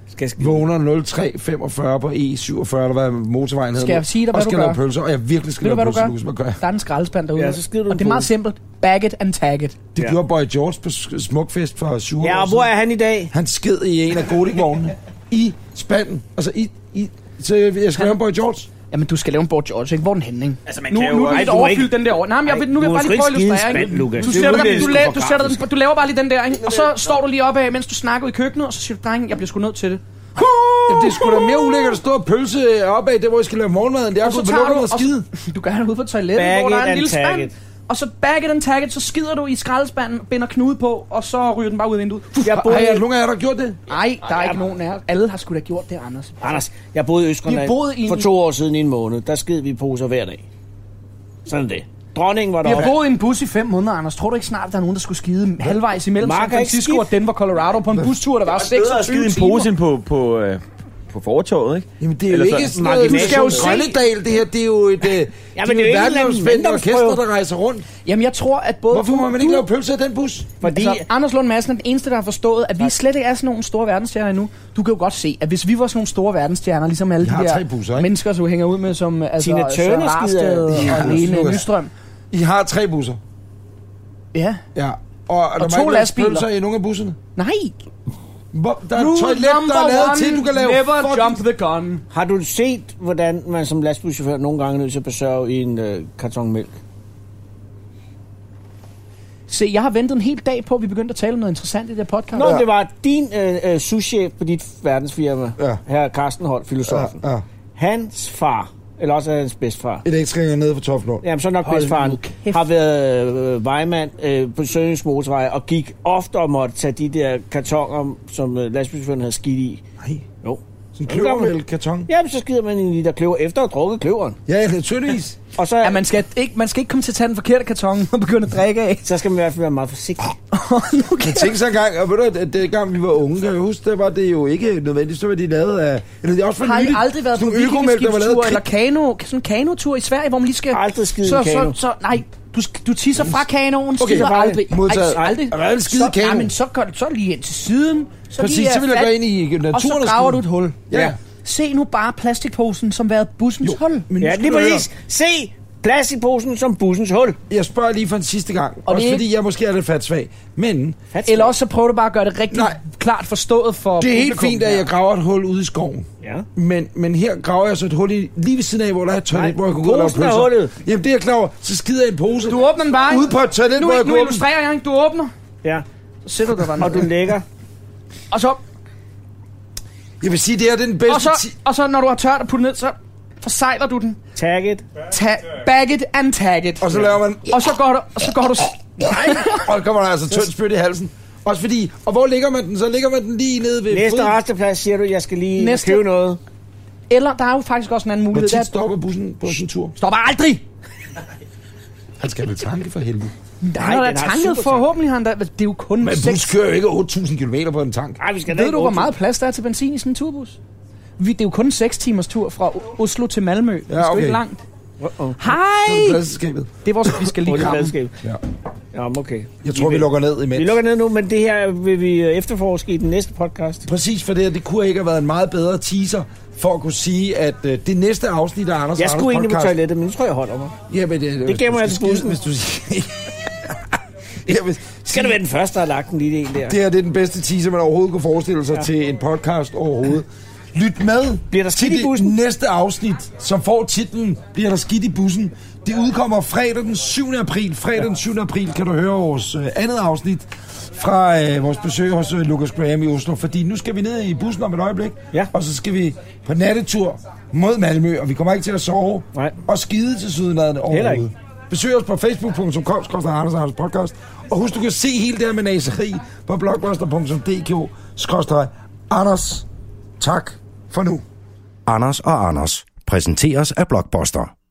Skal jeg skide?
vågner 0345 på E47, eller hvad motorvejen hedder.
Skal jeg sige dig,
og
hvad
skal
du gør?
lave pølser, og jeg virkelig skal
Ved du,
lave
hvad du gør?
pølser, Lukas. Hvad gør jeg?
Der er en skraldespand derude.
Ja, så skider du
og det
på
er meget
den.
simpelt. Bag it and tag it.
Det
Ja.
gjorde Boy George på s- Smukfest for 7
Ja,
år
og hvor
siden.
er han i dag?
Han sked i en af godikvognene. I spanden. Altså i... i så jeg skal lave Boy George.
Jamen, du skal lave en Board George, ikke? Hvor er den henne, ikke?
Altså, man
Nu, nu er
også-
vi lidt
du må ikke-
overfyldt den der over. Nej, men jeg,
Ej,
vil- nu vil jeg
du må
bare lige
sgu
prøve at
ikke skide
illustrere,
spand,
ikke?
Lukas.
Du,
Det
sætter
er
dig, du,
udlæst
la- du, sætter den, du laver bare lige den der, ikke? Og så står du lige op af, mens du snakker i køkkenet, og så siger du, dreng, jeg bliver sgu nødt til det.
Jamen, det er sgu da mere ulækkert at stå og pølse øh, opad, der hvor I skal lave morgenmad, end det er at
Og
gå
så
på
tager
lukket
du,
og skide.
og så, (laughs) du gør det ude på toilettet,
Bag
hvor der
it
er en
and
lille
tag
spand.
it.
Og så bag it and tag it, så skider du i skraldespanden, binder knude på, og så ryger den bare ud af vinduet.
Jeg
Har
boede
jeg nogen af jer, der har gjort det?
Nej, der er ikke nogen af os. Alle har sgu da gjort det, Anders.
Anders, jeg boede i Østgrønland
Vi boede i en-
for to år siden i en måned. Der sked vi i poser hver dag. Sådan er det. Dronningen var
Vi har
deroppe.
boet i en bus i fem måneder, Anders. Tror du ikke snart, der er nogen, der skulle skide halvvejs imellem
Mark
San
er ikke
Francisco
skidt.
og Denver, Colorado på en bustur, der var
Det er bedre at skide
26
en
timer?
pose end på, på, øh, på fortorvet, ikke?
Jamen, det er jo
Eller
ikke
sådan-
sådan noget,
Du
du
skal
skal
jo
jo
se-
Grønnedal, det her, det er jo
men
et, ja,
det er jo en eller anden manddomsprøve.
orkester, der rejser rundt.
Jamen, jeg tror, at både...
Hvorfor må
du-
man ikke
du-
lave pølser i den bus?
Fordi
Altså, Anders Lund Madsen er den eneste, der har forstået, at vi slet ikke er sådan nogle store verdensstjerner endnu. Du kan jo godt se, at hvis vi var sådan nogle store verdensstjerner, ligesom alle
Jeg
de
har
der
tre busser, ikke?
mennesker, som vi hænger ud med, som øh, altså,
Tina
Søren
Turner
Rasted
skider-
og
Ja,
Lene
Lukas.
Nystrøm.
I har tre busser.
Ja.
Ja. Og, og der
to
må ikke laves
lastbiler.
pølser i nogen af busserne.
Nej.
Hvor, der er et toilet, der er lavet til, du kan lave fucking-
the gun.
har du set, hvordan man som lastbilchauffør nogle gange er nødt til at besørge i en øh, karton mælk?
Se, jeg har ventet en hel dag på, at vi begyndte at tale om noget interessant i det her podcast.
Nå, ja. det var din øh, øh, souschef på dit verdensfirma,
Ja.
ja. her Carsten Holt, filosofen. Ja,
Ja,
ja.
ja.
Hans far, eller også er det hans bedstfar,
Elektriker nede for Toftlund.
Jamen, så nok
Hold
bedstfaren
nu kæft.
har været øh, vejmand øh, på Sønderjysk Motorvej og gik ofte og måtte tage de der kartonger, som øh, lastbilchaufføren havde skidt i. Nej. Jo.
Sådan en kløvermælk karton.
Ja, men så skider man i en liter kløver efter at have drukket kløveren.
Ja, eller tyndis.
Og så,
Ja, man skal, ikke, man skal ikke komme til at tage den forkerte karton (laughs) og begynde at drikke (laughs) af.
så skal man i hvert fald være meget forsigtig.
Men tænk så engang, og ved du, at dengang vi var unge, kan jeg huske, der var det jo ikke nødvendigt, så var de lavet af... Eller det er også for
Har I
nyligt.
aldrig været på
sådan nogle økomælk, der var lavet
vikingeskibstur
af
eller kano, sådan en kanotur i Sverige, hvor man lige skal...
Aldrig skide
så,
en kano.
Så, så, nej, du, sk- du tisser fra kanoen, okay,
Mm. Okay,
skider
så var det
aldrig.
modtaget.
Ej, aldrig.
Og hvad er det, skide
så,
kano?
Nej, men så gør du så lige ind til siden. Så
Præcis,
lige
så vil jeg
fat-
gå ind i naturen
Og så
og
graver du
skide.
et hul.
Ja.
Se nu bare plastikposen, som været bussens
Jo,
hul. Men
Ja, lige præcis. Se plastikposen som bussens hul.
Jeg spørger lige for en sidste gang, og
Og
også
det er
fordi jeg måske er lidt fatsvag. Men
Eller også så prøver du bare at gøre det rigtig
Nej.
nej. klart forstået for
det er helt
publikum
fint, at
her.
jeg graver et hul ude i skoven.
Ja.
Men, men her graver jeg så et hul i, lige ved siden af, hvor der er et toilet,
Nej,
hvor jeg kan gå og lave
posen er
pølser.
hullet.
Jamen det er jeg klar over. Så skider jeg i en pose.
Du åbner den bare. ikke?
Ude på et toilet,
nu,
hvor jeg
nu
kan åbne-
illustrerer jeg, ikke? Du åbner.
Ja.
Så sætter du dig bare
Og du
ned.
lægger.
Og så
Jeg vil sige, det er den
Og
bedste...
så,
ti-
og så når du har tørt at putte ned, så forsejler du den.
Tag it.
Ta- bag it and tag it.
Og så laver man...
Og så går du... Og så går du s-
Nej, og der kommer der altså tynd spyt i halsen. Også fordi, og hvor ligger man den? Så ligger man den lige nede ved
Næste
foden.
resteplads siger du, jeg skal lige
Næste.
Næste. købe noget.
eller der er jo faktisk også en anden
Hvor
mulighed. Det er,
tit
at du
stopper bussen på sin tur?
stopper aldrig!
Han skal have tanke for helvede.
Der er da
den har
tanket
supertank.
forhåbentlig. Han der, det er jo kun
Men bus
6...
kører jo ikke 8.000 km på en tank.
Ej, vi skal da
Ved
ikke
du, hvor
åbne.
meget plads der er til benzin i sådan en turbus? Vi, det er jo kun en 6 timers tur fra O- Oslo til Malmø. Det er jo
okay.
ikke langt.
Uh-oh.
Hej!
Pladskabet.
Det er vores, vi skal lige
Åh, det er
kramme.
fladskabet.
Ja.
Ja, men okay.
Jeg tror, vi lukker ned imens.
Vi lukker ned nu, men det her vil vi øh, efterforske i den næste podcast.
Præcis, for det her, det kunne ikke have været en meget bedre teaser for at kunne sige, at øh, det næste afsnit af Anders
Jeg
og
skulle
Anders
egentlig på
podcast...
toilettet, men nu tror jeg, jeg holder mig.
Ja, men, det,
Det gemmer jeg til bussen.
Hvis du siger... (laughs) ja, hvis,
Skal det være den første, der har lagt den lille en der?
det her det er den bedste teaser, man overhovedet kunne forestille sig ja. til en podcast overhovedet. Lyt med
Bliver der
til
skidt i
det
bussen?
næste afsnit, som får titlen Bliver der skidt i bussen? Det udkommer fredag den 7. april. Fredag den 7. april kan du høre vores øh, andet afsnit fra øh, vores besøg hos øh, Lucas Graham i Oslo. Fordi nu skal vi ned i bussen om et øjeblik,
Ja.
og så skal vi på nattetur mod Malmø, og vi kommer ikke til at sove
Nej.
og skide til sydlandene
Heller ikke.
overhovedet. Besøg os på facebook.com, skrøster Anders og Anders podcast. Og husk, du kan se hele det her med naseri på blogbuster.dk, skrøster Anders. Tak for nu.
Anders og Anders præsenteres af Blockbuster.